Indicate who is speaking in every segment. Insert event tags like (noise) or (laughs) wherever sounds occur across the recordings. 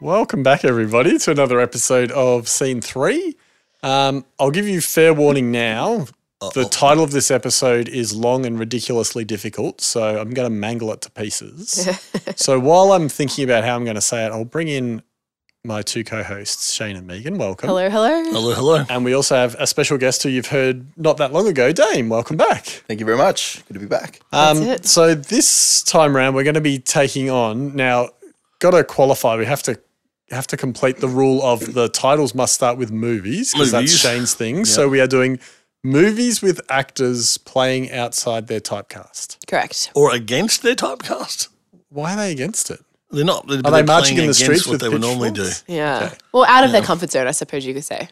Speaker 1: Welcome back, everybody, to another episode of Scene 3. Um, I'll give you fair warning now. The title of this episode is long and ridiculously difficult, so I'm going to mangle it to pieces. so while I'm thinking about how I'm going to say it, I'll bring in my two co hosts, Shane and Megan. Welcome.
Speaker 2: Hello, hello.
Speaker 3: Hello, hello.
Speaker 1: And we also have a special guest who you've heard not that long ago, Dame. Welcome back.
Speaker 3: Thank you very much. Good to be back.
Speaker 1: Um,
Speaker 2: it.
Speaker 1: So this time round, we're going to be taking on now. Got to qualify. We have to have to complete the rule of the titles must start with movies because that's
Speaker 3: Movies.
Speaker 1: Shane's thing. So we are doing movies with actors playing outside their typecast.
Speaker 2: Correct.
Speaker 3: Or against their typecast?
Speaker 1: Why are they against it?
Speaker 3: They're not. They're,
Speaker 1: Are they marching in the streets
Speaker 3: what
Speaker 1: with
Speaker 3: they would normally do.
Speaker 1: pitchforks?
Speaker 2: Yeah. Well, out of their comfort zone, I suppose you could say.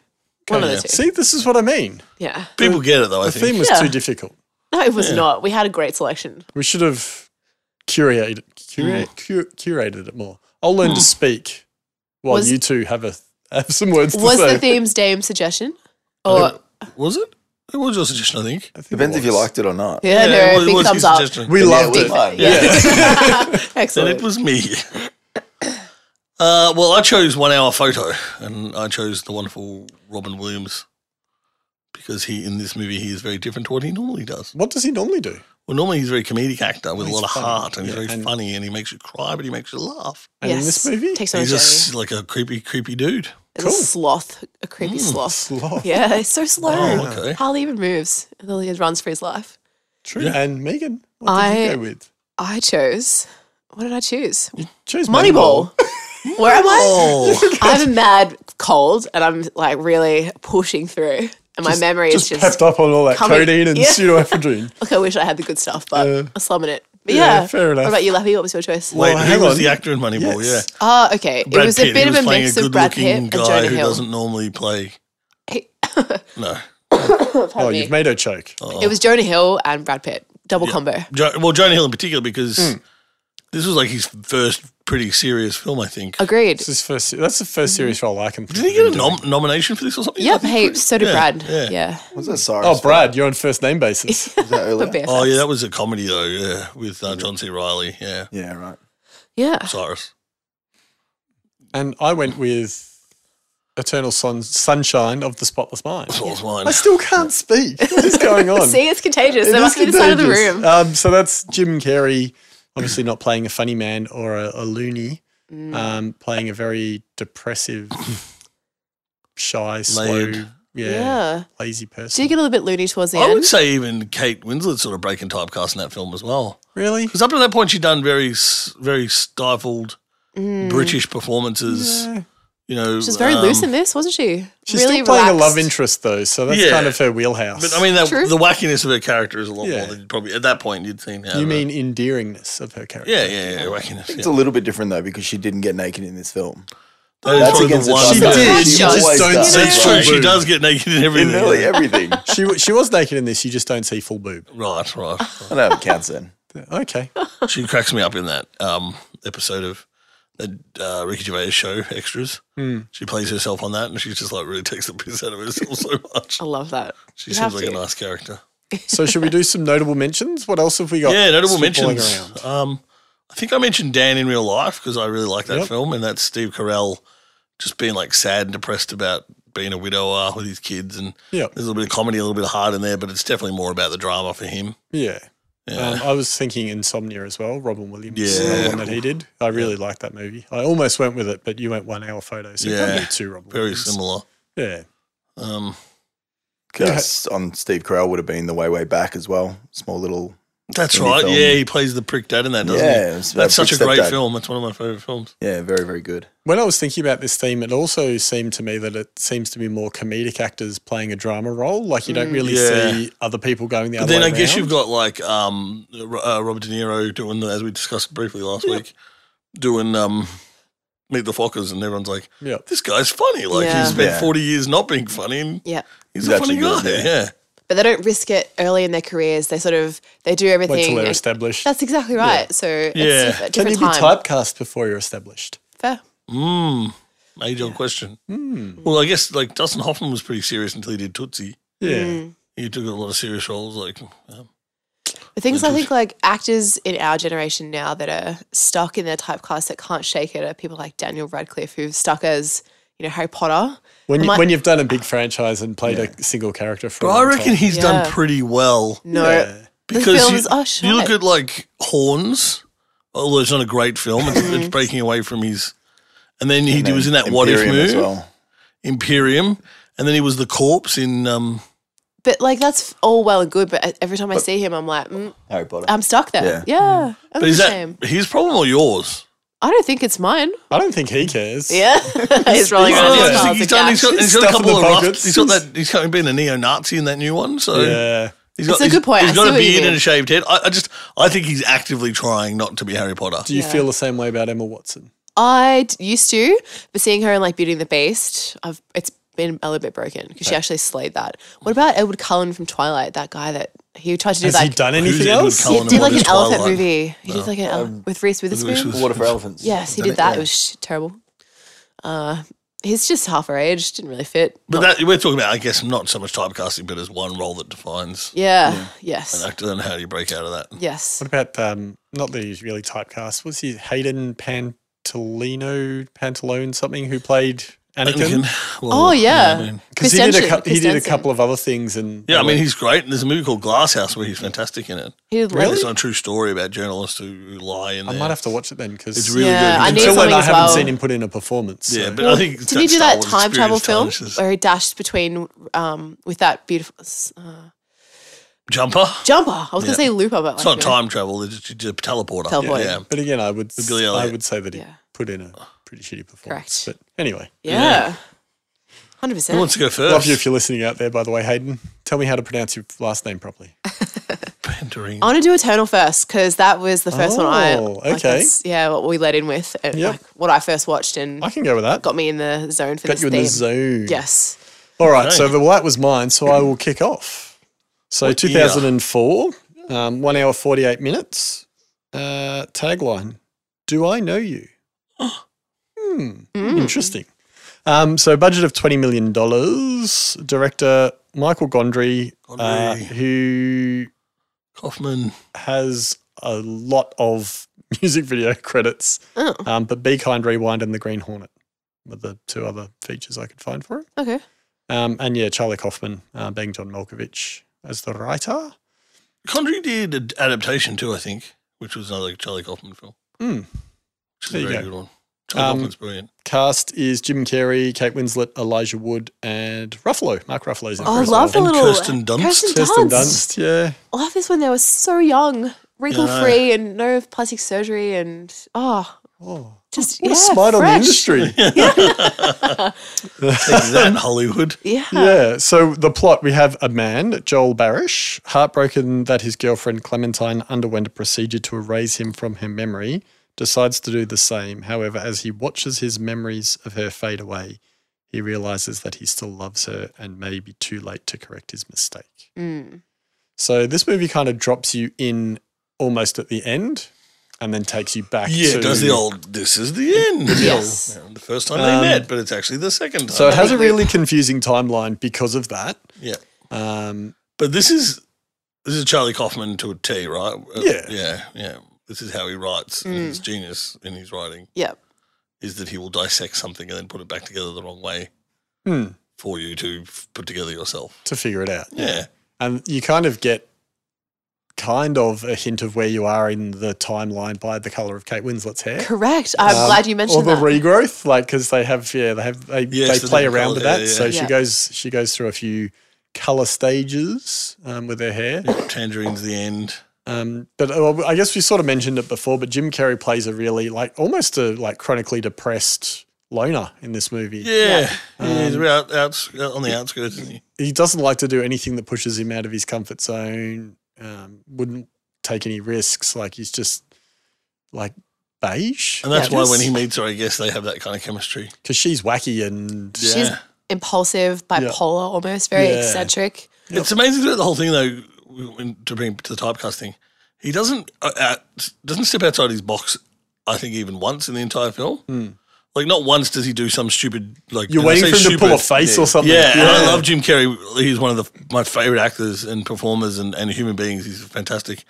Speaker 2: One of
Speaker 3: yeah.
Speaker 2: the two.
Speaker 1: See, this is what I mean.
Speaker 2: Yeah.
Speaker 3: People get it though. I
Speaker 1: The
Speaker 3: think.
Speaker 1: theme was
Speaker 2: Yeah.
Speaker 1: too difficult.
Speaker 2: No, it was not. We had a great selection.
Speaker 1: We should have curated curate, cu- curated it more. I'll learn to
Speaker 4: Hmm.
Speaker 1: speak while
Speaker 2: Was-
Speaker 1: you two have a have some words to
Speaker 2: Was
Speaker 1: say.
Speaker 2: the theme's Dame suggestion? Or
Speaker 3: was it? It was your suggestion, I think.
Speaker 1: I think it
Speaker 4: Depends if you
Speaker 1: was.
Speaker 4: liked it or not.
Speaker 2: yeah,
Speaker 3: it
Speaker 2: no,
Speaker 3: was- it
Speaker 2: big
Speaker 3: was
Speaker 2: thumbs
Speaker 3: your
Speaker 2: up.
Speaker 3: suggestion.
Speaker 1: We
Speaker 4: Yeah,
Speaker 1: loved
Speaker 4: we
Speaker 1: it.
Speaker 4: might.
Speaker 3: And
Speaker 2: (laughs) Excellent.
Speaker 3: it was me. (laughs) Uh, well, I chose one hour photo, and I chose the wonderful Robin Williams because he in this movie he is very different to what he normally does.
Speaker 1: What does he normally do?
Speaker 3: Well, normally he's a very comedic actor with
Speaker 1: He's
Speaker 3: a lot of
Speaker 1: funny.
Speaker 3: heart, and he's
Speaker 1: Yeah,
Speaker 3: very
Speaker 1: and-
Speaker 3: funny, and he makes you cry, but he makes you laugh.
Speaker 1: And in this movie,
Speaker 2: Takes on a
Speaker 3: He's
Speaker 2: journey.
Speaker 3: just like a creepy, creepy dude.
Speaker 2: It's
Speaker 1: cool.
Speaker 2: a sloth, a creepy sloth.
Speaker 1: sloth.
Speaker 2: Yeah, it's so slow.
Speaker 3: Oh, okay.
Speaker 2: Hardly even moves. Lily runs for his life.
Speaker 1: True.
Speaker 3: Yeah.
Speaker 1: And Megan, what did you
Speaker 2: I-
Speaker 1: go with?
Speaker 2: I chose. What did I choose?
Speaker 1: Choose
Speaker 2: Moneyball.
Speaker 1: (laughs)
Speaker 2: Where am I?
Speaker 3: Oh.
Speaker 2: (laughs) I have a mad cold and I'm like really pushing through. And my memory
Speaker 1: Just,
Speaker 2: is just
Speaker 1: pepped up on all that
Speaker 2: coming-
Speaker 1: codeine and
Speaker 2: Yeah.
Speaker 1: pseudoephedrine.
Speaker 2: Look, I wish I had the good stuff, but I'm slumming it. But
Speaker 1: yeah,
Speaker 2: yeah,
Speaker 1: fair enough.
Speaker 2: What about you, Lappy? What was your choice?
Speaker 3: Wait,
Speaker 1: Well,
Speaker 3: who
Speaker 1: hang
Speaker 3: was
Speaker 1: on.
Speaker 3: the actor in Moneyball?
Speaker 1: Yes.
Speaker 3: Yeah.
Speaker 2: Oh, okay.
Speaker 3: Brad
Speaker 2: it was a
Speaker 3: Pitt.
Speaker 2: bit
Speaker 3: He
Speaker 2: of
Speaker 3: was
Speaker 2: a
Speaker 3: playing
Speaker 2: mix
Speaker 3: a
Speaker 2: of Brad Pitt
Speaker 3: good-looking
Speaker 2: and
Speaker 3: guy
Speaker 2: Jonah
Speaker 3: who
Speaker 2: Hill.
Speaker 3: doesn't normally play.
Speaker 2: He-
Speaker 3: (laughs)
Speaker 2: (laughs)
Speaker 3: No. Oh.
Speaker 1: Oh, you've made her choke.
Speaker 2: It was Jonah Hill and Brad Pitt, double combo.
Speaker 3: Jo- well, Jonah Hill in particular, because
Speaker 2: Hmm.
Speaker 3: this was like his first pretty serious film, I think.
Speaker 2: Agreed.
Speaker 1: This is first, that's the first serious role I can.
Speaker 3: Did he get a nom- nomination for this or something? I
Speaker 2: yep.
Speaker 3: think
Speaker 2: Hey,
Speaker 3: it-
Speaker 2: so did
Speaker 3: yeah,
Speaker 2: Brad.
Speaker 3: Yeah.
Speaker 2: Yeah.
Speaker 4: Was that Cyrus?
Speaker 1: Oh, Brad, you're on first name
Speaker 2: (laughs)
Speaker 1: basis.
Speaker 4: Was that earlier?
Speaker 2: But BFFs.
Speaker 3: Oh, yeah, that was a comedy, though, yeah, with uh, John C. Riley. Yeah.
Speaker 4: Yeah, right.
Speaker 2: yeah. (laughs)
Speaker 3: Cyrus.
Speaker 1: and I went with Eternal Sun, Sunshine of the Spotless Mind.
Speaker 3: That was mine.
Speaker 1: I still can't speak. What is
Speaker 2: (laughs)
Speaker 1: going on?
Speaker 2: See, it's contagious.
Speaker 1: It
Speaker 2: They must
Speaker 1: is
Speaker 2: be the side of the
Speaker 1: contagious.
Speaker 2: room.
Speaker 1: Um, so that's Jim Carrey, obviously not playing a funny man or a, a loony,
Speaker 2: Mm.
Speaker 1: um, playing a very depressive, shy, slow, yeah,
Speaker 3: Layered.
Speaker 2: Yeah.
Speaker 1: lazy person.
Speaker 2: Do you get a little bit loony towards the
Speaker 3: Oh, I would
Speaker 2: end?
Speaker 3: say even Kate Winslet sort of breaking typecast in that film as well.
Speaker 1: really?
Speaker 3: Because up to that point, she'd done very, s- very stifled British performances.
Speaker 1: Yeah.
Speaker 3: You know,
Speaker 2: She was Hmm. very loose
Speaker 3: um,
Speaker 2: in this, wasn't she?
Speaker 1: She's
Speaker 2: really
Speaker 1: still playing a love
Speaker 2: relaxed.
Speaker 1: interest though, so that's
Speaker 3: Yeah.
Speaker 1: kind of her wheelhouse.
Speaker 3: But I mean, that,
Speaker 2: True.
Speaker 3: the wackiness of her character is a lot
Speaker 1: Yeah.
Speaker 3: more than you probably at that point you'd seen. out
Speaker 1: you
Speaker 3: of her.
Speaker 1: mean endearingness of her character?
Speaker 3: Yeah, yeah, yeah, wackiness.
Speaker 4: It's
Speaker 3: yeah.
Speaker 4: a little bit different though because she didn't get naked in this film.
Speaker 3: That is
Speaker 4: That's
Speaker 3: probably the
Speaker 4: against the
Speaker 3: one
Speaker 1: She
Speaker 4: Yeah.
Speaker 3: bit-
Speaker 1: did.
Speaker 2: She
Speaker 1: You
Speaker 2: always
Speaker 1: just don't
Speaker 4: does.
Speaker 1: see
Speaker 3: That's
Speaker 4: Yeah.
Speaker 1: full
Speaker 3: true. She
Speaker 1: boob.
Speaker 3: does get naked in
Speaker 4: In
Speaker 3: everything.
Speaker 4: nearly everything.
Speaker 3: (laughs)
Speaker 1: She w- she was naked in this. You just don't see full
Speaker 2: (laughs)
Speaker 1: boob.
Speaker 3: Right, right.
Speaker 4: (laughs) I know it counts then.
Speaker 1: Okay.
Speaker 3: right. she cracks me up in that um, episode of the uh, Ricky Gervais show extras.
Speaker 1: Hmm.
Speaker 3: She plays herself on that, and she just like really takes the piss out of herself so
Speaker 2: (laughs)
Speaker 3: much.
Speaker 2: I love that.
Speaker 3: She
Speaker 2: You
Speaker 3: seems
Speaker 2: have
Speaker 3: like a
Speaker 2: to.
Speaker 3: nice character.
Speaker 1: So should we do some notable mentions? What else have we got?
Speaker 3: Yeah, notable
Speaker 1: swirling
Speaker 3: mentions.
Speaker 1: around?
Speaker 3: Um, I think I mentioned Dan in real life because I really like that
Speaker 1: Yep.
Speaker 3: film, and that's Steve Carell just being like sad and depressed about being a widower with his kids, and
Speaker 1: Yep.
Speaker 3: there's a little bit of comedy, a little bit of heart in there, but it's definitely more about the drama for him.
Speaker 1: Yeah.
Speaker 3: Yeah.
Speaker 1: Um, I was thinking Insomnia as well, Robin Williams.
Speaker 3: Yeah.
Speaker 1: The one that he did. I really liked that movie. I almost went with it, but you went one hour photo. So
Speaker 3: Yeah.
Speaker 1: probably two Robin
Speaker 3: Very
Speaker 1: Williams.
Speaker 3: similar.
Speaker 1: Yeah.
Speaker 3: Um,
Speaker 4: Because on Steve Carell would have been the way way back as well. Small little.
Speaker 3: that's
Speaker 4: Any
Speaker 3: right.
Speaker 4: film.
Speaker 3: Yeah, he plays the prick dad in that, doesn't
Speaker 4: Yeah,
Speaker 3: he?
Speaker 4: it's about
Speaker 3: That's such a
Speaker 4: prick
Speaker 3: great
Speaker 4: stepdad.
Speaker 3: film. That's one of my favorite films.
Speaker 4: Yeah, very very good.
Speaker 1: When I was thinking about this theme, it also seemed to me that it seems to be more comedic actors playing a drama role. Like you
Speaker 2: Mm.
Speaker 1: don't really
Speaker 3: Yeah.
Speaker 1: see other people going the
Speaker 3: But
Speaker 1: other
Speaker 3: then
Speaker 1: way.
Speaker 3: I guess
Speaker 1: around.
Speaker 3: you've got like um, Ro- uh, Robert De Niro doing, the, as we discussed briefly last week, doing um, Meet the Fockers, and everyone's like,
Speaker 1: Yeah.
Speaker 3: this guy's funny. Like
Speaker 2: Yeah.
Speaker 3: he spent
Speaker 4: Yeah.
Speaker 3: 40 years not being funny and
Speaker 2: Yeah.
Speaker 3: he's,
Speaker 4: He's
Speaker 3: a funny
Speaker 4: actually
Speaker 3: guy.
Speaker 4: good,
Speaker 3: Yeah.
Speaker 4: yeah.
Speaker 2: But they don't risk it early in their careers. They sort of they do everything.
Speaker 1: Wait till they're established.
Speaker 2: That's exactly right. So it's
Speaker 3: Yeah.
Speaker 2: diff- a
Speaker 1: Can you
Speaker 2: different
Speaker 1: be
Speaker 2: time.
Speaker 1: typecast before you're established?
Speaker 2: Fair.
Speaker 3: Mm, major question.
Speaker 1: Hmm.
Speaker 3: Well, I guess like Dustin Hoffman
Speaker 2: Mm.
Speaker 3: was pretty serious until he did Tootsie.
Speaker 1: Yeah.
Speaker 3: He took a lot of serious roles. Like um,
Speaker 2: The things I
Speaker 3: Mental-
Speaker 2: think like actors in our generation now that are stuck in their typecast that can't shake it are people like Daniel Radcliffe who've stuck as you know Harry Potter.
Speaker 1: When, you,
Speaker 2: My-
Speaker 1: when you've done a big franchise and played a single character for a
Speaker 3: But I
Speaker 1: long
Speaker 3: reckon
Speaker 1: time.
Speaker 3: he's
Speaker 2: Yeah.
Speaker 3: done pretty well
Speaker 2: No,
Speaker 3: because
Speaker 2: films
Speaker 3: you,
Speaker 2: are
Speaker 3: you look
Speaker 2: shite.
Speaker 3: at like Horns, although it's not a great film, it's,
Speaker 2: Mm-hmm.
Speaker 3: it's breaking away from his. And then he, was in that What If
Speaker 4: Imperium
Speaker 3: movie,
Speaker 4: as well.
Speaker 3: Imperium, and then he was the corpse in. Um,
Speaker 2: but like that's all well and good. But e, every time I see him, I'm like, mm,
Speaker 4: Harry Potter.
Speaker 2: I'm stuck there.
Speaker 4: Yeah.
Speaker 2: Yeah, that's
Speaker 3: but is
Speaker 2: a
Speaker 3: that
Speaker 2: shame.
Speaker 3: his problem or yours?
Speaker 2: I don't think it's mine.
Speaker 1: I don't think he cares.
Speaker 2: (laughs) Yeah, he's rolling
Speaker 3: Yeah,
Speaker 2: around
Speaker 3: he's-
Speaker 2: his piles
Speaker 3: he's
Speaker 2: of
Speaker 3: done. He's
Speaker 2: cash.
Speaker 3: got, he's got a
Speaker 1: Stuff in
Speaker 3: couple
Speaker 1: the
Speaker 3: of rough,
Speaker 1: pockets.
Speaker 3: He's got that. He's kind of been a neo-Nazi in that new one. So
Speaker 1: Yeah.
Speaker 3: he's got.
Speaker 2: It's a
Speaker 3: he's-
Speaker 2: good point.
Speaker 3: He's
Speaker 2: I
Speaker 3: got
Speaker 2: see
Speaker 3: a
Speaker 2: what you
Speaker 3: beard and
Speaker 2: mean.
Speaker 3: a shaved head. I, I just. I think he's actively trying not to be Harry Potter.
Speaker 1: Do you
Speaker 2: Yeah.
Speaker 1: feel the same way about Emma Watson?
Speaker 2: I d- used to, but seeing her in like Beauty and the Beast, I've it's been a little bit broken because she actually slayed that. What about Edward Cullen from Twilight? That guy that he tried to do
Speaker 1: Has
Speaker 2: like
Speaker 1: he done
Speaker 3: Who's
Speaker 1: anything
Speaker 3: Edward
Speaker 1: else?
Speaker 3: Cullen?
Speaker 2: he did
Speaker 3: What
Speaker 2: like an
Speaker 3: is
Speaker 2: elephant
Speaker 3: Twilight?
Speaker 2: movie. He did like an ele- with Reese Witherspoon.
Speaker 3: Witherspoon. (laughs)
Speaker 4: Water for elephants.
Speaker 2: Yes, he
Speaker 4: Done
Speaker 2: did that.
Speaker 4: yeah.
Speaker 2: It was sh- terrible. Uh, he's just half our age. Didn't really fit.
Speaker 3: But that we're talking about, I guess, not so much typecasting, but as one role that defines
Speaker 2: Yeah.
Speaker 3: an
Speaker 2: Yes.
Speaker 3: actor. And how do you break out of that?
Speaker 2: Yes.
Speaker 1: What about um, not that he's really typecast? Was he Hayden Pantalino, Pantalone, something who played Anakin?
Speaker 3: Anakin. Well,
Speaker 2: Oh
Speaker 3: I
Speaker 2: yeah.
Speaker 3: mean-
Speaker 1: Because he did a
Speaker 2: Christensen-
Speaker 1: cou- he did a
Speaker 2: Christensen.
Speaker 1: couple of other things and
Speaker 3: yeah, I mean, he's great. And there's a movie called Glasshouse where he's fantastic in it.
Speaker 2: He did
Speaker 3: It's
Speaker 2: really?
Speaker 3: not a true story about journalists who, who lie in
Speaker 1: I
Speaker 3: there.
Speaker 1: might have to watch it then
Speaker 3: It's
Speaker 1: because
Speaker 3: really
Speaker 2: Yeah,
Speaker 3: good.
Speaker 2: I need
Speaker 1: until when
Speaker 2: something
Speaker 1: I
Speaker 2: as
Speaker 1: haven't
Speaker 2: well.
Speaker 1: seen him put in a performance.
Speaker 3: yeah,
Speaker 1: so-
Speaker 3: but uh, I think
Speaker 2: Did he do
Speaker 3: Star
Speaker 2: that
Speaker 3: Wars
Speaker 2: time travel film
Speaker 3: experience tarnishes-
Speaker 2: where he dashed between um, with that beautiful s- uh,
Speaker 3: Jumper.
Speaker 2: jumper? I was
Speaker 3: Yeah.
Speaker 2: gonna say looper, but
Speaker 3: It's
Speaker 2: like,
Speaker 3: not time travel. It's just a teleporter.
Speaker 2: Teleporter.
Speaker 3: Yeah.
Speaker 1: But again, I would s-
Speaker 3: Billy
Speaker 1: I
Speaker 3: Elliot.
Speaker 1: would say that he
Speaker 2: Yeah.
Speaker 1: put in a pretty shitty performance.
Speaker 2: Correct.
Speaker 1: But anyway,
Speaker 2: Yeah. Hundred
Speaker 3: Who wants
Speaker 2: percent.
Speaker 3: to go first?
Speaker 1: love you if you're listening out there. By the way, Hayden, tell me how to pronounce your last name properly.
Speaker 3: Pandering.
Speaker 2: I want to do Eternal first because that was the first one I
Speaker 1: Oh,
Speaker 2: like,
Speaker 1: okay.
Speaker 2: that's- yeah, what we led in with, and
Speaker 1: Yep.
Speaker 2: like what I first watched and
Speaker 1: I can go with that.
Speaker 2: got me in the zone for
Speaker 1: Got
Speaker 2: this
Speaker 1: you in
Speaker 2: theme.
Speaker 1: the zone.
Speaker 2: Yes.
Speaker 1: All right,
Speaker 3: Okay.
Speaker 1: so the, well, that was mine, so I will kick off. So
Speaker 3: What year?
Speaker 1: 2004, um, one hour, 48 minutes. Uh, tagline Do I know you? Hmm,
Speaker 2: Mm.
Speaker 1: interesting. Um, so, budget of $20 million. Director Michael Gondry, uh,
Speaker 3: Gondry.
Speaker 1: who
Speaker 3: Kaufman.
Speaker 1: has a lot of (laughs) music video credits,
Speaker 2: Oh,
Speaker 1: um, but Be Kind, Rewind, and The Green Hornet were the two other features I could find for it.
Speaker 2: okay.
Speaker 1: Um, and yeah, Charlie Kaufman uh, being John Malkovich as the writer.
Speaker 3: Condry did an adaptation too, I think, which was another Charlie Kaufman film.
Speaker 1: Hmm.
Speaker 3: Which is
Speaker 1: There
Speaker 3: a
Speaker 1: you
Speaker 3: very
Speaker 1: go.
Speaker 3: good one. Charlie
Speaker 1: Um, (laughs)
Speaker 3: Kaufman's brilliant.
Speaker 1: Cast is Jim Carrey, Kate Winslet, Elijah Wood, and Ruffalo. Mark Ruffalo's in
Speaker 2: Oh,
Speaker 1: there
Speaker 2: I
Speaker 1: as
Speaker 2: love the
Speaker 1: well.
Speaker 3: And
Speaker 2: little
Speaker 3: Kirsten Dunst.
Speaker 2: Kirsten
Speaker 1: Kirsten
Speaker 2: Dunst.
Speaker 1: Dunst, yeah.
Speaker 2: Love this when they were so young, wrinkle
Speaker 3: Yeah.
Speaker 2: free, and no plastic surgery, and oh,
Speaker 1: Oh,
Speaker 2: just
Speaker 1: what
Speaker 2: yeah,
Speaker 1: a smite on the
Speaker 2: fresh. (laughs)
Speaker 1: industry.
Speaker 3: Take that, Hollywood.
Speaker 2: Yeah.
Speaker 1: yeah. So the plot: we have a man, Joel Barish, heartbroken that his girlfriend Clementine underwent a procedure to erase him from her memory, decides to do the same. However, as he watches his memories of her fade away, he realizes that he still loves her and may be too late to correct his mistake.
Speaker 2: Mm.
Speaker 1: So this movie kind of drops you in almost at the end, and then takes you back.
Speaker 3: Yeah,
Speaker 1: to,
Speaker 3: it does the old "This is the end." The
Speaker 2: Yes.
Speaker 3: old- The first time
Speaker 1: Um,
Speaker 3: they met, but it's actually the second time.
Speaker 1: (laughs) So it has a
Speaker 2: Completely.
Speaker 1: really confusing timeline because of that.
Speaker 3: yeah.
Speaker 1: Um,
Speaker 3: But this is this is Charlie Kaufman to a T, right? Uh,
Speaker 1: Yeah.
Speaker 3: yeah, yeah. This is how he writes. And
Speaker 2: Hmm.
Speaker 3: his genius in his writing
Speaker 2: Yep.
Speaker 3: is that he will dissect something and then put it back together the wrong way
Speaker 1: hmm,
Speaker 3: for you to f- put together yourself.
Speaker 1: to figure it out.
Speaker 3: Yeah,
Speaker 1: and you kind of get kind of a hint of where you are in the timeline by the color of Kate Winslet's hair.
Speaker 2: Correct. I'm
Speaker 1: Um,
Speaker 2: glad you mentioned
Speaker 1: or the
Speaker 2: that.
Speaker 1: regrowth, like because they have yeah they have they,
Speaker 3: Yes,
Speaker 1: they
Speaker 3: the
Speaker 1: play
Speaker 3: different
Speaker 1: around with
Speaker 3: colours,
Speaker 1: that.
Speaker 3: yeah,
Speaker 1: So
Speaker 3: yeah.
Speaker 1: she
Speaker 2: Yeah.
Speaker 1: goes she goes through a few color stages um, with her hair.
Speaker 3: Tangerine's the end.
Speaker 1: Um, but uh, I guess we sort of mentioned it before, but Jim Carrey plays a really like almost a like chronically depressed loner in this movie.
Speaker 3: Yeah, Um, Yeah, he's out, out, out on the outskirts. Isn't he?
Speaker 1: He doesn't like to do anything that pushes him out of his comfort zone. Um, wouldn't take any risks. Like he's just like beige.
Speaker 3: And that's
Speaker 2: Yeah.
Speaker 3: why when he meets her, I guess they have that kind of chemistry.
Speaker 1: because she's wacky and
Speaker 3: Yeah.
Speaker 2: She's impulsive, bipolar, almost very
Speaker 1: Yeah.
Speaker 2: eccentric.
Speaker 3: It's amazing about the whole thing, though. when- To bring to the typecast thing, he doesn't uh, out, doesn't step outside his box. I think even once in the entire film. Like not once does he do some stupid like
Speaker 1: Hmm. You're
Speaker 3: and I
Speaker 1: waiting
Speaker 3: say
Speaker 1: for him to pull a
Speaker 3: stupid-
Speaker 1: face or something.
Speaker 3: Yeah, and I love Jim Carrey. He's one of the, my favorite actors and performers and, and human beings. He's fantastic.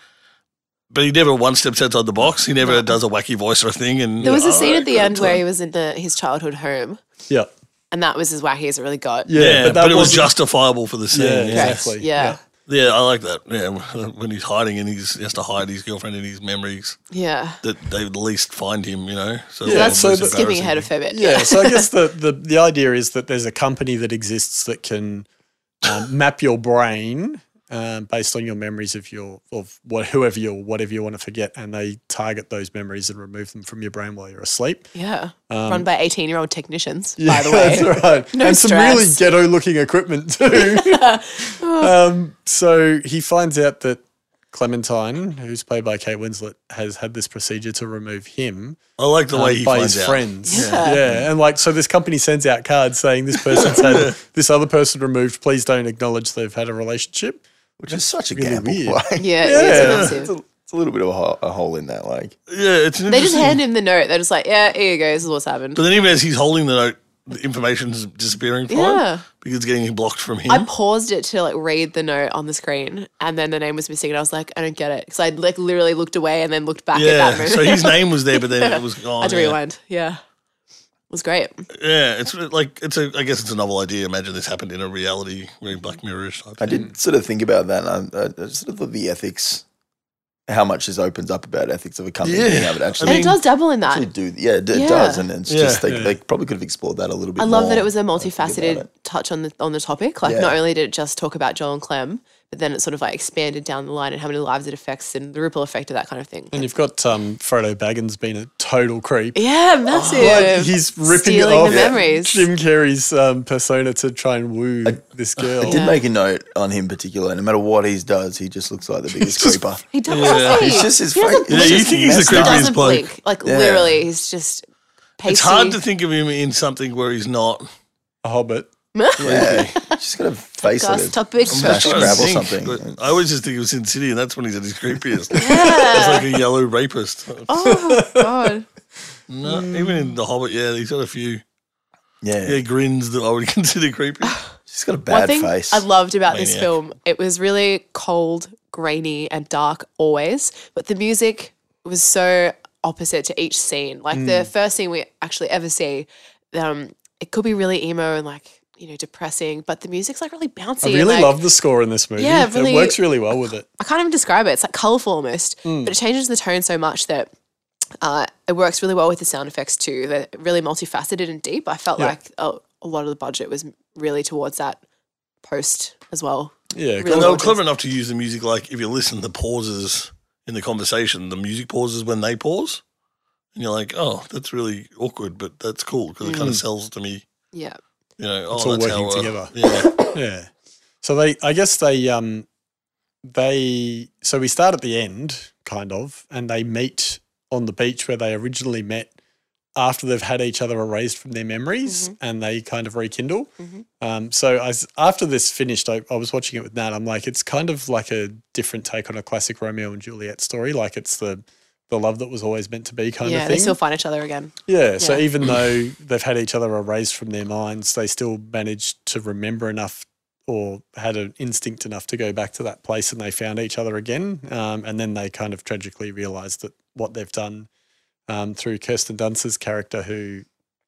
Speaker 3: But he never one steps outside the box. He never does a wacky voice or a thing. And
Speaker 2: There was a scene
Speaker 3: Oh,
Speaker 2: at the end where he was in the, his childhood home,
Speaker 1: Yeah.
Speaker 2: and that was as wacky as it really got.
Speaker 1: Yeah,
Speaker 3: yeah, but,
Speaker 1: that
Speaker 3: it was
Speaker 1: wasn't-
Speaker 3: justifiable for the scene.
Speaker 1: Yeah,
Speaker 3: Yeah,
Speaker 1: yeah.
Speaker 3: yeah.
Speaker 2: Correct.
Speaker 1: Exactly.
Speaker 2: Yeah.
Speaker 3: I like that. Yeah, when he's hiding and he's, he has to hide his girlfriend and his memories
Speaker 2: Yeah.
Speaker 3: that they at least find him. You know, so
Speaker 1: Yeah,
Speaker 3: it's
Speaker 1: so
Speaker 3: almost
Speaker 1: the-
Speaker 2: Skipping
Speaker 3: embarrassing.
Speaker 2: ahead a fair bit.
Speaker 1: (laughs) Yeah, so I guess the, the the idea is that there's a company that exists that can um, map your brain um, based on your memories of your of what whoever you whatever you want to forget, and they target those memories and remove them from your brain while you're asleep.
Speaker 2: (laughs) Yeah.
Speaker 1: (laughs) um,
Speaker 2: Run by 18 year old technicians, by the
Speaker 1: That's
Speaker 2: way.
Speaker 1: right.
Speaker 2: No
Speaker 1: and some really
Speaker 2: stress.
Speaker 1: ghetto looking equipment
Speaker 2: (laughs)
Speaker 1: too. (laughs) um, so he finds out that Clementine, who's played by Kate Winslet, has had this procedure to remove him
Speaker 3: I like the
Speaker 1: um,
Speaker 2: Uh,
Speaker 3: way he
Speaker 1: by
Speaker 3: finds
Speaker 1: his
Speaker 3: out.
Speaker 1: friends.
Speaker 2: Yeah.
Speaker 1: And like, so this company sends out cards saying this person's
Speaker 3: (laughs)
Speaker 1: had this other person removed. Please don't acknowledge they've had a relationship.
Speaker 4: which is such a
Speaker 1: really
Speaker 4: gamble.
Speaker 1: weird.
Speaker 4: (laughs) Like,
Speaker 2: Yeah. it is
Speaker 4: it's,
Speaker 2: massive.
Speaker 1: (laughs)
Speaker 4: a, it's a little bit of a, ho- a hole in that. Like,
Speaker 3: Yeah, it's an
Speaker 2: They just
Speaker 3: interesting-
Speaker 2: hand him the note. They're just like, yeah, here you go. This is what's happened.
Speaker 3: But then even as he's holding the note, the information's disappearing from
Speaker 2: Yeah.
Speaker 3: him because it's getting blocked from him.
Speaker 1: Mm-hmm.
Speaker 2: I paused it to like read the note on the screen, and then the name was missing, and I was like, I don't get it, because I like literally looked away and then looked back at that
Speaker 3: yeah.
Speaker 2: moment. (laughs)
Speaker 3: So his name was there, but then it was gone.
Speaker 2: I had to
Speaker 3: yeah.
Speaker 2: rewind. Yeah, it was great.
Speaker 3: Yeah, it's like it's a. I guess it's a novel idea. Imagine this happened in a reality, very Black Mirror-ish type.
Speaker 4: I did sort of think about that. And I, I sort of thought the ethics, how much this opens up about ethics of a company
Speaker 3: Yeah.
Speaker 4: being able to actually
Speaker 2: and
Speaker 3: mean-
Speaker 2: it does double in that.
Speaker 4: actually do. Yeah, it, it
Speaker 2: Yeah.
Speaker 4: does, and it's
Speaker 3: Yeah.
Speaker 4: just they,
Speaker 1: Yeah.
Speaker 4: they probably could have explored that a little bit.
Speaker 2: I love that
Speaker 4: more.
Speaker 2: it was a
Speaker 4: think
Speaker 2: multifaceted
Speaker 4: about
Speaker 2: touch on the on the topic. Like,
Speaker 4: Yeah.
Speaker 2: not only did it just talk about Joel and Clem, but then it sort of like expanded down the line and how many lives it affects and the ripple effect of that kind of thing.
Speaker 1: And you've got um, Frodo Baggins being a total creep.
Speaker 2: Yeah, massive.
Speaker 1: Like he's ripping
Speaker 2: Stealing
Speaker 1: off
Speaker 2: the memories.
Speaker 1: Jim Carrey's um, persona to try and woo this girl.
Speaker 4: I did make a note on him particular. No matter what he does, he just looks
Speaker 3: (laughs)
Speaker 4: like the biggest creeper.
Speaker 2: he does.
Speaker 3: Yeah.
Speaker 2: He,
Speaker 4: He's just his
Speaker 2: he doesn't
Speaker 4: face.
Speaker 3: Yeah, you think he's the
Speaker 2: He
Speaker 3: creepiest
Speaker 2: doesn't
Speaker 3: bloke.
Speaker 2: blink. Like literally, he's just. Pasty.
Speaker 3: It's hard to think of him in something where he's not.
Speaker 1: a Hobbit.
Speaker 4: Yeah, he's just got a face like
Speaker 2: Gus
Speaker 4: a
Speaker 2: topic.
Speaker 4: smash
Speaker 3: I
Speaker 4: grab or
Speaker 3: think,
Speaker 4: something.
Speaker 3: but I always just think of Sin City, and that's when he's at his creepiest.
Speaker 2: (laughs)
Speaker 3: It's like a yellow rapist.
Speaker 2: Oh god.
Speaker 3: No, even in The Hobbit, yeah, he's got a few
Speaker 4: Yeah,
Speaker 3: yeah grins that I would (laughs) consider
Speaker 2: (laughs)
Speaker 3: creepy.
Speaker 4: he's got a
Speaker 2: One
Speaker 4: bad
Speaker 2: thing
Speaker 4: face.
Speaker 2: I loved about this
Speaker 3: Maniac.
Speaker 2: film, it was really cold, grainy, and dark always, but the music was so opposite to each scene. Like
Speaker 1: Mm.
Speaker 2: the first scene we actually ever see, um, it could be really emo and like you know depressing, but the music's like really bouncy.
Speaker 1: I
Speaker 2: and,
Speaker 1: really
Speaker 2: like,
Speaker 1: love the score in this movie.
Speaker 2: Yeah,
Speaker 1: it
Speaker 2: really-
Speaker 1: works really well with it.
Speaker 2: I can't even describe it. It's like colorful almost,
Speaker 1: Mm.
Speaker 2: but it changes the tone so much that uh, it works really well with the sound effects too. They're really multifaceted and deep. I felt
Speaker 1: Yeah.
Speaker 2: like a, a lot of the budget was really towards that post as well.
Speaker 1: Yeah,
Speaker 2: Really
Speaker 1: cool.
Speaker 3: And they were
Speaker 2: gorgeous.
Speaker 3: clever enough to use the music like if you listen, the pauses in the conversation, the music pauses when they pause. And you're like, oh, that's really awkward, but that's cool because it kind
Speaker 2: Hmm.
Speaker 3: of sells to me,
Speaker 2: Yeah.
Speaker 3: you know, oh,
Speaker 1: It's all
Speaker 3: that's
Speaker 1: working
Speaker 3: how, uh,
Speaker 1: together. (laughs)
Speaker 3: Yeah.
Speaker 1: yeah. So they, I guess they, um, they. So we start at the end, kind of, and they meet on the beach where they originally met after they've had each other erased from their memories,
Speaker 2: Mm-hmm.
Speaker 1: and they kind of rekindle.
Speaker 2: Mhm.
Speaker 1: Um, so I s after this finished, I, I was watching it with Nat. I'm like, it's kind of like a different take on a classic Romeo and Juliet story. Like it's the the love that was always meant to be kind
Speaker 2: yeah,
Speaker 1: of
Speaker 2: they
Speaker 1: thing.
Speaker 2: still find each other again.
Speaker 1: Yeah. So
Speaker 2: Yeah.
Speaker 1: even though they've had each other erased from their minds, they still managed to remember enough or had an instinct enough to go back to that place and they found each other again. Um, and then they kind of tragically realized that what they've done um, through Kirsten Dunst's character, who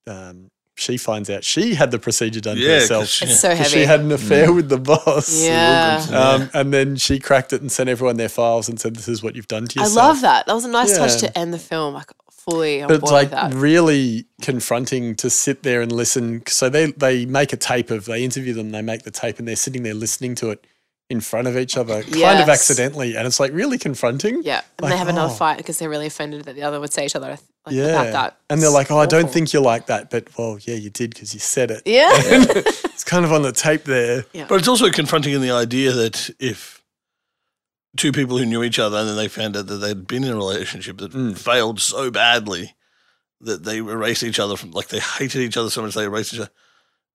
Speaker 1: um, she finds out she had the procedure done to
Speaker 3: Yeah, 'cause
Speaker 1: herself.
Speaker 3: she- Mm.
Speaker 2: It's
Speaker 3: Yeah.
Speaker 2: so
Speaker 1: 'cause
Speaker 2: heavy.
Speaker 1: She had an affair with the boss.
Speaker 2: yeah.
Speaker 1: Um, and then she cracked it and sent everyone their files and said, This is what you've done to
Speaker 2: I
Speaker 1: yourself
Speaker 2: love that. That was a nice
Speaker 1: uh, Yeah.
Speaker 2: touch to end the film. Like fully on
Speaker 1: but
Speaker 2: board
Speaker 1: it's like
Speaker 2: with that.
Speaker 1: really confronting to sit there and listen. So they they make a tape of they interview them, they make the tape, and they're sitting there listening to it in front of each other, kind of
Speaker 2: Yes.
Speaker 1: accidentally, and it's like really confronting.
Speaker 2: yeah. And
Speaker 1: like,
Speaker 2: they have another
Speaker 1: oh.
Speaker 2: fight because they're really offended that the other would say each other like,
Speaker 1: yeah.
Speaker 2: about that.
Speaker 1: And they're
Speaker 2: It's
Speaker 1: like, "Oh, I don't
Speaker 2: awful.
Speaker 1: think you're like that," but well, yeah, you did because you said it. (laughs)
Speaker 2: (laughs) Yeah. (laughs)
Speaker 1: It's kind of on the tape there.
Speaker 3: But it's also confronting in the idea that if two people who knew each other and then they found out that they'd been in a relationship that
Speaker 1: Hmm.
Speaker 3: failed so badly that they erased each other from, like, they hated each other so much they erased each other.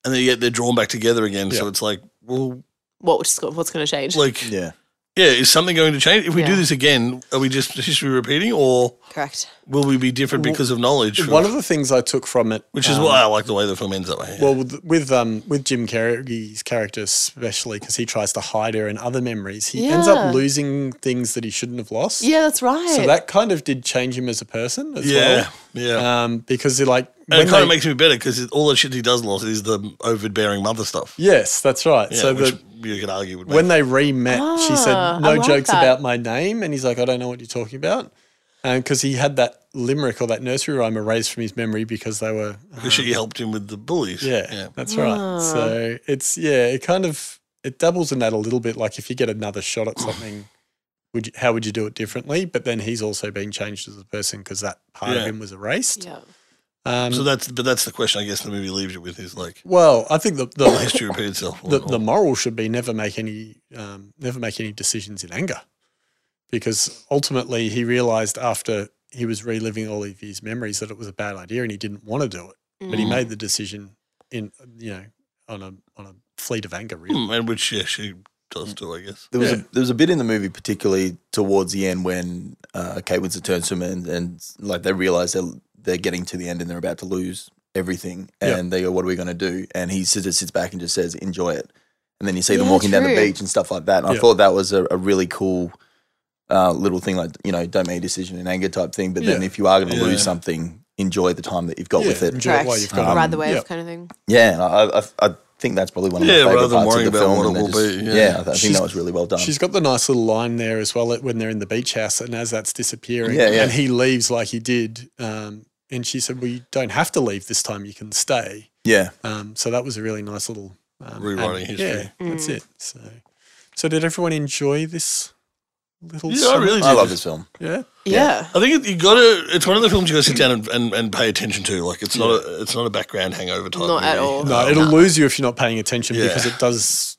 Speaker 3: And then yet they're drawn back together again. So
Speaker 1: Yeah.
Speaker 3: it's like, well,
Speaker 2: What, what's going to change?
Speaker 3: like,
Speaker 4: yeah,
Speaker 3: Yeah, is something going to change? If we do
Speaker 2: Yeah.
Speaker 3: this again, are we just history repeating or
Speaker 2: Correct.
Speaker 3: will we be different because of knowledge?
Speaker 1: One of the things I took from it,
Speaker 3: which is
Speaker 1: um,
Speaker 3: why I like the way the film ends that way.
Speaker 1: Well, with with, um, with Jim Carrey's character, especially because he tries to hide her in other memories, he ends
Speaker 2: Yeah.
Speaker 1: up losing things that he shouldn't have lost.
Speaker 2: Yeah, that's right.
Speaker 1: So that kind of did change him as a person as
Speaker 3: yeah, yeah.
Speaker 1: well. Um, because he like
Speaker 3: and it kind
Speaker 1: they-
Speaker 3: of makes me better because all the shit he does lost is the overbearing mother stuff.
Speaker 1: yes, that's right.
Speaker 3: Yeah,
Speaker 1: so
Speaker 3: which
Speaker 1: the,
Speaker 3: you could argue would make
Speaker 1: when they re-met, she said
Speaker 2: Ah,
Speaker 1: no
Speaker 2: I like
Speaker 1: jokes
Speaker 2: that.
Speaker 1: about my name, and he's like, I don't know what you're talking about, and because he had that limerick or that nursery rhyme erased from his memory because they were
Speaker 3: (laughs) because she helped him with the bullies.
Speaker 1: Yeah, that's right. So
Speaker 2: Ah.
Speaker 1: it's yeah, it kind of it doubles in that a little bit. Like if you get another shot at
Speaker 3: (sighs)
Speaker 1: something, would you, how would you do it differently? But then he's also been changed as a person because that part
Speaker 3: Yeah.
Speaker 1: of him was erased.
Speaker 2: yeah.
Speaker 1: Um,
Speaker 3: So that's but that's the question I guess the movie leaves you with is like
Speaker 1: well, I think (laughs) the
Speaker 4: (coughs)
Speaker 3: will
Speaker 1: the,
Speaker 3: history repeat itself. or
Speaker 1: the
Speaker 3: not?
Speaker 1: the moral should be never make any um, never make any decisions in anger, because ultimately he realized after he was reliving all of his memories that it was a bad idea and he didn't want to do it, but he
Speaker 2: Mm.
Speaker 1: made the decision in you know on a on a fleet of anger
Speaker 4: Mm,
Speaker 1: really.
Speaker 3: Hmm, and which yeah she does do I guess.
Speaker 4: There was
Speaker 1: Yeah.
Speaker 4: a, there was a bit in the movie, particularly towards the end, when uh, Kate Winslet turns to him and, and like they realize they're they're getting to the end and they're about to lose everything,
Speaker 1: Yeah.
Speaker 4: and they go, "What are we going to do?" And he sits- just sits back and just says, "Enjoy it." And then you see them
Speaker 2: Yeah,
Speaker 4: walking down the
Speaker 2: true.
Speaker 4: beach and stuff like that. And
Speaker 1: Yeah.
Speaker 4: I thought that was a, a really cool uh, little thing, like you know, don't make a decision in anger type thing. But then
Speaker 1: Yeah.
Speaker 4: if you are going to
Speaker 3: Yeah.
Speaker 4: lose something, enjoy the time that you've got
Speaker 1: Yeah,
Speaker 4: with it.
Speaker 1: enjoy it while you've got
Speaker 4: Um,
Speaker 1: it.
Speaker 2: Ride the wave
Speaker 1: yeah.
Speaker 2: kind of thing.
Speaker 4: Yeah, and I, I, I think that's probably one of my
Speaker 3: Yeah, rather
Speaker 4: favorite
Speaker 3: than
Speaker 4: parts
Speaker 3: worrying
Speaker 4: of the
Speaker 3: about
Speaker 4: film.
Speaker 3: what
Speaker 4: and
Speaker 3: it
Speaker 4: they
Speaker 3: will
Speaker 4: just-
Speaker 3: be, yeah.
Speaker 4: I, th- I think
Speaker 1: She's-
Speaker 4: that was really well done.
Speaker 1: She's got the nice little line there as well at- when they're in the beach house, and as that's disappearing,
Speaker 4: Yeah, yeah.
Speaker 1: and he leaves like he did. Um, and she said, "Well, you don't have to leave this time; you can stay."
Speaker 4: yeah.
Speaker 1: Um, so that was a really nice little um, and-
Speaker 3: Rewriting history.
Speaker 1: Yeah,
Speaker 2: Mm.
Speaker 1: that's it. So, so did everyone enjoy this little?
Speaker 3: Yeah, I
Speaker 1: summer-
Speaker 3: really
Speaker 4: I
Speaker 3: did.
Speaker 4: love this film.
Speaker 1: Yeah,
Speaker 2: Yeah.
Speaker 1: (laughs)
Speaker 3: I think it, you got to. It's one of the films you got to sit down and, and, and pay attention to. Like it's not a it's not a background hangover type.
Speaker 2: Not at
Speaker 3: movie. Um,
Speaker 2: all.
Speaker 1: no, it'll lose you if you're not paying attention
Speaker 3: Yeah.
Speaker 1: because it does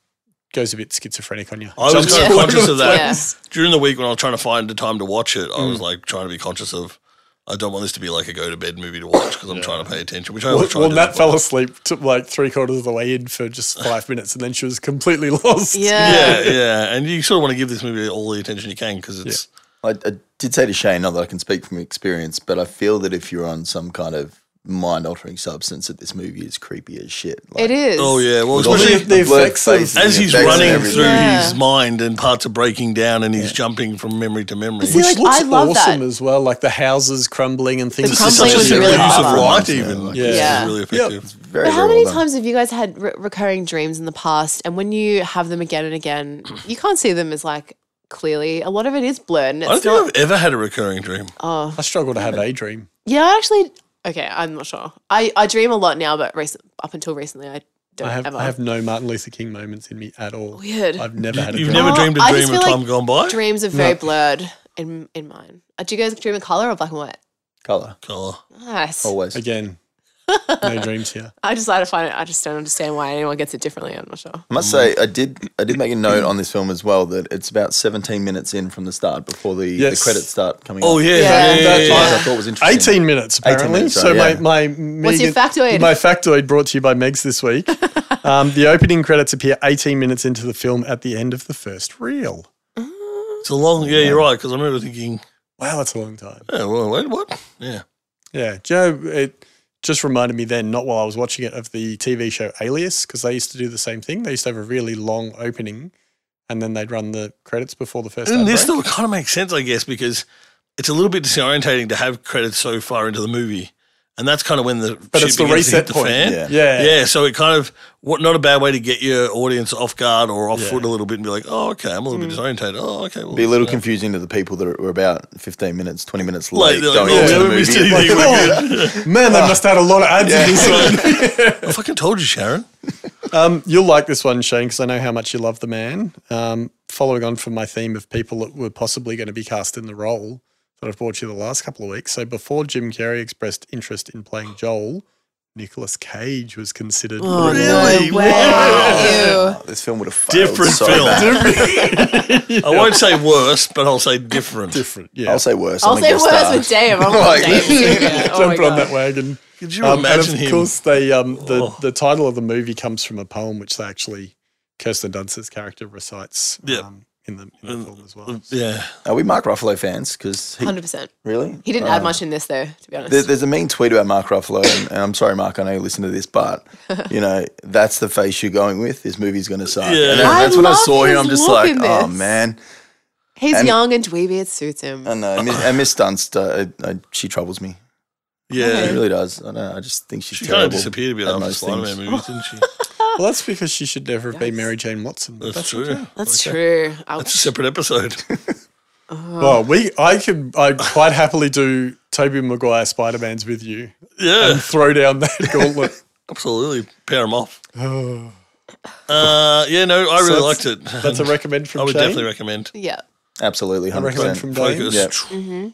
Speaker 1: goes a bit schizophrenic on you.
Speaker 3: I was
Speaker 1: Jumps
Speaker 3: kind of
Speaker 1: all over
Speaker 3: conscious
Speaker 1: the
Speaker 3: of that
Speaker 1: place.
Speaker 2: place.
Speaker 3: during the week when I was trying to find the time to watch it. I was
Speaker 1: Mm.
Speaker 3: like trying to be conscious of. I don't want this to be like a go to bed movie to watch because I'm trying to pay attention. Which I
Speaker 1: Well,
Speaker 3: always try
Speaker 1: well,
Speaker 3: to do.
Speaker 1: Matt fell asleep to like three quarters of the way in for
Speaker 3: (laughs)
Speaker 1: just five minutes, and then she was completely lost.
Speaker 2: Yeah.
Speaker 3: Yeah, yeah, and you sort of want to give this movie all the attention you can because it's
Speaker 4: I, I did say to Shane, not that I can speak from experience, but I feel that if you're on some kind of mind altering substance, that this movie is creepy as shit. Like,
Speaker 2: It is.
Speaker 3: oh yeah. Well,
Speaker 4: with all
Speaker 3: especially
Speaker 1: the- the
Speaker 4: blurred
Speaker 1: effects of-
Speaker 4: faces and
Speaker 3: as
Speaker 4: the
Speaker 3: he's
Speaker 4: effects and
Speaker 3: running
Speaker 4: everything.
Speaker 3: through
Speaker 2: Yeah.
Speaker 3: his mind and parts are breaking down and he's jumping from memory to memory.
Speaker 2: See, like,
Speaker 1: looks
Speaker 2: I love
Speaker 1: awesome
Speaker 2: that.
Speaker 1: as well, like the houses crumbling and things.
Speaker 2: The
Speaker 1: just
Speaker 2: crumbling
Speaker 1: such
Speaker 2: was
Speaker 1: a
Speaker 2: really
Speaker 1: different-
Speaker 3: use of
Speaker 2: powerful.
Speaker 3: light,
Speaker 4: Yeah,
Speaker 3: even.
Speaker 4: like-
Speaker 3: yeah.
Speaker 2: Yeah.
Speaker 3: really
Speaker 1: Yeah.
Speaker 3: effective.
Speaker 4: Very,
Speaker 2: But how
Speaker 4: very
Speaker 2: many
Speaker 4: well done.
Speaker 2: times have you guys had re- recurring dreams in the past? And when you have them again and again, you can't see them as like clearly. A lot of it is blurred. And
Speaker 3: I don't
Speaker 2: it's not.
Speaker 3: think I've ever had a recurring dream.
Speaker 2: Oh,
Speaker 1: I struggle to have a dream.
Speaker 2: yeah. I actually. Okay, I'm not sure. I, I dream a lot now, but recent up until recently, I don't
Speaker 1: I have
Speaker 2: ever. Oh,
Speaker 1: I have no Martin Luther King moments in me at all.
Speaker 2: Weird.
Speaker 1: I've never had a
Speaker 3: You've
Speaker 1: dream.
Speaker 3: never
Speaker 2: Oh,
Speaker 3: dreamed a
Speaker 2: I just
Speaker 3: dream of
Speaker 2: feel like
Speaker 3: time gone by?
Speaker 2: Dreams are very blurred in in mine. Uh, Do you guys dream in color or black and white?
Speaker 4: Color,
Speaker 3: Colour.
Speaker 2: Nice.
Speaker 1: Oh,
Speaker 4: always.
Speaker 1: again.
Speaker 2: (laughs)
Speaker 1: No dreams here.
Speaker 2: I just I don't find it. I just don't understand why anyone gets it differently. I'm not sure.
Speaker 4: I must say, I did. I did make a note on this film as well that it's about 17 minutes in from the start before the,
Speaker 1: Yes.
Speaker 4: the credits start coming.
Speaker 3: Oh,
Speaker 4: up,
Speaker 3: yeah.
Speaker 2: Yeah.
Speaker 3: yeah, yeah,
Speaker 4: which
Speaker 3: yeah,
Speaker 4: I
Speaker 3: yeah.
Speaker 4: thought was interesting.
Speaker 1: 18 minutes apparently.
Speaker 4: minutes,
Speaker 1: so
Speaker 4: right,
Speaker 1: my my
Speaker 2: What's your
Speaker 1: Megan-
Speaker 2: factoid?
Speaker 1: My factoid brought to you by Megs this
Speaker 2: (laughs)
Speaker 1: week. um, the opening credits appear 18 minutes into the film at the end of the first reel.
Speaker 3: It's a long, yeah, you're right, because I remember thinking,
Speaker 1: Wow, that's a long time.
Speaker 3: oh, well, wait, what? Yeah.
Speaker 1: Yeah, Joe. It just reminded me then, not while I was watching it, of the TV show Alias because they used to do the same thing. They used to have a really long opening, and then they'd run the credits before the first.
Speaker 3: And
Speaker 1: ad
Speaker 3: Mm, this
Speaker 1: break.
Speaker 3: still kind of makes sense, I guess, because it's a little bit disorientating to have credits so far into the movie. And that's kind of when the
Speaker 1: but
Speaker 3: shit
Speaker 1: it's the
Speaker 3: begins to hit
Speaker 1: reset
Speaker 3: the
Speaker 1: point.
Speaker 3: fan.
Speaker 1: Yeah. (laughs)
Speaker 3: Yeah. so it kind of what not a bad way to get your audience off guard or off
Speaker 1: Yeah. Mm.
Speaker 3: foot a little bit and be like, oh, okay, I'm a little bit disorientated. Oh, okay, well,
Speaker 4: Be a little
Speaker 3: yeah.
Speaker 4: confusing to the people that were about 15 minutes, 20 minutes
Speaker 3: Like,
Speaker 4: late.
Speaker 3: they're like,
Speaker 4: going
Speaker 3: "Oh,
Speaker 4: into
Speaker 3: we
Speaker 4: the
Speaker 3: haven't missed
Speaker 4: movie.
Speaker 3: anything."
Speaker 1: Oh, man, they must have had a lot of ads in this one.
Speaker 3: (laughs) I fucking told
Speaker 1: (laughs)
Speaker 3: you, Sharon.
Speaker 1: Um, you'll like this one, Shane, because I know how much you love the man. Um, following on from my theme of people that were possibly going to be cast in the role that I've brought you the last couple of weeks. So before Jim Carrey expressed interest in playing Joel, Nicolas Cage was considered.
Speaker 2: Oh,
Speaker 3: (laughs) Really?
Speaker 2: No way.
Speaker 4: Wow.
Speaker 2: Ew.
Speaker 4: (laughs) This film would have failed
Speaker 3: Different
Speaker 4: so
Speaker 3: film.
Speaker 4: bad.
Speaker 3: I won't say worse, but I'll say
Speaker 1: (laughs)
Speaker 3: different.
Speaker 1: Different, yeah.
Speaker 4: I'll say worse.
Speaker 2: I'll
Speaker 4: I'm a
Speaker 2: say
Speaker 4: guest
Speaker 2: worse
Speaker 4: star.
Speaker 2: with Dave. I'm
Speaker 4: Like-
Speaker 2: like, Dave. Yeah. Oh
Speaker 1: (laughs)
Speaker 2: my
Speaker 1: Jump on
Speaker 2: God.
Speaker 1: that wagon.
Speaker 3: Could you
Speaker 1: Um,
Speaker 3: imagine
Speaker 1: and of
Speaker 3: him?
Speaker 1: course, they um, the
Speaker 3: Oh.
Speaker 1: the title of the movie comes from a poem which they actually Kirsten Dunst's character recites.
Speaker 3: Yeah.
Speaker 1: Um, in the, in the film as well. So-
Speaker 3: Yeah.
Speaker 4: Are we Mark Ruffalo fans? Because he
Speaker 2: Hundred percent.
Speaker 4: really
Speaker 2: He didn't
Speaker 4: Right.
Speaker 2: add much in this though, to be honest.
Speaker 4: There, there's a mean tweet about Mark Ruffalo, and, and I'm sorry, Mark, I know you listen to
Speaker 2: (laughs)
Speaker 4: this, but you know that's the face you're going with. This movie's going to suck.
Speaker 3: Yeah.
Speaker 4: And then that's when I
Speaker 2: love
Speaker 4: saw him.
Speaker 2: his
Speaker 4: I'm just
Speaker 2: look
Speaker 4: like,
Speaker 2: in
Speaker 4: oh
Speaker 2: this.
Speaker 4: man,
Speaker 2: He's
Speaker 4: and-
Speaker 2: young and dweeby. It suits him.
Speaker 4: I know. Miss- And Miss Dunst, uh, I, I, she troubles me.
Speaker 3: Yeah.
Speaker 4: She really does. I know. I just think she's
Speaker 3: She kind
Speaker 4: terrible.
Speaker 3: of disappeared a bit
Speaker 4: at
Speaker 3: after the
Speaker 4: most
Speaker 3: Spider Man
Speaker 4: things.
Speaker 3: movies, didn't
Speaker 1: (laughs) Oh,
Speaker 3: she?
Speaker 1: Well, that's because she should never have been
Speaker 2: Yikes.
Speaker 1: Mary Jane Watson. but
Speaker 3: That's, true.
Speaker 1: okay.
Speaker 2: That's true. I
Speaker 3: That's a separate episode. (laughs)
Speaker 1: Oh, Well, we I could I quite happily do Toby Maguire Spider Man's with you
Speaker 3: yeah,
Speaker 1: and throw down that (laughs) gauntlet.
Speaker 3: absolutely. Pair
Speaker 1: (sighs)
Speaker 3: them off. uh, yeah, no, I really
Speaker 1: So
Speaker 3: liked it.
Speaker 1: That's a recommend from
Speaker 3: (laughs) I would
Speaker 1: Shane.
Speaker 3: definitely recommend.
Speaker 2: yeah.
Speaker 4: Absolutely,
Speaker 1: I
Speaker 4: hundred
Speaker 1: recommend
Speaker 4: percent.
Speaker 1: from Dane.
Speaker 3: Focus.
Speaker 4: Yeah.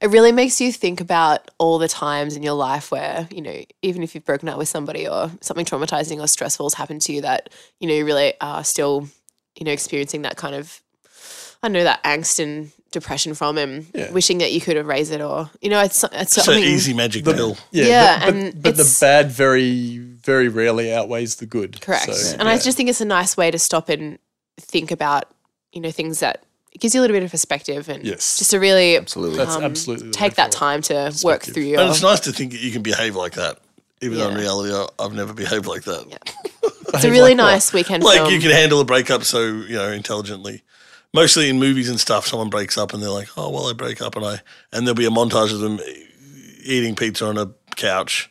Speaker 2: It really makes you think about all the times in your life where, you know, even if you've broken up with somebody or something traumatizing or stressful has happened to you, that, you know, you really are still, you know, experiencing that kind of, I don't know, that angst and depression from him,
Speaker 1: Yeah.
Speaker 2: wishing that you could erase it or, you know, it's, it's
Speaker 3: So
Speaker 2: something.
Speaker 3: easy magic
Speaker 1: The-
Speaker 3: pill.
Speaker 1: Yeah,
Speaker 2: Yeah,
Speaker 1: but, but,
Speaker 2: and
Speaker 1: but the
Speaker 2: it's-
Speaker 1: bad very very rarely outweighs the good.
Speaker 2: Correct.
Speaker 1: So,
Speaker 2: and I just think it's a nice way to stop and think about, you know, things that it gives you a little bit of perspective and
Speaker 1: Yes.
Speaker 2: just to really
Speaker 4: Absolutely.
Speaker 1: that's
Speaker 2: um,
Speaker 1: absolutely the
Speaker 2: take
Speaker 1: way
Speaker 2: that
Speaker 1: forward.
Speaker 2: time to work through your.
Speaker 3: And it's nice to think that you can behave like that, even though in
Speaker 2: Yeah.
Speaker 3: reality I- I've never behaved like that.
Speaker 2: It's a really nice weekend
Speaker 3: Like
Speaker 2: film.
Speaker 3: you can handle a breakup so you know intelligently. Mostly in movies and stuff, someone breaks up and they're like, "Oh well, I break up," and I and there'll be a montage of them eating pizza on a couch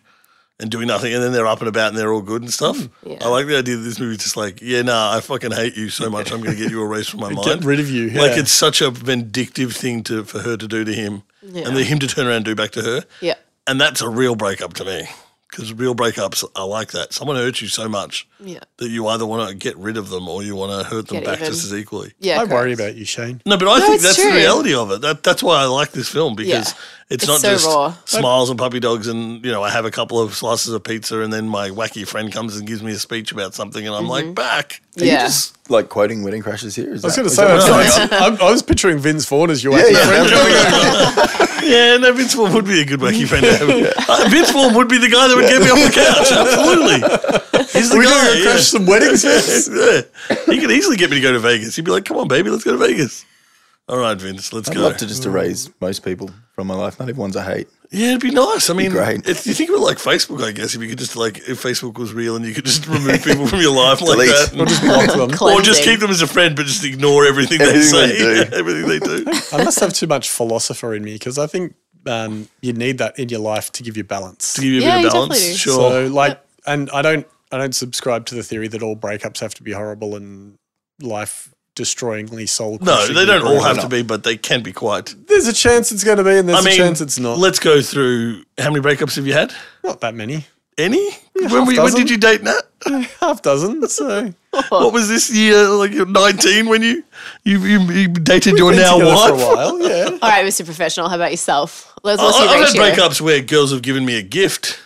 Speaker 3: and doing nothing, and then they're up and about and they're all good and stuff.
Speaker 2: Mm, Yeah.
Speaker 3: I like the idea that this movie's just like, "Yeah, nah, I fucking hate you so much, I'm going to get you erased from my
Speaker 1: (laughs)
Speaker 3: mind."
Speaker 1: Get rid of you.
Speaker 3: Like
Speaker 1: yeah.
Speaker 3: it's such a vindictive thing to for her to do to him,
Speaker 2: Yeah.
Speaker 3: and then him to turn around and do back to her.
Speaker 2: yeah.
Speaker 3: And that's a real breakup to me because real breakups are like that. Someone hurts you so much
Speaker 2: Yeah.
Speaker 3: that you either want to get rid of them or you want to hurt them
Speaker 2: Get
Speaker 3: back
Speaker 2: even.
Speaker 3: just as equally.
Speaker 2: Yeah.
Speaker 1: I worry
Speaker 2: correct.
Speaker 1: about you, Shane.
Speaker 3: No, but I think
Speaker 2: it's
Speaker 3: that's the
Speaker 2: true.
Speaker 3: reality of it. That that's why I like this film because
Speaker 2: Yeah.
Speaker 3: it's,
Speaker 2: It's
Speaker 3: not
Speaker 2: so
Speaker 3: just
Speaker 2: raw.
Speaker 3: smiles and puppy dogs and you know I have a couple of slices of pizza and then my wacky friend comes and gives me a speech about something and I'm like back.
Speaker 4: Are you
Speaker 2: Mm-hmm. Yeah.
Speaker 4: just like quoting Wedding Crashes here? Is
Speaker 1: I was
Speaker 4: that-
Speaker 1: going to
Speaker 4: is
Speaker 1: say
Speaker 4: that
Speaker 1: that's
Speaker 4: what's going
Speaker 1: nice. (laughs) I'm, I was picturing Vince Vaughn as your
Speaker 4: on?
Speaker 1: actor. (laughs)
Speaker 4: Yeah, yeah.
Speaker 3: Yeah, no, Vince Vaughn would be a good wacky friend to have.
Speaker 2: (laughs)
Speaker 3: Uh, Vince Vaughn would be the guy that would get me off the couch. Absolutely. He's the
Speaker 1: We're
Speaker 3: guy.
Speaker 1: going to
Speaker 3: yeah.
Speaker 1: crash some weddings.
Speaker 3: (laughs)
Speaker 1: yes?
Speaker 3: Yeah. He could easily get me to go to Vegas. He'd be like, come on, baby, let's go to Vegas. All right, Vince, let's
Speaker 4: I'd
Speaker 3: go.
Speaker 4: love to
Speaker 1: Mm.
Speaker 4: just erase most people from my life. Not even ones I hate.
Speaker 3: yeah, it'd be nice. I mean,
Speaker 4: great.
Speaker 3: If you think of it like Facebook, I guess, if you could just, like, if Facebook was real and you could just
Speaker 4: (laughs)
Speaker 3: remove people from your life like
Speaker 4: Delete.
Speaker 3: that.
Speaker 1: Or just block them.
Speaker 3: Or just
Speaker 2: Cleansing.
Speaker 3: keep them as a friend, but just ignore everything they
Speaker 4: Everything
Speaker 3: say,
Speaker 4: they
Speaker 3: (laughs)
Speaker 4: do.
Speaker 3: everything they
Speaker 1: (laughs)
Speaker 3: do.
Speaker 1: I must have too much philosopher in me because I think um, you need that in your life to give you balance.
Speaker 3: To give you a
Speaker 2: Yeah,
Speaker 3: bit
Speaker 2: you
Speaker 3: of balance,
Speaker 2: definitely do.
Speaker 3: sure.
Speaker 1: So like, and I don't, I don't subscribe to the theory that all breakups have to be horrible and life destroyingly soul.
Speaker 3: no, they don't all have to be, but they can be quite.
Speaker 1: There's a chance it's going to be, and there's
Speaker 3: I mean,
Speaker 1: a chance it's not.
Speaker 3: Let's go through how many breakups have you had?
Speaker 1: not that many, (laughs)
Speaker 3: Any? When, were you, when
Speaker 1: dozen.
Speaker 3: did you date Nat?
Speaker 1: half dozen. So
Speaker 3: What was this year? Like you're 19 when you you, you, you dated your
Speaker 1: been
Speaker 3: now
Speaker 1: together
Speaker 3: wife.
Speaker 1: for a while. Yeah,
Speaker 2: All right, Mr. Professional, how about yourself? Let's, what's
Speaker 3: I,
Speaker 2: your
Speaker 3: I've
Speaker 2: ratio?
Speaker 3: had breakups where girls have given me a gift.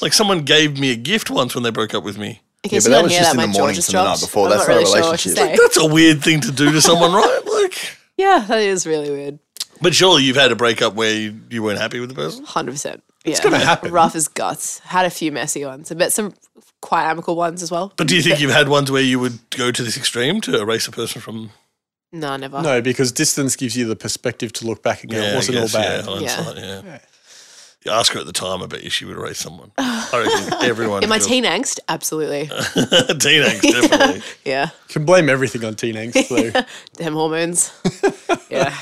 Speaker 3: Like someone gave me a gift once when they broke up with me.
Speaker 2: In case
Speaker 4: but
Speaker 2: you
Speaker 4: that
Speaker 2: don't
Speaker 4: was
Speaker 2: hear
Speaker 4: just
Speaker 2: that,
Speaker 4: in
Speaker 2: my
Speaker 4: the
Speaker 2: jaw
Speaker 4: morning
Speaker 2: just
Speaker 4: from the night
Speaker 2: dropped.
Speaker 4: before.
Speaker 2: I'm
Speaker 4: That's
Speaker 2: not
Speaker 4: not a
Speaker 2: really sure what to
Speaker 4: relationship.
Speaker 2: say.
Speaker 3: That's a weird thing to do to
Speaker 2: (laughs)
Speaker 3: someone, right? Like,
Speaker 2: Yeah, that is really weird.
Speaker 3: but surely you've had a breakup where you, you weren't happy with the person.
Speaker 2: 100%. Yeah. It's
Speaker 1: gonna happen.
Speaker 2: Rough as guts. Had a few messy ones, but some quite amicable ones as well.
Speaker 3: But do you think you've had ones where you would go to this extreme to erase a person from?
Speaker 2: No, never.
Speaker 1: no, because distance gives you the perspective to look back and go,
Speaker 3: I
Speaker 1: it wasn't
Speaker 3: guess,
Speaker 1: all bad.
Speaker 3: Yeah,
Speaker 2: Yeah.
Speaker 3: hindsight, yeah. You ask her at the time, I bet you she would erase
Speaker 2: (laughs)
Speaker 3: someone. I reckon everyone.
Speaker 2: In my
Speaker 3: feels-
Speaker 2: teen angst, absolutely.
Speaker 3: Uh, (laughs) teen angst, definitely.
Speaker 2: (laughs) yeah.
Speaker 1: Can blame everything on teen angst
Speaker 3: (laughs)
Speaker 2: (laughs)
Speaker 1: though.
Speaker 2: Them hormones. yeah.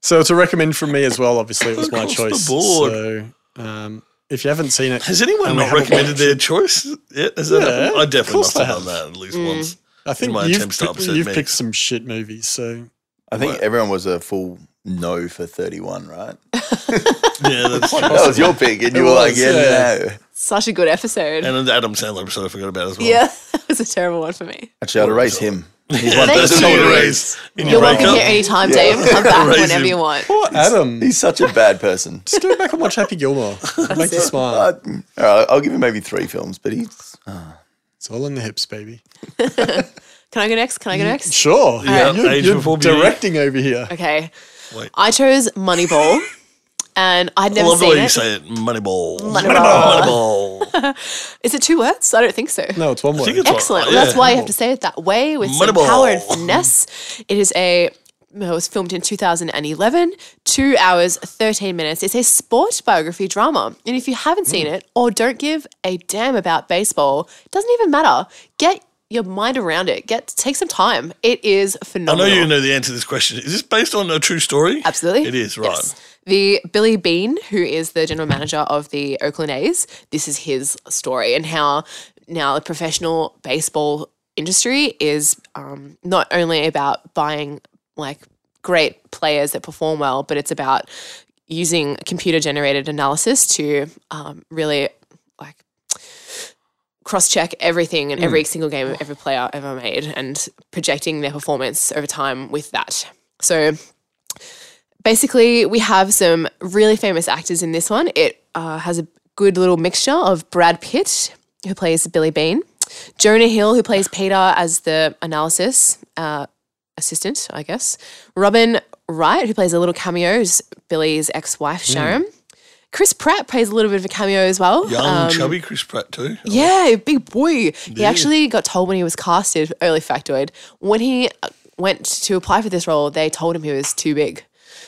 Speaker 1: so it's a recommend from me as well. Obviously, it was my
Speaker 3: Across the
Speaker 1: choice.
Speaker 3: board.
Speaker 1: So um, if you haven't seen it,
Speaker 3: Has anyone
Speaker 1: And we
Speaker 3: not
Speaker 1: haven't
Speaker 3: recommended
Speaker 1: watched
Speaker 3: their choice yet? Has that
Speaker 1: Yeah,
Speaker 3: happened? I
Speaker 1: of
Speaker 3: definitely
Speaker 1: course
Speaker 3: must have
Speaker 1: I
Speaker 3: done
Speaker 1: have.
Speaker 3: that at least
Speaker 2: Mm.
Speaker 3: once.
Speaker 1: I think
Speaker 3: my
Speaker 1: you've,
Speaker 3: attempts to
Speaker 1: pi-
Speaker 3: upset
Speaker 1: you've
Speaker 3: me.
Speaker 1: picked some shit movies. So
Speaker 4: I think
Speaker 3: Right.
Speaker 4: everyone was a full no for 31,
Speaker 1: (laughs)
Speaker 4: right?
Speaker 3: Yeah, that's true.
Speaker 4: That was your pick, and you
Speaker 1: It
Speaker 4: were like,
Speaker 1: was,
Speaker 4: yeah,
Speaker 1: yeah.
Speaker 4: no.
Speaker 2: Such a good episode.
Speaker 3: And the Adam Sandler episode I forgot about as well. (laughs)
Speaker 2: (laughs) yeah. That was a terrible one for me.
Speaker 4: Actually, I'd erase him. He's one
Speaker 2: Thank
Speaker 3: That's
Speaker 2: you.
Speaker 3: not a race. In
Speaker 2: You're
Speaker 3: your
Speaker 2: welcome here
Speaker 3: breakup.
Speaker 2: anytime, Dave. Come
Speaker 3: (laughs)
Speaker 2: back
Speaker 3: Raise
Speaker 2: whenever
Speaker 3: him.
Speaker 2: you want.
Speaker 1: poor Adam.
Speaker 4: He's such a bad person.
Speaker 1: Just go back and watch Happy Gilmore. Makes you smile.
Speaker 4: Uh, all right, I'll give him maybe three films, but he's
Speaker 1: It's all in the hips, baby.
Speaker 2: Can I go next? Can I go next?
Speaker 1: Sure.
Speaker 3: Yeah, Age Before Beauty.
Speaker 1: directing over here.
Speaker 2: Okay.
Speaker 3: Wait.
Speaker 2: I chose Moneyball. and I'd
Speaker 3: I
Speaker 2: never
Speaker 3: love the
Speaker 2: seen
Speaker 3: way you
Speaker 2: it.
Speaker 3: say it. Moneyball.
Speaker 2: Moneyball.
Speaker 3: Moneyball.
Speaker 2: Is it two words? I don't think so.
Speaker 1: No, it's one word.
Speaker 3: think it's all-
Speaker 2: Excellent.
Speaker 3: yeah.
Speaker 2: Well, that's why you have to say it that way with some
Speaker 3: Moneyball.
Speaker 2: power and finesse. It is a. It was filmed in 2011, two hours, 13 minutes. It's a sport biography drama. And if you haven't seen it or don't give a damn about baseball, it doesn't even matter. Get your mind around it. Get Take some time. It is
Speaker 3: I know
Speaker 2: phenomenal.
Speaker 3: you know the answer to this question. Is this based on a true story?
Speaker 2: Absolutely.
Speaker 3: It is, right.
Speaker 2: Yes. The Billy Bean, who is the general manager of the Oakland A's, this is his story and how now the professional baseball industry is um, not only about buying like great players that perform well, but it's about using computer generated analysis to um, really like cross check everything and
Speaker 3: Hmm.
Speaker 2: every single game every player ever made and projecting their performance over time with that. So basically, we have some really famous actors in this one. It uh, has a good little mixture of Brad Pitt, who plays Billy Bean, Jonah Hill, who plays Peter as the analysis uh, assistant, I guess, Robin Wright, who plays a little cameo as Billy's ex wife, Sharon. Chris Pratt plays a little bit of a cameo as well.
Speaker 3: Young,
Speaker 2: Um,
Speaker 3: chubby Chris Pratt, too.
Speaker 2: yeah, big boy. He actually got told when he was casted, early factoid, when he uh, went to apply for this role, they told him he was too big.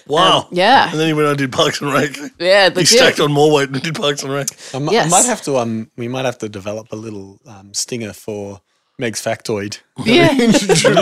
Speaker 3: Wow.
Speaker 2: um, yeah.
Speaker 3: And then he went on and did Parks and Rec.
Speaker 2: Yeah,
Speaker 3: He stacked on more weight and did Parks and Rec.
Speaker 1: I mi- I
Speaker 2: Yes.
Speaker 1: might have to. Um, we might have to develop a little um, stinger for Meg's factoid.
Speaker 2: (laughs) Yeah.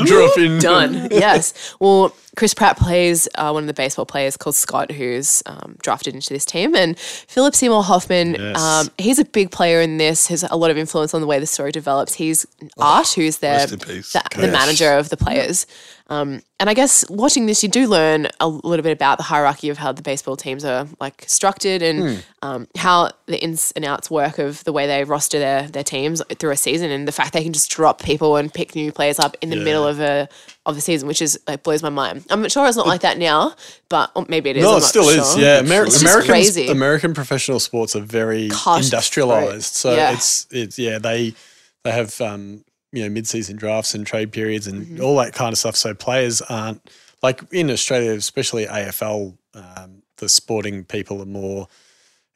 Speaker 1: Drop in.
Speaker 2: Done. yes. Well, Chris Pratt plays uh, one of the baseball players called Scott, who's um, drafted into this team, and Philip Seymour Hoffman.
Speaker 1: Yes.
Speaker 2: Um, he's a big player in this. Has a lot of influence on the way the story develops. He's Art, who's their
Speaker 3: Rest in peace.
Speaker 2: the, the manager of the players. Um, and I guess watching this, you do learn a little bit about the hierarchy of how the baseball teams are like constructed and
Speaker 1: Hmm.
Speaker 2: um, how the ins and outs work of the way they roster their their teams through a season, and the fact they can just drop people and pick new players up in the middle of a of the season, which is like blows my mind. I'm sure it's not like that now, but or maybe it is.
Speaker 1: No,
Speaker 2: I'm
Speaker 1: it
Speaker 2: not
Speaker 1: still is.
Speaker 2: sure.
Speaker 1: Yeah, Amer-
Speaker 2: It's just
Speaker 1: Americans,
Speaker 2: crazy.
Speaker 1: American professional sports are very
Speaker 2: Cost- right.
Speaker 1: industrialized. So
Speaker 2: Yeah.
Speaker 1: it's it's yeah they they have um, you know mid season drafts and trade periods and
Speaker 2: Mm-hmm.
Speaker 1: all that kind of stuff. So players aren't like in Australia, especially AFL. Um, the sporting people are more.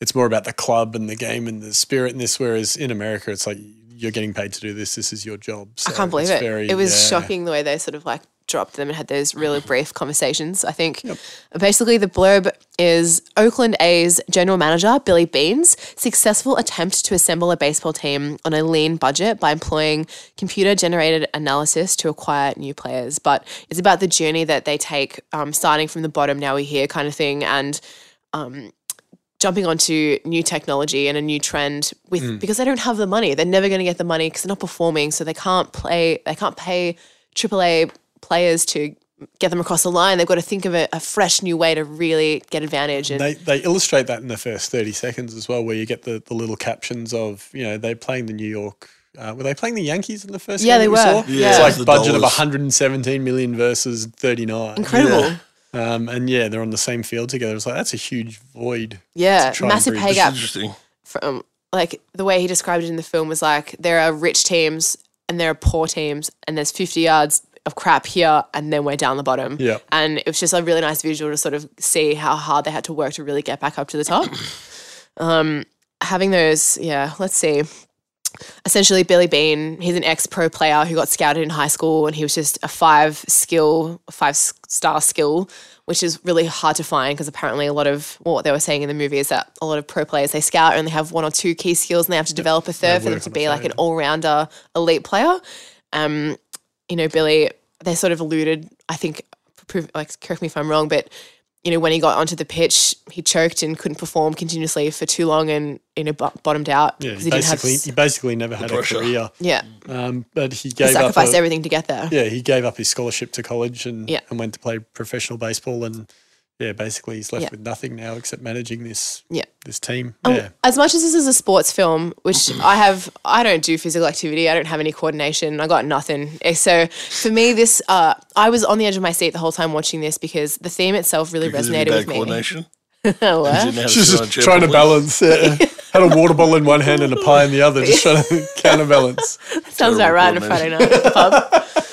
Speaker 1: It's more about the club and the game and the spirit in this. Whereas in America, it's like you're getting paid to do this. This is your job. So
Speaker 2: I can't believe
Speaker 1: it's
Speaker 2: it.
Speaker 1: very-
Speaker 2: it was
Speaker 1: yeah.
Speaker 2: shocking the way they sort of like dropped them and had those really brief conversations. I think basically the blurb is Oakland A's general manager Billy Bean's successful attempt to assemble a baseball team on a lean budget by employing computer generated analysis to acquire new players. But it's about the journey that they take, um, starting from the bottom, now we're here kind of thing, and jumping onto new technology and a new trend with
Speaker 1: Mm.
Speaker 2: because they don't have the money. They're never going to get the money because they're not performing, so they can't play. They can't pay AAA players to get them across the line. They've got to think of a, a fresh new way to really get advantage. And
Speaker 1: They, they illustrate that in the first 30 seconds as well, where you get the, the little captions of, you know, they're playing the New York. Uh, were they playing the Yankees in the first
Speaker 2: Yeah,
Speaker 1: game
Speaker 2: they
Speaker 1: we
Speaker 2: were.
Speaker 1: saw?
Speaker 2: Yeah.
Speaker 1: It's like
Speaker 3: The
Speaker 1: budget of
Speaker 3: dollars.
Speaker 1: 117 million versus 39.
Speaker 2: incredible,
Speaker 3: Yeah.
Speaker 1: Um, and yeah, they're on the same field together. It's like, that's a huge void.
Speaker 2: yeah,
Speaker 1: It's a try and
Speaker 2: massive
Speaker 1: breathe.
Speaker 2: pay
Speaker 1: This
Speaker 2: gap.
Speaker 3: Interesting.
Speaker 2: from like the way he described it in the film was like there are rich teams and there are poor teams and there's 50 yards of crap here and then we're down the bottom
Speaker 1: Yeah.
Speaker 2: and it was just a really nice visual to sort of see how hard they had to work to really get back up to the top um having those yeah let's see essentially Billy Bean. He's an ex-pro player who got scouted in high school, and he was just a five skill, five s- star skill, which is really hard to find because apparently a lot of well, what they were saying in the movie is that a lot of pro players they scout only have one or two key skills, and they have to develop a third for them
Speaker 1: work
Speaker 2: to
Speaker 1: on a
Speaker 2: be like
Speaker 1: third.
Speaker 2: an all-rounder elite player. Um, you know, Billy, they sort of alluded, I think, prove- like, correct me if I'm wrong, but, you know, when he got onto the pitch, he choked and couldn't perform continuously for too long and, you know, bo- bottomed out.
Speaker 1: Yeah,
Speaker 2: 'cause
Speaker 1: he basically,
Speaker 2: s-
Speaker 1: he basically never had a
Speaker 3: pressure.
Speaker 1: career.
Speaker 2: yeah.
Speaker 1: Um, but he
Speaker 2: He
Speaker 1: gave up.
Speaker 2: sacrificed
Speaker 1: a-
Speaker 2: everything to get there.
Speaker 1: yeah, he gave up his scholarship to college and,
Speaker 2: Yeah.
Speaker 1: and went to play professional baseball. And yeah, basically he's left
Speaker 2: Yeah.
Speaker 1: with nothing now except managing this
Speaker 2: Yeah.
Speaker 1: this team.
Speaker 2: Um,
Speaker 1: yeah.
Speaker 2: As much as this is a sports film, which I have, I don't do physical activity. I don't have any coordination. I got nothing. Eh, So for me, this, uh, I was on the edge of my seat the whole time watching this because the theme itself really
Speaker 3: Because of your
Speaker 2: resonated
Speaker 3: bad
Speaker 2: with (laughs) me.
Speaker 3: coordination. Didn't
Speaker 2: What?
Speaker 3: know how to
Speaker 1: She's
Speaker 3: sit on a
Speaker 1: just
Speaker 3: chair
Speaker 1: trying to
Speaker 3: properly.
Speaker 1: balance. yeah. Had a water bottle in one hand and a pie in the other, just trying to counterbalance.
Speaker 2: Sounds about
Speaker 3: Terrible
Speaker 2: right on a Friday
Speaker 3: coordination. (laughs)
Speaker 2: night at the pub.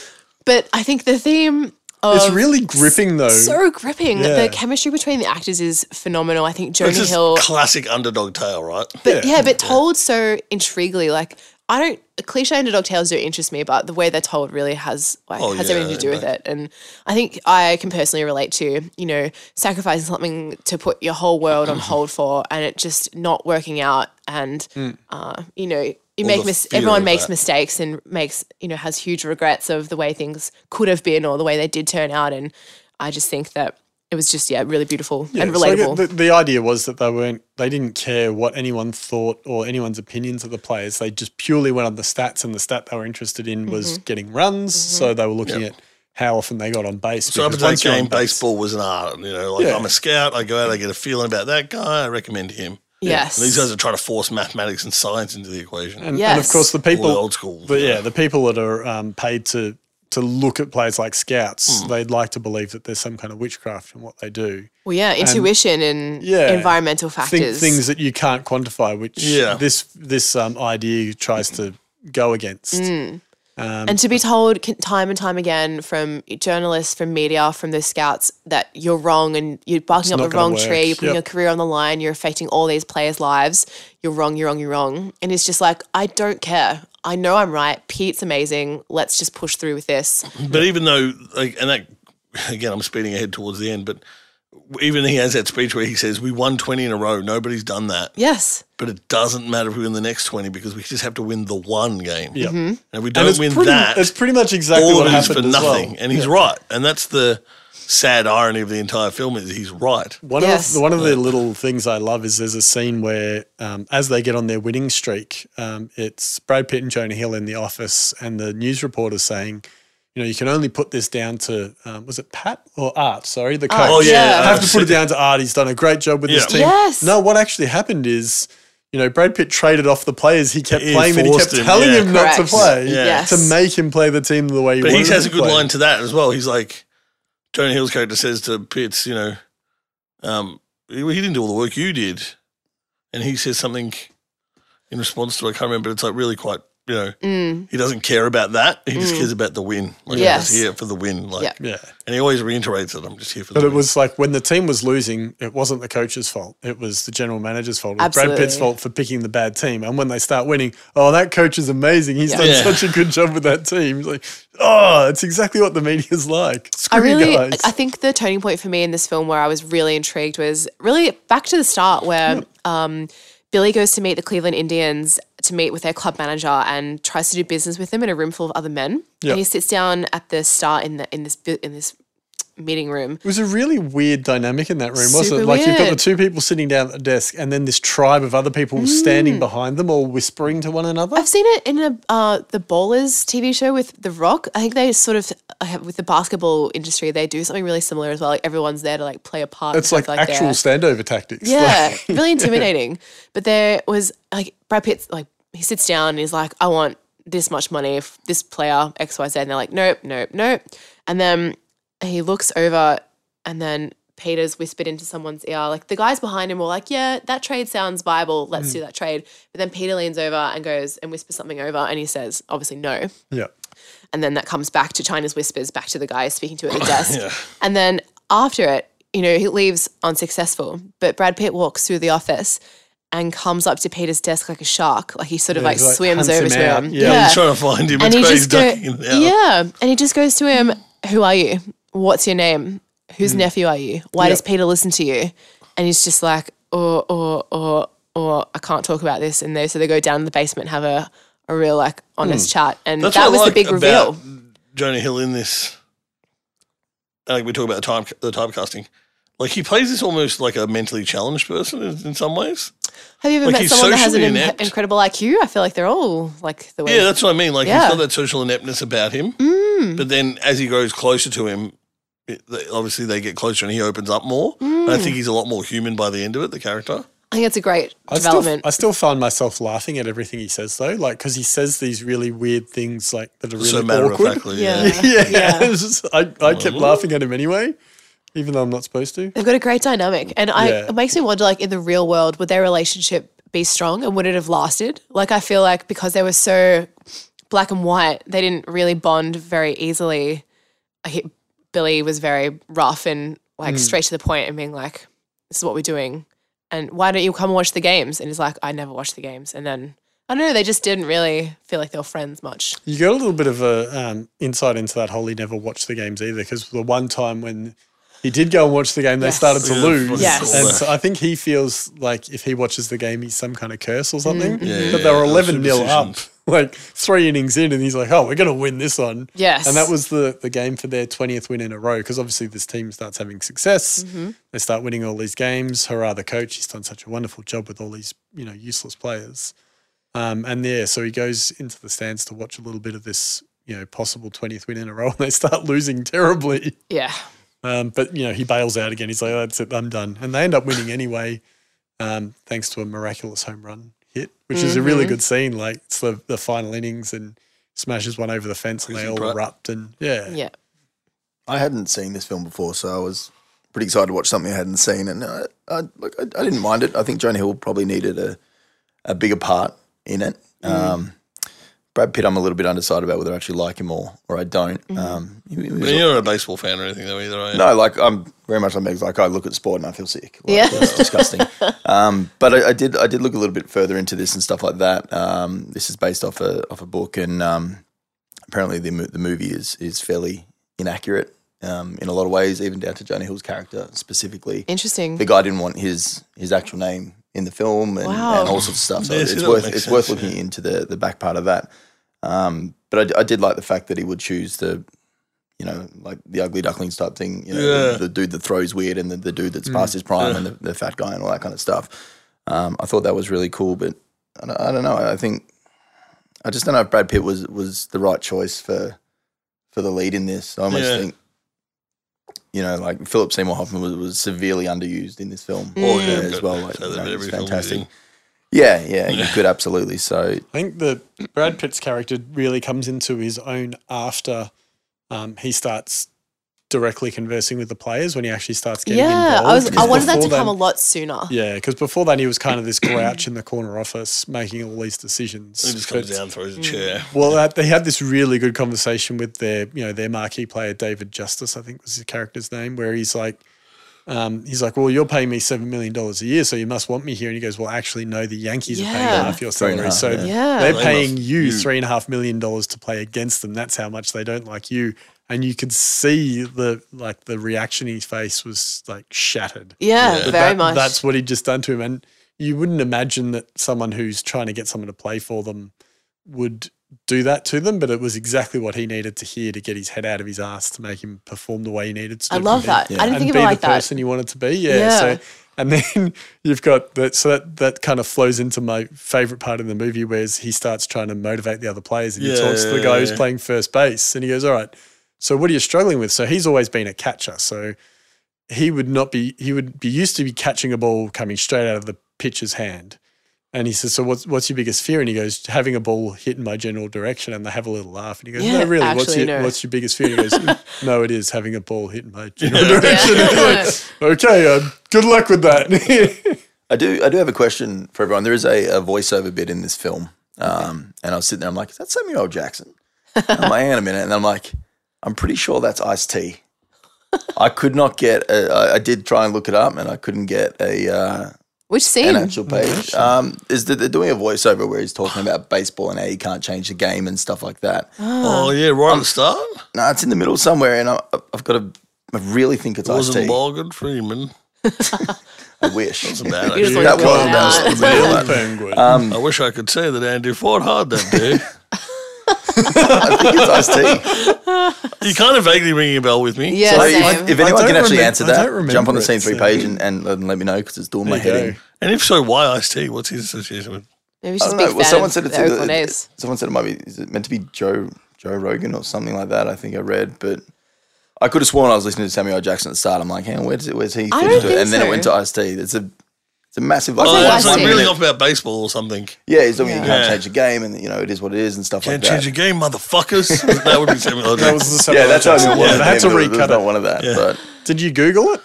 Speaker 2: But I think the theme
Speaker 1: It's
Speaker 2: of-
Speaker 1: really gripping though.
Speaker 2: so gripping.
Speaker 1: Yeah.
Speaker 2: The chemistry between the actors is phenomenal. I think Jonah
Speaker 3: It's just
Speaker 2: Hill
Speaker 3: classic underdog tale, right?
Speaker 2: But
Speaker 1: Yeah.
Speaker 2: yeah, but told so intriguingly. Like I don't cliche underdog tales don't interest me, but the way they're told really has like
Speaker 3: Oh,
Speaker 2: has
Speaker 3: yeah,
Speaker 2: everything to do with
Speaker 3: no.
Speaker 2: it. And I think I can personally relate to you know sacrificing something to put your whole world on hold for, and it just not working out, and uh, you know. You
Speaker 3: All
Speaker 2: make
Speaker 3: the
Speaker 2: mis-
Speaker 3: fear
Speaker 2: everyone
Speaker 3: of
Speaker 2: makes
Speaker 3: that.
Speaker 2: mistakes and makes you know has huge regrets of the way things could have been or the way they did turn out and I just think that it was just yeah really beautiful and
Speaker 1: So I get-
Speaker 2: relatable
Speaker 1: the, the idea was that they weren't, they didn't care what anyone thought or anyone's opinions of the players. They just purely went on the stats, and the stat they were interested in was getting runs. So they were looking at how often they got on base.
Speaker 3: So up
Speaker 1: because
Speaker 3: to that
Speaker 1: once you're on
Speaker 3: game,
Speaker 1: base-
Speaker 3: baseball was an art. You know, like
Speaker 1: Yeah.
Speaker 3: I'm a scout, I go out, I get a feeling about that guy, I recommend him.
Speaker 2: yes
Speaker 3: And these guys are trying to force mathematics and science into the equation.
Speaker 1: and, and of
Speaker 2: Yes.
Speaker 1: course the people,
Speaker 3: All the old school.
Speaker 1: But yeah, the people that are um, paid to to look at players like scouts,
Speaker 3: Mm.
Speaker 1: they'd like to believe that there's some kind of witchcraft in what they do.
Speaker 2: Well, yeah, intuition and
Speaker 1: yeah,
Speaker 2: environmental factors.
Speaker 1: Think things that you can't quantify, which
Speaker 3: Yeah.
Speaker 1: this this um, idea tries to go against. Um,
Speaker 2: and to be told c- time and time again from journalists, from media, from the scouts that you're wrong and you're barking up
Speaker 1: not
Speaker 2: the
Speaker 1: gonna
Speaker 2: wrong
Speaker 1: work.
Speaker 2: tree, you're putting
Speaker 1: Yep.
Speaker 2: your career on the line, you're affecting all these players' lives. You're wrong, you're wrong, you're wrong. And it's just like, I don't care. I know I'm right. Pete's amazing. Let's just push through with this.
Speaker 3: But even though, like, and that again, I'm speeding ahead towards the end, but even he has that speech where he says, "We won 20 in a row. Nobody's done that."
Speaker 2: Yes.
Speaker 3: But it doesn't matter if we win the next 20 because we just have to win the one game. Mm-hmm.
Speaker 1: yeah.
Speaker 3: And if we
Speaker 1: And
Speaker 3: don't
Speaker 1: it's
Speaker 3: win
Speaker 1: pretty,
Speaker 3: that,
Speaker 1: it's pretty much exactly
Speaker 3: all
Speaker 1: what
Speaker 3: of it is
Speaker 1: happened
Speaker 3: for
Speaker 1: as
Speaker 3: nothing.
Speaker 1: well.
Speaker 3: And he's right. And that's the sad irony of the entire film is he's right.
Speaker 1: One
Speaker 2: Yes.
Speaker 1: of the, one of the little things I love is there's a scene where, um, as they get on their winning streak, um, it's Brad Pitt and Jonah Hill in the office, and the news reporter saying, "You know, you can only put this down to um, was it Pat or Art? Sorry, the coach.
Speaker 2: Oh, yeah.
Speaker 1: I
Speaker 2: I
Speaker 1: have to put it down to Art. He's done a great job with his
Speaker 3: Yeah.
Speaker 1: team.
Speaker 2: Yes.
Speaker 1: No, what actually happened is." You know, Brad Pitt traded off the players he kept
Speaker 3: He
Speaker 1: playing that he
Speaker 3: forced
Speaker 1: kept
Speaker 3: him,
Speaker 1: telling
Speaker 3: yeah.
Speaker 1: him not to
Speaker 2: Correct.
Speaker 1: play
Speaker 2: Yeah.
Speaker 1: to
Speaker 2: Yes.
Speaker 1: make him play the team the way he
Speaker 3: But
Speaker 1: wanted.
Speaker 3: he has a
Speaker 1: him to
Speaker 3: good
Speaker 1: play.
Speaker 3: line to that as well. He's like, Jonah Hill's character says to Pitts, you know, um, he, he didn't do all the work you did. And he says something in response to, I can't remember, but it's like really quite, you know,
Speaker 2: Mm.
Speaker 3: he doesn't care about that. He just
Speaker 2: Mm.
Speaker 3: cares about the win. Like,
Speaker 2: Yes.
Speaker 3: I'm just here for the win. Like,
Speaker 2: Yeah.
Speaker 1: Yeah.
Speaker 3: And he always reiterates it, I'm just here for the
Speaker 1: But it
Speaker 3: win.
Speaker 1: was like when the team was losing, it wasn't the coach's fault. It was the general manager's fault. It was Brad Pitt's
Speaker 2: Absolutely.
Speaker 1: fault for picking the bad team. And when they start winning, oh, that coach is amazing. He's
Speaker 2: Yeah.
Speaker 1: done
Speaker 3: Yeah.
Speaker 1: such a good job with that team. It's like, oh, it's exactly what the media's like. Screw
Speaker 2: I really,
Speaker 1: you guys.
Speaker 2: I think the turning point for me in this film where I was really intrigued was really back to the start where um, Billy goes to meet the Cleveland Indians to meet with their club manager and tries to do business with them in a room full of other men.
Speaker 1: Yeah.
Speaker 2: And he sits down at the start in the in this bu- in this meeting room.
Speaker 1: it was a really weird dynamic in that room, wasn't
Speaker 2: Super
Speaker 1: it? Like you've got the
Speaker 2: weird. Mm.
Speaker 1: two people sitting down at the desk and then this tribe of other people standing behind them all whispering to one another.
Speaker 2: I've seen it in a uh, the Ballers TV show with The Rock. I think they sort of uh, with the basketball industry they do something really similar as well. Like everyone's there to like play a part. and
Speaker 1: It's
Speaker 2: have,
Speaker 1: like, actual
Speaker 2: their-
Speaker 1: standover tactics.
Speaker 2: Yeah,
Speaker 1: Like,
Speaker 2: really intimidating. But there was like Brad Pitt's like he sits down and he's like, I want this much money if this player X Y Z, and they're like, nope, nope, nope. And then he looks over, and then Peter's whispered into someone's ear. Like the guys behind him were like, yeah, that trade sounds viable. Let's do that trade. But then Peter leans over and goes and whispers something over, and he says, obviously no.
Speaker 1: (laughs) yeah.
Speaker 2: And then that comes back to China's whispers, back to the guy speaking to it at
Speaker 3: (laughs)
Speaker 2: the desk. And then after it, you know, he leaves unsuccessful. But Brad Pitt walks through the office and comes up to Peter's desk like a shark. Like he sort of
Speaker 1: Yeah,
Speaker 2: like,
Speaker 1: he's like,
Speaker 2: swims
Speaker 1: hunts him
Speaker 2: over to
Speaker 1: out.
Speaker 2: him.
Speaker 1: Yeah.
Speaker 3: He's trying to find him.
Speaker 2: And
Speaker 3: it's
Speaker 2: he
Speaker 3: where he's
Speaker 2: just go,
Speaker 3: ducking in and out.
Speaker 2: Yeah. And he just goes to him, Who are you? What's your name? Whose
Speaker 3: Hmm.
Speaker 2: nephew are you? Why does Peter listen to you? And he's just like, "Oh, or or or or oh, I can't talk about this. And they so they go down in the basement, and have a a real like honest chat. And
Speaker 3: Hmm. That's what
Speaker 2: that was
Speaker 3: I
Speaker 2: the
Speaker 3: like
Speaker 2: big
Speaker 3: about
Speaker 2: reveal.
Speaker 3: Jonah Hill in this, like we talk about the time the typecasting, like he plays this almost like a mentally challenged person in, in some ways.
Speaker 2: Have you ever
Speaker 3: Like,
Speaker 2: met
Speaker 3: he's
Speaker 2: someone that has an
Speaker 3: socially
Speaker 2: in-
Speaker 3: inept.
Speaker 2: incredible IQ? I feel like they're all like the way.
Speaker 3: Yeah, that's what I mean. Like
Speaker 2: Yeah. Mm.
Speaker 3: he's got that social ineptness about him, but then as he grows closer to him, it, they, obviously they get closer and he opens up more. And
Speaker 2: Mm.
Speaker 3: I think he's a lot more human by the end of it. The character.
Speaker 2: I think it's a great
Speaker 1: I still,
Speaker 2: development.
Speaker 1: I still find myself laughing at everything he says though, like because he says these really weird things like that are really
Speaker 3: so matter
Speaker 1: awkward.
Speaker 3: of Oh. factly,
Speaker 2: Yeah.
Speaker 3: yeah.
Speaker 1: (laughs) yeah,
Speaker 2: Yeah.
Speaker 1: it was just- (laughs) I, I kept laughing at him anyway, even though I'm not supposed to.
Speaker 2: They've got a great dynamic, and I
Speaker 1: Yeah.
Speaker 2: it makes me wonder, like in the real world, would their relationship be strong and would it have lasted? Like I feel like because they were so black and white, they didn't really bond very easily. I hit- Billy was very rough and
Speaker 3: Hmm.
Speaker 2: like straight to the point and being like, this is what we're doing. And why don't you come watch the games? And he's like, I never watch the games. And then, I don't know, they just didn't really feel like they were friends much.
Speaker 1: You get a little bit of a um, insight into that whole he never watched the games either because the one time when he did go and watch the game, they
Speaker 2: Yes.
Speaker 1: started to
Speaker 3: Yeah,
Speaker 1: lose.
Speaker 3: fucking
Speaker 2: Yes.
Speaker 1: And
Speaker 3: cool.
Speaker 1: so I think he feels like if he watches the game, he's some kind of curse
Speaker 2: Mm.
Speaker 1: or something.
Speaker 3: Yeah,
Speaker 1: but they were
Speaker 3: yeah,
Speaker 1: 11 0 up,
Speaker 3: superstition.
Speaker 1: (laughs) like three innings in, and he's like, oh, we're going to win this one.
Speaker 2: Yes.
Speaker 1: And that was the, the game for their 20th win in a row because obviously this team starts having success. They start winning all these games. Hurrah, the coach. He's done such a wonderful job with all these, you know, useless players. Um, and there, so he goes into the stands to watch a little bit of this, you know, possible 20th win in a row (laughs) and they start losing terribly.
Speaker 2: Yeah.
Speaker 1: Um, but, you know, he bails out again. He's like, that's it, I'm done. And they end up winning anyway, um, thanks to a miraculous home run hit, which is a
Speaker 2: Mm-hmm.
Speaker 1: really good scene. Like, it's the, the final innings and smashes one over the fence and they
Speaker 3: Crazy
Speaker 1: all
Speaker 3: brat.
Speaker 1: erupt. And yeah.
Speaker 2: Yeah.
Speaker 4: I hadn't seen this film before, so I was pretty excited to watch something I hadn't seen, and I, I, like, I, I didn't mind it. I think Jonah Hill probably needed a, a bigger part in it.
Speaker 1: Mm.
Speaker 4: Um, Brad Pitt, I'm a little bit undecided about whether I actually like him or or I don't.
Speaker 1: Mm-hmm.
Speaker 4: Um, he- he was-
Speaker 3: I mean, you're not a baseball fan or anything though either, are you?
Speaker 4: no, like I'm very much like Meg's. Like I look at sport and I feel sick. Like,
Speaker 2: Yeah.
Speaker 4: that's disgusting. Um, but I, I did I did look a little bit further into this and stuff like that. Um, this is based off a off a book, and um, apparently the mo- the movie is is fairly inaccurate um, in a lot of ways, even down to Jonah Hill's character specifically.
Speaker 2: Interesting.
Speaker 4: The guy didn't want his his actual name in the film, and,
Speaker 2: Wow.
Speaker 4: and all sorts of stuff. So
Speaker 3: Yeah, see,
Speaker 4: it's
Speaker 3: that
Speaker 4: worth
Speaker 3: makes
Speaker 4: it's worth
Speaker 3: sense,
Speaker 4: looking into the the back part of that. Um, but I d- I, did like the fact that he would choose the, you know, like the ugly ducklings type thing. You know, the-
Speaker 3: Yeah. Mm.
Speaker 4: the, dude that throws weird, and the, the dude that's past his prime, and the, the fat guy, and all that kind of stuff. Um, I thought that was really cool, but I don't, I don't know. I think I just don't know if Brad Pitt was was the right choice for for the lead in this. I almost
Speaker 3: Yeah.
Speaker 4: think. You know, like Philip Seymour Hoffman was, was severely underused in this film
Speaker 3: Oh, yeah,
Speaker 4: as
Speaker 3: but-
Speaker 4: well. Like,
Speaker 3: so
Speaker 4: you
Speaker 3: that
Speaker 4: know,
Speaker 3: every
Speaker 4: it's
Speaker 3: film is
Speaker 4: fantastic.
Speaker 3: in.
Speaker 4: Yeah, yeah, you could absolutely. So
Speaker 1: I think the Brad Pitt's character really comes into his own after um, he starts directly conversing with the players when he actually starts getting
Speaker 2: Yeah.
Speaker 1: involved.
Speaker 2: I was. I
Speaker 1: because
Speaker 2: wanted that to
Speaker 1: before
Speaker 2: come a
Speaker 1: then-
Speaker 2: lot sooner.
Speaker 1: Yeah, because before that he was kind of this grouch in the corner office making all these decisions.
Speaker 3: He just comes
Speaker 1: But-
Speaker 3: down,
Speaker 2: Mm.
Speaker 3: throws a chair.
Speaker 1: Well, that, they had this really good conversation with their, you know, their marquee player David Justice, I think was his character's name, where he's like, um, he's like, well, you're paying me seven million dollars a year, so you must want me here. And he goes, well, actually, no, the Yankees are paying
Speaker 2: Yeah.
Speaker 1: half your
Speaker 4: Three
Speaker 1: salary,
Speaker 4: and a half, Mm.
Speaker 1: so
Speaker 4: yeah.
Speaker 2: Yeah.
Speaker 1: they're
Speaker 3: They
Speaker 1: paying
Speaker 3: must-
Speaker 1: you,
Speaker 3: you-
Speaker 1: three and a half million dollars to play against them. That's how much they don't like you. And you could see the like the reaction his face was like shattered.
Speaker 2: Yeah,
Speaker 3: Yeah.
Speaker 2: very
Speaker 1: That-
Speaker 2: much.
Speaker 1: That's what he'd just done to him. And you wouldn't imagine that someone who's trying to get someone to play for them would do that to them, but it was exactly what he needed to hear to get his head out of his ass to make him perform the way he needed to.
Speaker 2: I love that. I didn't
Speaker 1: And
Speaker 2: think
Speaker 1: be
Speaker 2: about like
Speaker 1: the
Speaker 2: that.
Speaker 1: person you wanted to be. Yeah.
Speaker 2: Yeah.
Speaker 1: So and (laughs) then you've got that so that that kind of flows into my favorite part in the movie where he starts trying to motivate the other players and he
Speaker 3: Yeah,
Speaker 1: talks to the
Speaker 3: yeah,
Speaker 1: guy who's
Speaker 3: yeah.
Speaker 1: playing first base and he goes, All right, so what are you struggling with? So he's always been a catcher. So he would not be he would be used to be catching a ball coming straight out of the pitcher's hand. And he says, So what's what's your biggest fear? And he goes, having a ball hit in my general direction and they have a little laugh and he goes,
Speaker 2: Yeah,
Speaker 1: No, really, what's
Speaker 2: actually,
Speaker 1: your
Speaker 2: no."
Speaker 1: what's your biggest fear? And
Speaker 2: (laughs)
Speaker 1: he goes, No, it is having a ball hit in my general direction.
Speaker 2: Yeah. (laughs)
Speaker 1: It's like, okay, uh, good luck with that.
Speaker 4: I do I do have a question for everyone. There is a, a voiceover bit in this film, um, and I was sitting there. I'm like, is that Samuel L. Jackson? And I'm like, hang on a minute, and I'm like, I'm pretty sure that's Ice T. I could not get. A, I, I did try and look it up, and I couldn't get a uh,
Speaker 2: Which
Speaker 4: an
Speaker 2: scene?
Speaker 4: actual page. Um, is that they're doing a voiceover where he's talking about baseball and how you can't change the game and stuff like that.
Speaker 2: Ah.
Speaker 3: Oh yeah, right
Speaker 2: Um,
Speaker 3: at the start.
Speaker 4: No, it's in the middle somewhere, and I, I've got to. I really think it's Ice
Speaker 3: Wasn't
Speaker 4: T.
Speaker 3: Morgan Freeman?
Speaker 4: I wish.
Speaker 3: Bad
Speaker 2: You
Speaker 3: idea.
Speaker 2: just
Speaker 1: (laughs)
Speaker 2: want
Speaker 4: That
Speaker 2: to call
Speaker 4: was,
Speaker 2: it
Speaker 4: that
Speaker 2: out.
Speaker 4: was the Um, middle one.
Speaker 1: Penguin.
Speaker 3: I wish I could say that Andy fought hard that day.
Speaker 4: I think (laughs) it's Ice T.
Speaker 3: you kind of vaguely ringing a bell with me.
Speaker 2: Yeah,
Speaker 4: So
Speaker 2: same.
Speaker 4: if, if anyone
Speaker 1: I
Speaker 4: can
Speaker 1: don't
Speaker 4: actually
Speaker 1: remem-
Speaker 4: answer
Speaker 1: I don't
Speaker 4: that,
Speaker 1: remember
Speaker 4: jump on the
Speaker 1: it,
Speaker 4: scene three
Speaker 1: so-
Speaker 4: page and, and, and let me know because it's doing my
Speaker 1: There you
Speaker 4: head in.
Speaker 1: go.
Speaker 3: And if so, why Ice T? What's his association with?
Speaker 2: Maybe
Speaker 4: I
Speaker 2: she's a
Speaker 4: don't
Speaker 2: big
Speaker 4: know.
Speaker 2: fan
Speaker 4: Well, someone
Speaker 2: of
Speaker 4: said it's
Speaker 2: the Oakland
Speaker 4: either,
Speaker 2: A's.
Speaker 4: someone said it might be is it meant to be Joe Joe Rogan or something like that. I think I read, but I could have sworn I was listening to Samuel L. Jackson at the start. I'm like, hang on, where's it? Where's he?
Speaker 2: I
Speaker 4: fit
Speaker 2: don't
Speaker 4: into it?
Speaker 2: think
Speaker 4: And then
Speaker 2: so.
Speaker 4: it went to Ice T. It's a it's a massive like.
Speaker 2: Oh,
Speaker 3: Oh,
Speaker 2: yeah,
Speaker 3: it's
Speaker 2: I
Speaker 3: like
Speaker 2: see.
Speaker 3: really off about baseball or something.
Speaker 4: Yeah, he's talking. You
Speaker 2: Yeah.
Speaker 4: can't
Speaker 3: Yeah.
Speaker 4: change the game, and you know it is what it is, and stuff
Speaker 3: Can't
Speaker 4: like that.
Speaker 3: change a game, motherfuckers. (laughs) that would be Samuel L.
Speaker 1: That was the
Speaker 3: Jackson.
Speaker 1: Samuel
Speaker 4: yeah, that's
Speaker 1: Jackson.
Speaker 4: only one.
Speaker 1: Yeah,
Speaker 4: of
Speaker 1: I had to
Speaker 4: them. There was- there was
Speaker 1: recut
Speaker 4: not
Speaker 1: it.
Speaker 4: one of that. But
Speaker 1: Did you Google it?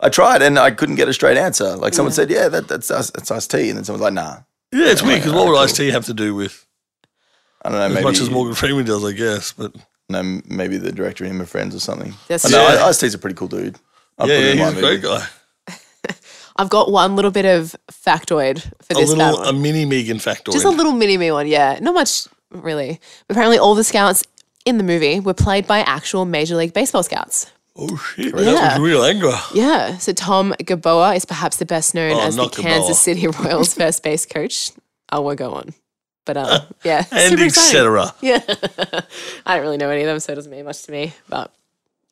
Speaker 4: I tried, and I couldn't get a straight answer. Like someone said, yeah, that, that's us, that's Ice T, and then someone's like, nah,
Speaker 3: yeah, it's weird because what would
Speaker 4: Cool.
Speaker 3: Ice T have to do with
Speaker 4: I don't know.
Speaker 3: as
Speaker 4: maybe
Speaker 3: much as Morgan Freeman does, I guess? But
Speaker 4: know, m- maybe the director and him are friends or something.
Speaker 2: That's
Speaker 4: I know,
Speaker 3: true.
Speaker 4: I- Ice T's a pretty cool dude. I
Speaker 3: Yeah, yeah, he's a great guy.
Speaker 2: I've got one little bit of factoid for
Speaker 3: A
Speaker 2: this bad
Speaker 3: little,
Speaker 2: one.
Speaker 3: a mini Megan factoid.
Speaker 2: Just a little mini me one, yeah. Not much really. Apparently, all the scouts in the movie were played by actual Major League Baseball scouts.
Speaker 3: oh shit,
Speaker 2: Yeah.
Speaker 3: that was real anger.
Speaker 2: Yeah. So Tom Gaboa is perhaps the best known
Speaker 3: Oh,
Speaker 2: as the
Speaker 3: not Gaboa.
Speaker 2: Kansas City
Speaker 3: (laughs)
Speaker 2: Royals first base coach. I won't go on, but um, yeah,
Speaker 3: And
Speaker 2: super exciting.
Speaker 3: etc.
Speaker 2: Yeah, (laughs) I don't really know any of them, so it doesn't mean much to me. But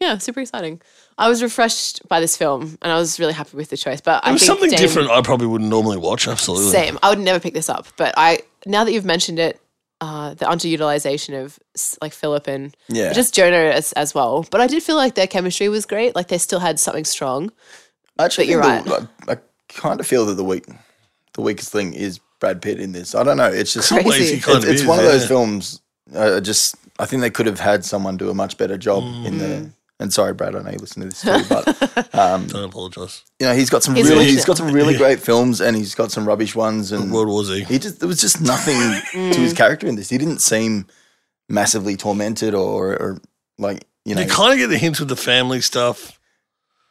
Speaker 2: yeah, super exciting. I was refreshed by this film, and I was really happy with the choice. But I
Speaker 3: It was
Speaker 2: think
Speaker 3: something
Speaker 2: Dame-
Speaker 3: different I probably wouldn't normally watch, absolutely.
Speaker 2: Same. I would never pick this up, but I now that you've mentioned it, uh, the underutilization of s- like Philip and
Speaker 4: Yeah.
Speaker 2: just Jonah as, as well. But I did feel like their chemistry was great. Like they still had something strong.
Speaker 4: I actually
Speaker 2: But
Speaker 4: think
Speaker 2: you're
Speaker 4: the- I, I kind of feel that the weak, the weakest thing is Brad Pitt in this. I don't know. It's just
Speaker 2: Crazy.
Speaker 3: Ways he
Speaker 2: It's-
Speaker 3: kind
Speaker 4: it's,
Speaker 3: of
Speaker 4: it's
Speaker 3: is,
Speaker 4: one of
Speaker 3: yeah.
Speaker 4: those films. uh, I just I think they could have had someone do a much better job in there. And sorry, Brad, I know you listen to this too,
Speaker 3: (laughs)
Speaker 4: but um,
Speaker 3: Mm. Don't apologise.
Speaker 4: you know he's got some
Speaker 2: He's
Speaker 4: really
Speaker 2: watched
Speaker 4: he's
Speaker 2: it.
Speaker 4: got some really great films, and he's got some rubbish ones. And
Speaker 3: World War Z.
Speaker 4: he just there was just nothing
Speaker 2: (laughs)
Speaker 4: to
Speaker 2: Mm.
Speaker 4: his character in this. He didn't seem massively tormented or, or like you know
Speaker 3: You kind of get the hint with the family stuff.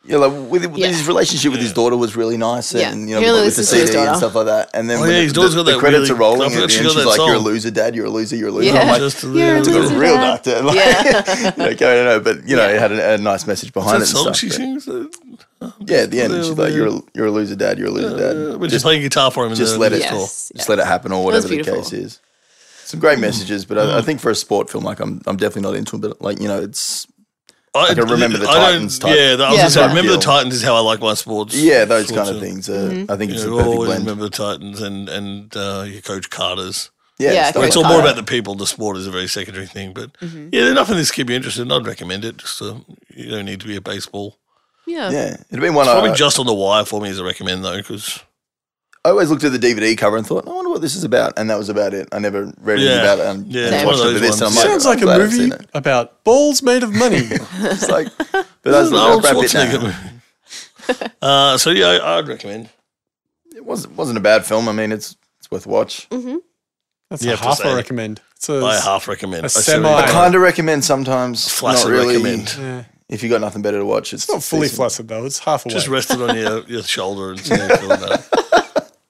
Speaker 4: Yeah, like with, with
Speaker 2: Yeah.
Speaker 4: his relationship with his daughter was really nice, and
Speaker 2: Yeah.
Speaker 4: you know,
Speaker 2: He really
Speaker 4: with the
Speaker 2: listens to his
Speaker 4: CD and
Speaker 2: daughter.
Speaker 4: stuff like that. And then
Speaker 3: Oh,
Speaker 4: when
Speaker 3: yeah,
Speaker 4: the,
Speaker 3: his daughter's
Speaker 4: the,
Speaker 3: got
Speaker 4: the
Speaker 3: that
Speaker 4: credits
Speaker 3: really-
Speaker 4: are rolling,
Speaker 3: I've
Speaker 4: at the end,
Speaker 3: actually
Speaker 4: she's
Speaker 3: got that
Speaker 4: like, "You're a
Speaker 3: song."
Speaker 4: loser, Dad. You're a loser. You're a loser."
Speaker 2: Yeah.
Speaker 4: I'm like,
Speaker 3: Just a
Speaker 2: You're a
Speaker 3: little-
Speaker 4: "It's got
Speaker 2: loser,
Speaker 4: a real
Speaker 2: Dad."
Speaker 4: dark there. (laughs) Like,
Speaker 2: Yeah.
Speaker 4: like, I don't know, but you know, it had a, a nice message behind
Speaker 3: That
Speaker 4: it. and
Speaker 3: song
Speaker 4: stuff,
Speaker 3: she
Speaker 4: but-
Speaker 3: sings, uh,
Speaker 4: yeah, at the end, she's like,
Speaker 3: Yeah.
Speaker 4: "You're a, you're a loser, Dad. You're a loser, Dad."
Speaker 3: we're uh, just playing guitar for him. in
Speaker 4: Just
Speaker 3: the
Speaker 4: let it,
Speaker 3: music hall.
Speaker 2: Yes,
Speaker 4: just let it happen, or
Speaker 2: was
Speaker 4: whatever the
Speaker 2: beautiful.
Speaker 4: case is. Some great messages, but
Speaker 3: Mm.
Speaker 4: I, I think for a sport film, like I'm, I'm definitely not into it. But like you know, it's
Speaker 3: I,
Speaker 4: can remember the
Speaker 3: I don't-
Speaker 4: Titans type-
Speaker 3: Yeah, that, I was
Speaker 2: Yeah.
Speaker 3: gonna say,
Speaker 2: type
Speaker 3: remember the
Speaker 4: deal.
Speaker 3: Titans is how I like my sports.
Speaker 4: yeah, those
Speaker 3: sports
Speaker 4: kind of things. Uh,
Speaker 2: Mm-hmm.
Speaker 4: I think
Speaker 3: Yeah,
Speaker 4: it's
Speaker 3: I
Speaker 4: the perfect
Speaker 3: always
Speaker 4: blend.
Speaker 3: remember the Titans and and uh, your coach Carter's.
Speaker 4: Oh, Yeah,
Speaker 2: Yeah,
Speaker 4: stuff
Speaker 2: Coach
Speaker 4: like
Speaker 3: It's all
Speaker 4: that.
Speaker 3: more about the people. The sport is a very secondary thing, but yeah, there's nothing this kid be interested in. I'd recommend it. Just uh, you don't need to be a baseball.
Speaker 2: (laughs) Yeah.
Speaker 4: Yeah, it'd been one.
Speaker 3: It's
Speaker 4: I,
Speaker 3: probably just on the wire for me as a recommend though, because
Speaker 4: I always looked at the DVD cover and thought, I wonder what this is about, and that was about it. I never read anything
Speaker 3: Yeah.
Speaker 4: about it. And
Speaker 3: Yeah,
Speaker 4: and
Speaker 3: it's
Speaker 4: watched
Speaker 3: one
Speaker 4: it
Speaker 3: of
Speaker 4: for
Speaker 3: those
Speaker 4: this, and I'm
Speaker 3: ones.
Speaker 4: like,
Speaker 1: Sounds
Speaker 4: I'm
Speaker 1: like a
Speaker 4: glad I've
Speaker 1: movie
Speaker 4: seen it.
Speaker 1: about balls made of
Speaker 4: (laughs)
Speaker 1: money.
Speaker 4: It's
Speaker 3: (laughs)
Speaker 4: like, but that's
Speaker 3: an old
Speaker 4: not Brad Pitt.
Speaker 3: Schwarzenegger
Speaker 4: now.
Speaker 3: movie.
Speaker 1: (laughs)
Speaker 3: Uh, so yeah, I, I'd recommend.
Speaker 4: It wasn't wasn't a bad film. I mean, it's it's worth a watch.
Speaker 2: Mm-hmm.
Speaker 1: That's a
Speaker 3: You have to
Speaker 1: half
Speaker 3: say.
Speaker 1: I recommend. It's a,
Speaker 3: I half recommend.
Speaker 1: a
Speaker 3: I still
Speaker 1: semi-
Speaker 3: recommend.
Speaker 4: Kind of recommend sometimes.
Speaker 3: Flaccid
Speaker 4: not really.
Speaker 3: recommend.
Speaker 1: yeah.
Speaker 4: If you got nothing better to watch, it's,
Speaker 1: It's not fully
Speaker 4: decent.
Speaker 1: flaccid though. It's half away.
Speaker 3: Just
Speaker 1: (laughs)
Speaker 3: rest it on your, your shoulder and see how you feel about it.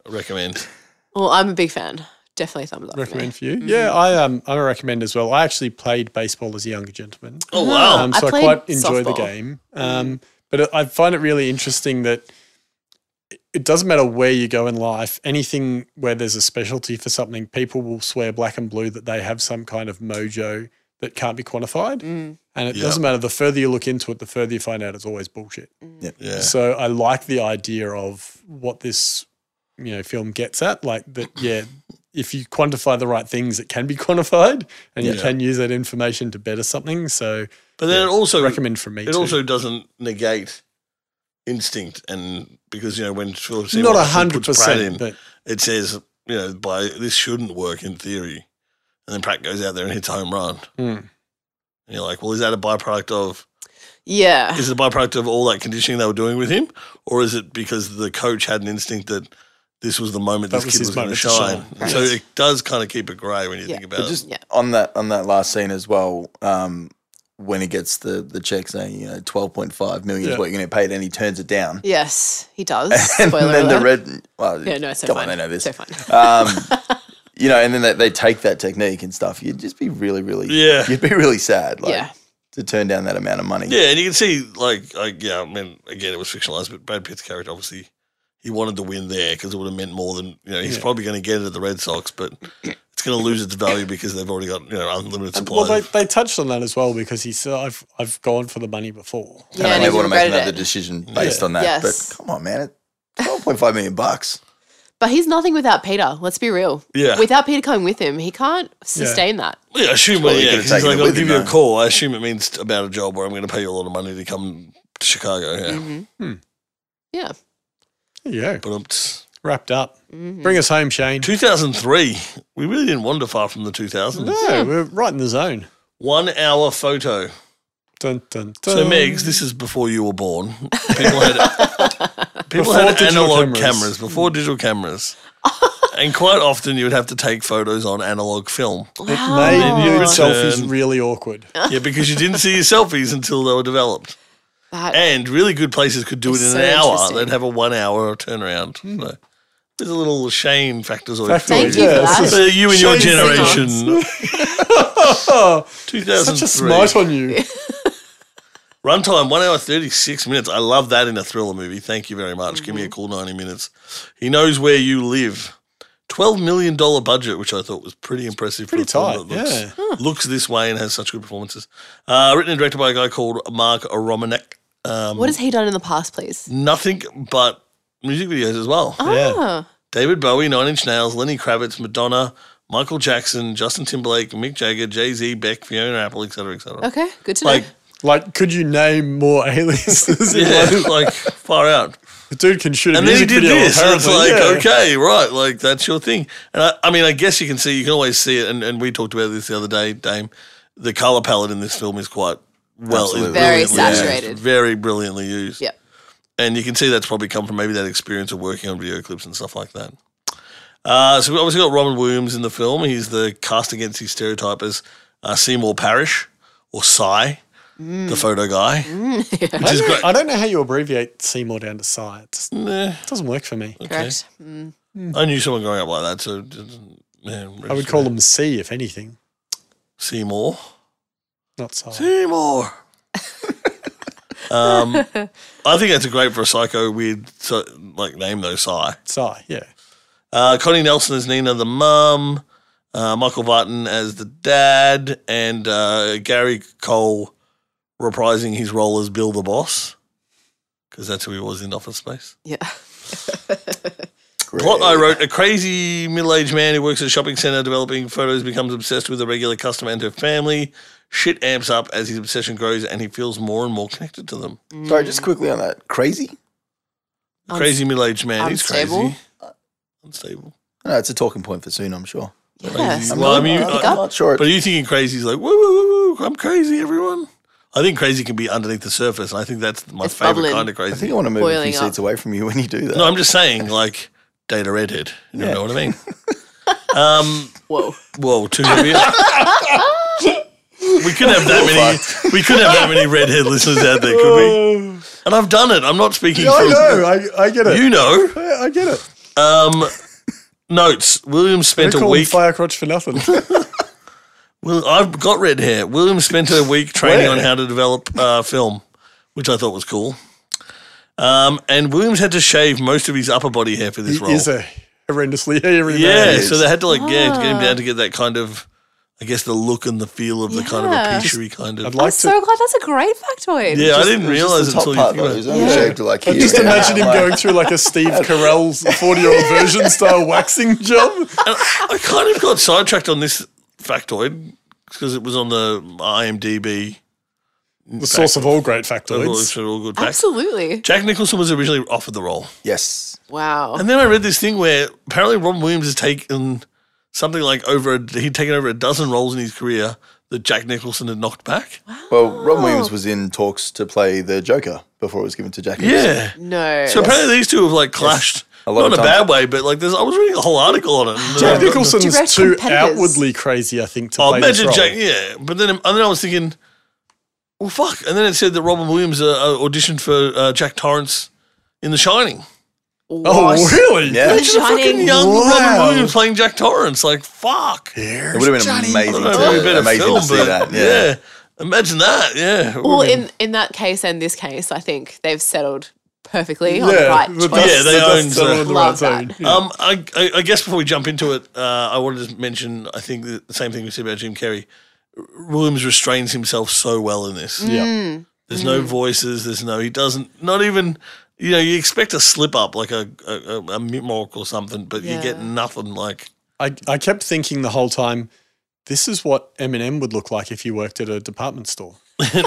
Speaker 3: I recommend.
Speaker 2: Well, I'm a big fan. Definitely thumbs up. for me.
Speaker 1: recommend for you. Yeah, I um I recommend as well. I actually played baseball as a younger gentleman.
Speaker 3: Oh wow!
Speaker 1: Um,
Speaker 2: I
Speaker 1: so I,
Speaker 2: played
Speaker 1: quite enjoy the
Speaker 2: softball.
Speaker 1: game. Um, but I find it really interesting that it- it doesn't matter where you go in life, anything where there's a specialty for something, people will swear black and blue that they have some kind of mojo that can't be quantified. And it
Speaker 3: Yeah.
Speaker 1: doesn't matter. The further you look into it, the further you find out it's always bullshit.
Speaker 3: yeah.
Speaker 1: So I like the idea of what this you know film gets at. Like that, yeah. If you quantify the right things, it can be quantified, and you
Speaker 3: Yeah.
Speaker 1: can use that information to better something. So
Speaker 3: But then it also
Speaker 1: recommend from me.
Speaker 3: it
Speaker 1: too.
Speaker 3: also doesn't negate instinct and because you know when Philip Seymour
Speaker 1: not
Speaker 3: Hoffman
Speaker 1: hundred
Speaker 3: puts Brad in,
Speaker 1: percent, but
Speaker 3: it says you know by this shouldn't work in theory, and then Pratt goes out there and hits a home run.
Speaker 1: Mm.
Speaker 3: And you're like, well, is that a byproduct of
Speaker 2: Yeah.
Speaker 3: is it a byproduct of all that conditioning they were doing with him, or is it because the coach had an instinct that this was the moment
Speaker 1: That
Speaker 3: this
Speaker 1: was
Speaker 3: kid
Speaker 1: his
Speaker 3: was going to
Speaker 1: moment to
Speaker 3: shine?
Speaker 1: shine.
Speaker 3: And So it does kind of keep it grey when you
Speaker 2: Yeah.
Speaker 3: think about
Speaker 4: But just
Speaker 3: it.
Speaker 2: Yeah.
Speaker 4: on that on that last scene as well, um, when he gets the the check saying you know twelve point five million
Speaker 1: Yeah.
Speaker 4: is what you're going to get paid, and he turns it down.
Speaker 2: Yes, he does.
Speaker 4: (laughs) and
Speaker 2: Spoiler
Speaker 4: then
Speaker 2: alert.
Speaker 4: the red. Well,
Speaker 2: yeah, no, it's so
Speaker 4: come
Speaker 2: fine.
Speaker 4: on, they know this.
Speaker 2: So fine.
Speaker 4: um,
Speaker 2: (laughs)
Speaker 4: you know, and then they, they take that technique and stuff. You'd just be really, really,
Speaker 3: Yeah.
Speaker 4: you'd be really sad, like,
Speaker 2: Yeah.
Speaker 4: to turn down that amount of money.
Speaker 3: Yeah, and you can see, like, I, yeah, I mean, again, it was fictionalized, but Brad Pitt's character obviously he wanted to win there because it would have meant more than you know. He's probably going to get it at the Red Sox, but it's going to lose its value because they've already got you know unlimited
Speaker 1: and-
Speaker 3: supply.
Speaker 1: well, they,
Speaker 3: of-
Speaker 1: they touched on that as well because he said, "I've I've gone for the money before."
Speaker 4: And
Speaker 2: Yeah,
Speaker 4: I
Speaker 2: and
Speaker 4: never
Speaker 2: he
Speaker 4: want to make
Speaker 2: regretted it.
Speaker 4: another decision based
Speaker 1: Yeah.
Speaker 4: on that.
Speaker 2: Yes.
Speaker 4: But come on, man, twelve point five
Speaker 3: (laughs)
Speaker 4: million bucks.
Speaker 2: But he's nothing without Peter. Let's be real.
Speaker 3: Yeah.
Speaker 2: Without Peter coming with him, he can't sustain that.
Speaker 3: yeah, I assume.
Speaker 4: Well,
Speaker 3: yeah,
Speaker 4: you could
Speaker 3: 'cause
Speaker 4: have
Speaker 3: he's
Speaker 4: taken
Speaker 3: like,
Speaker 4: it
Speaker 3: I'll
Speaker 4: with
Speaker 3: give
Speaker 4: him,
Speaker 3: you a
Speaker 4: though."
Speaker 3: call. I assume it means about a job where I'm going to pay you a lot of money to come to Chicago. Yeah,
Speaker 4: Mm-hmm.
Speaker 2: Yeah.
Speaker 1: There you go.
Speaker 3: but it's
Speaker 1: Wrapped up. Bring us home, Shane.
Speaker 3: 2003. We really didn't wander far from the 2000s.
Speaker 1: No, we're right in the zone.
Speaker 3: One hour photo.
Speaker 1: Dun, dun, dun.
Speaker 3: So, Megs, this is before you were born. People had people
Speaker 1: Before
Speaker 3: had
Speaker 1: digital
Speaker 3: analog
Speaker 1: cameras.
Speaker 3: cameras. before digital cameras, and quite often you would have to take photos on
Speaker 1: (laughs)
Speaker 3: analog film.
Speaker 1: Made nude
Speaker 3: return.
Speaker 1: selfies really awkward.
Speaker 3: Yeah, because you didn't see your selfies until they were developed.
Speaker 2: That-
Speaker 3: And really good places could do it in
Speaker 2: It's
Speaker 3: an
Speaker 2: so
Speaker 3: hour.
Speaker 2: interesting.
Speaker 3: They'd have a one hour turnaround. So there's a little shame factors.
Speaker 1: Factoid,
Speaker 2: Thank you for
Speaker 1: yeah,
Speaker 2: that.
Speaker 1: it's
Speaker 3: For you and your
Speaker 2: Shame
Speaker 3: generation.
Speaker 1: (laughs) Such a
Speaker 3: 2003.
Speaker 1: smite on you.
Speaker 3: Runtime, one hour, 36 minutes. I love that in a thriller movie. Thank you very much. Give
Speaker 2: Mm-hmm.
Speaker 3: me a cool 90 minutes. He knows where you live. $12 million budget, which I thought was pretty impressive
Speaker 1: pretty
Speaker 3: for a
Speaker 1: tight,
Speaker 3: film that looks, looks this way and has such good performances. Uh, written and directed by a guy called Mark Romanek. Um,
Speaker 2: what has he done in the past, please?
Speaker 3: nothing but music videos as well.
Speaker 2: Ah,
Speaker 3: David Bowie, Nine Inch Nails, Lenny Kravitz, Madonna, Michael Jackson, Justin Timberlake, Mick Jagger, Jay Z, Beck, Fiona Apple, etc., etc.
Speaker 2: okay, good to (laughs)
Speaker 3: Like,
Speaker 2: know.
Speaker 1: Like, could you name more A-listers? in
Speaker 3: yeah,
Speaker 1: London?
Speaker 3: (laughs) like far out.
Speaker 1: the dude can shoot a
Speaker 3: And then he
Speaker 1: music
Speaker 3: did
Speaker 1: video.
Speaker 3: this, and it's
Speaker 1: apparently,
Speaker 3: like,
Speaker 1: yeah.
Speaker 3: okay, right, like that's your thing. And I, I mean, I guess you can see, you can always see it, and, and we talked about this the other day, Dame. The color palette in this film is quite well, is
Speaker 4: Absolutely.
Speaker 2: Very
Speaker 3: brilliantly used,
Speaker 2: saturated.
Speaker 3: very brilliantly used.
Speaker 2: Yep.
Speaker 3: and you can see that's probably come from maybe that experience of working on video clips and stuff like that. Uh, so we obviously got Robin Williams in the film. He's the cast against his stereotype as uh, Seymour Parish or Cy, the
Speaker 1: Mm.
Speaker 3: photo guy, which
Speaker 1: I
Speaker 3: is
Speaker 1: don't,
Speaker 3: great.
Speaker 1: I don't know how you abbreviate Seymour down to Psy. It just
Speaker 3: Nah,
Speaker 1: doesn't work for me.
Speaker 2: Correct. Mm,
Speaker 3: I knew someone growing up like that, so it doesn't- yeah,
Speaker 1: I would call him C if anything,
Speaker 3: Seymour.
Speaker 1: not Psy. (laughs)
Speaker 3: Seymour. um, I think that's a great for a psycho weird so, like name though, Psy.
Speaker 1: Psy, yeah.
Speaker 3: Uh, Connie Nelson as Nina, the mum. Uh, Michael Barton as the dad, and uh, Gary Cole reprising his role as Bill the Boss, because that's who he was in Office Space.
Speaker 2: Yeah.
Speaker 3: Plot I wrote a crazy middle aged man who works at a shopping center developing photos becomes obsessed with a regular customer and her family. Shit amps up as his obsession grows and he feels more and more connected to them.
Speaker 4: Sorry,
Speaker 2: Mm,
Speaker 4: just quickly on that. Crazy?
Speaker 2: Uns-
Speaker 3: crazy middle aged man. He's
Speaker 2: unstable.
Speaker 3: crazy. Unstable.
Speaker 4: No, it's a talking point for soon, I'm sure.
Speaker 2: Yes.
Speaker 3: Well, I mean,
Speaker 4: I'm
Speaker 3: I-
Speaker 4: not sure.
Speaker 3: But
Speaker 4: It,
Speaker 3: are you thinking crazy is like, woo, woo, woo, woo, I'm crazy, everyone? I think crazy can be underneath the surface. And I think that's my
Speaker 2: It's
Speaker 3: favorite
Speaker 2: bubbling.
Speaker 3: kind of
Speaker 4: I
Speaker 3: crazy.
Speaker 4: think I want to move a
Speaker 2: Boiling
Speaker 4: few
Speaker 2: up.
Speaker 4: seats away from you when you do that.
Speaker 3: No, I'm just saying, like, data redhead. You know what I mean? um,
Speaker 2: Whoa.
Speaker 3: Whoa, too heavy. we couldn't have that many. We couldn't have that many redhead listeners out there, could we?
Speaker 1: Oh,
Speaker 3: And I've done it. I'm not speaking
Speaker 1: I
Speaker 3: Um, from
Speaker 1: know. I, I get it.
Speaker 3: you know.
Speaker 1: I, I get it.
Speaker 3: Um, notes. William
Speaker 1: They
Speaker 3: spent a
Speaker 1: call him
Speaker 3: week.
Speaker 1: Firecrotch for
Speaker 3: (laughs)
Speaker 1: nothing. (laughs)
Speaker 3: Well, I've got red hair. William spent a week training
Speaker 1: Where?
Speaker 3: on how to develop uh, film, which I thought was cool. Um, and Williams had to shave most of his upper body hair for this
Speaker 1: he
Speaker 3: role.
Speaker 1: is a horrendously (laughs) hairy man.
Speaker 3: yeah, so they had to like yeah to get him down to get that kind of, I guess, the look and the feel of the kind of
Speaker 2: Yeah.
Speaker 3: a kind of.
Speaker 1: I'd
Speaker 2: I'm
Speaker 1: like to
Speaker 2: so glad that's a great factoid.
Speaker 3: Yeah, I didn't realize
Speaker 4: It's the
Speaker 3: until
Speaker 4: top
Speaker 3: you think
Speaker 4: part, though.
Speaker 3: about
Speaker 4: It's
Speaker 3: it.
Speaker 4: only shaved to like here.
Speaker 1: just
Speaker 4: and there,
Speaker 1: imagine him
Speaker 3: (laughs)
Speaker 4: like-
Speaker 1: going through like a Steve Carell's 40 year old version style waxing
Speaker 3: (laughs)
Speaker 1: job.
Speaker 3: And I kind of got sidetracked on this factoid because it was on the IMDb.
Speaker 1: The source of all great factoids.
Speaker 3: It's all good facts.
Speaker 2: Absolutely.
Speaker 3: Jack Nicholson was originally offered the role,
Speaker 4: Yes.
Speaker 2: Wow.
Speaker 3: and then I read this thing where apparently Robin Williams has taken something like over a, he'd taken over a dozen roles in his career that Jack Nicholson had knocked back.
Speaker 4: Well,
Speaker 2: Oh.
Speaker 4: Rob Williams was in talks to play the Joker before it was given to Jack. Nicholson.
Speaker 3: Yeah.
Speaker 2: No.
Speaker 3: So apparently these two have like clashed,
Speaker 4: A lot
Speaker 3: not in a
Speaker 4: of
Speaker 3: bad way, but like there's. I was reading a whole article on it. and- uh,
Speaker 1: Jack Nicholson's
Speaker 2: Direct
Speaker 1: too
Speaker 2: competitors.
Speaker 1: outwardly crazy, I think, to
Speaker 3: Oh,
Speaker 1: play this
Speaker 3: imagine
Speaker 1: role.
Speaker 3: Jack. Yeah, but then and then I was thinking, well, fuck. And then it said that Robin Williams uh, uh, auditioned for uh, Jack Torrance in The Shining.
Speaker 1: Oh,
Speaker 2: What?
Speaker 1: really?
Speaker 4: Yeah.
Speaker 2: The
Speaker 4: Imagine
Speaker 3: Imagine a fucking
Speaker 2: Shining.
Speaker 3: young Robin
Speaker 1: Wow.
Speaker 3: Williams playing Jack Torrance. Like fuck.
Speaker 4: It would have been amazing.
Speaker 3: I
Speaker 4: To,
Speaker 3: don't know, it'd be a better
Speaker 4: amazing
Speaker 3: film,
Speaker 4: to see
Speaker 3: but
Speaker 4: that. Yeah.
Speaker 3: Imagine that, yeah. It
Speaker 2: Well,
Speaker 3: would've been-
Speaker 2: in in that case and this case, I think they've settled perfectly on the
Speaker 1: Yeah,
Speaker 2: right
Speaker 1: the
Speaker 2: choice.
Speaker 1: dust-
Speaker 3: Yeah, they
Speaker 1: the
Speaker 3: uh,
Speaker 1: dust
Speaker 3: owned
Speaker 1: settled
Speaker 3: the-
Speaker 1: on the
Speaker 2: Love
Speaker 1: right zone.
Speaker 2: that.
Speaker 1: Yeah.
Speaker 3: um, I, I, I guess before we jump into it, uh, I wanted to mention. I think the, the same thing we said about Jim Carrey. Williams restrains himself so well in this.
Speaker 2: Mm-hmm. Hmm.
Speaker 1: Yeah.
Speaker 3: There's no voices. There's no. He doesn't. Not even. You know, you expect a slip up like a a, a, a mimic or something, but you get
Speaker 2: Yeah.
Speaker 3: nothing. Like (laughs)
Speaker 1: I, I kept thinking the whole time, this is what Eminem would look like if you worked at a department
Speaker 2: (laughs)
Speaker 1: store.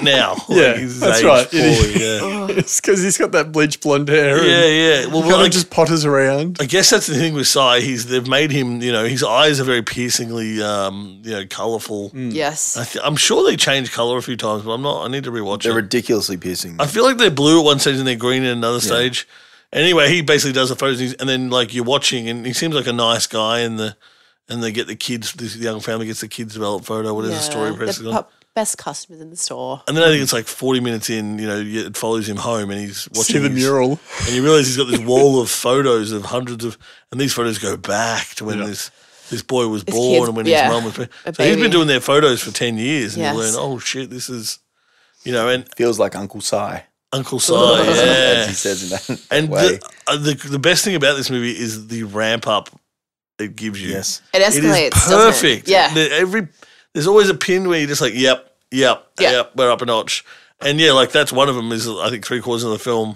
Speaker 3: now. Like,
Speaker 1: Yeah,
Speaker 3: he's
Speaker 1: that's
Speaker 3: aged
Speaker 1: right. It
Speaker 3: forward,
Speaker 1: is.
Speaker 3: yeah.
Speaker 1: (laughs) it's because he's got that bleach blonde hair.
Speaker 3: yeah,
Speaker 1: and
Speaker 3: yeah. Well,
Speaker 1: Kind
Speaker 3: well, I,
Speaker 1: of just potters around.
Speaker 3: I guess that's the thing with Sai. He's they've made him. You know, his eyes are very piercingly, um, you know, colorful.
Speaker 1: Hmm.
Speaker 3: I
Speaker 2: Yes.
Speaker 3: th- I'm sure they changed color a few times, but I'm not. I need to rewatch
Speaker 4: They're
Speaker 3: it.
Speaker 4: ridiculously piercing.
Speaker 3: I feel like they're blue at one stage and they're green at another stage. Anyway, he basically does the photos, and then like you're watching, and he seems like a nice guy, and the and they get the kids, this young family gets the kids developed photo, whatever the story
Speaker 2: They're
Speaker 3: press is on.
Speaker 2: pop- best customers in the store.
Speaker 3: And then I think it's like 40 minutes in, you know, you- it follows him home and he's watching
Speaker 1: See the
Speaker 3: his-
Speaker 1: mural.
Speaker 3: (laughs) And you realize he's got this wall of photos of hundreds of, and these photos go back to when this this boy was born
Speaker 2: kid's-
Speaker 3: and when
Speaker 2: yeah,
Speaker 3: his mum was. pre-
Speaker 2: a
Speaker 3: So he's
Speaker 2: baby.
Speaker 3: been doing their photos for 10 years and
Speaker 2: Yes.
Speaker 3: you learn, oh shit, this is, you know, and
Speaker 4: Feels like Uncle Si.
Speaker 3: Uncle
Speaker 2: (laughs)
Speaker 3: Si, yeah.
Speaker 4: As he says in that
Speaker 3: And
Speaker 4: way.
Speaker 3: the, uh, the, the best thing about this movie is the ramp up it gives you.
Speaker 4: yes.
Speaker 2: It
Speaker 3: It is
Speaker 2: escalates. doesn't it?
Speaker 3: perfect.
Speaker 2: Yeah.
Speaker 3: The- every there's always a pin where you're just like, yep, yep,
Speaker 2: Yeah.
Speaker 3: yep, we're up a notch. And yeah, like that's one of them is I think three quarters of the film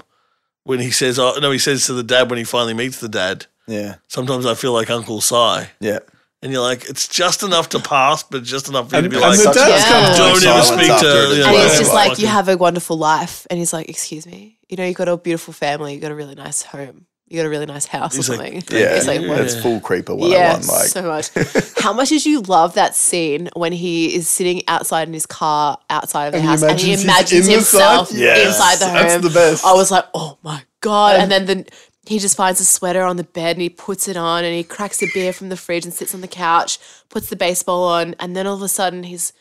Speaker 3: when he says, oh, no, he says to the dad when he finally meets the dad.
Speaker 4: Yeah.
Speaker 3: Sometimes I feel like Uncle Si,
Speaker 4: Yeah.
Speaker 3: and you're like, it's just enough to pass, but just enough for you
Speaker 1: And,
Speaker 3: to be
Speaker 1: and
Speaker 3: like,
Speaker 1: the
Speaker 4: such
Speaker 1: dad's
Speaker 2: a-
Speaker 1: kind of
Speaker 2: Yeah.
Speaker 1: like
Speaker 3: don't ever
Speaker 4: silence
Speaker 3: speak
Speaker 4: after it
Speaker 3: to.
Speaker 4: as
Speaker 3: You know,
Speaker 2: and
Speaker 4: well.
Speaker 2: he's just
Speaker 4: Yeah.
Speaker 2: like,
Speaker 3: fucking-
Speaker 2: you have a wonderful life. And he's like, excuse me, you know, you got a beautiful family, you got a really nice home, you got a really nice house or
Speaker 3: He's like,
Speaker 2: something.
Speaker 4: Yeah.
Speaker 2: It's like,
Speaker 3: Yeah.
Speaker 2: what?
Speaker 4: That's full creeper 101.
Speaker 2: Yeah,
Speaker 4: like,
Speaker 1: (laughs)
Speaker 2: so much. How much did you love that scene when he is sitting outside in his car outside of the
Speaker 1: And he
Speaker 2: house and he
Speaker 1: imagines he's in
Speaker 2: imagines
Speaker 1: the
Speaker 2: himself
Speaker 1: side? Yes,
Speaker 2: inside the home?
Speaker 4: that's the best.
Speaker 2: I was like, oh my god! And then the, he just finds a sweater on the bed and he puts it on and he cracks a beer from the fridge and sits on the couch, puts the baseball on, and then all of a sudden he's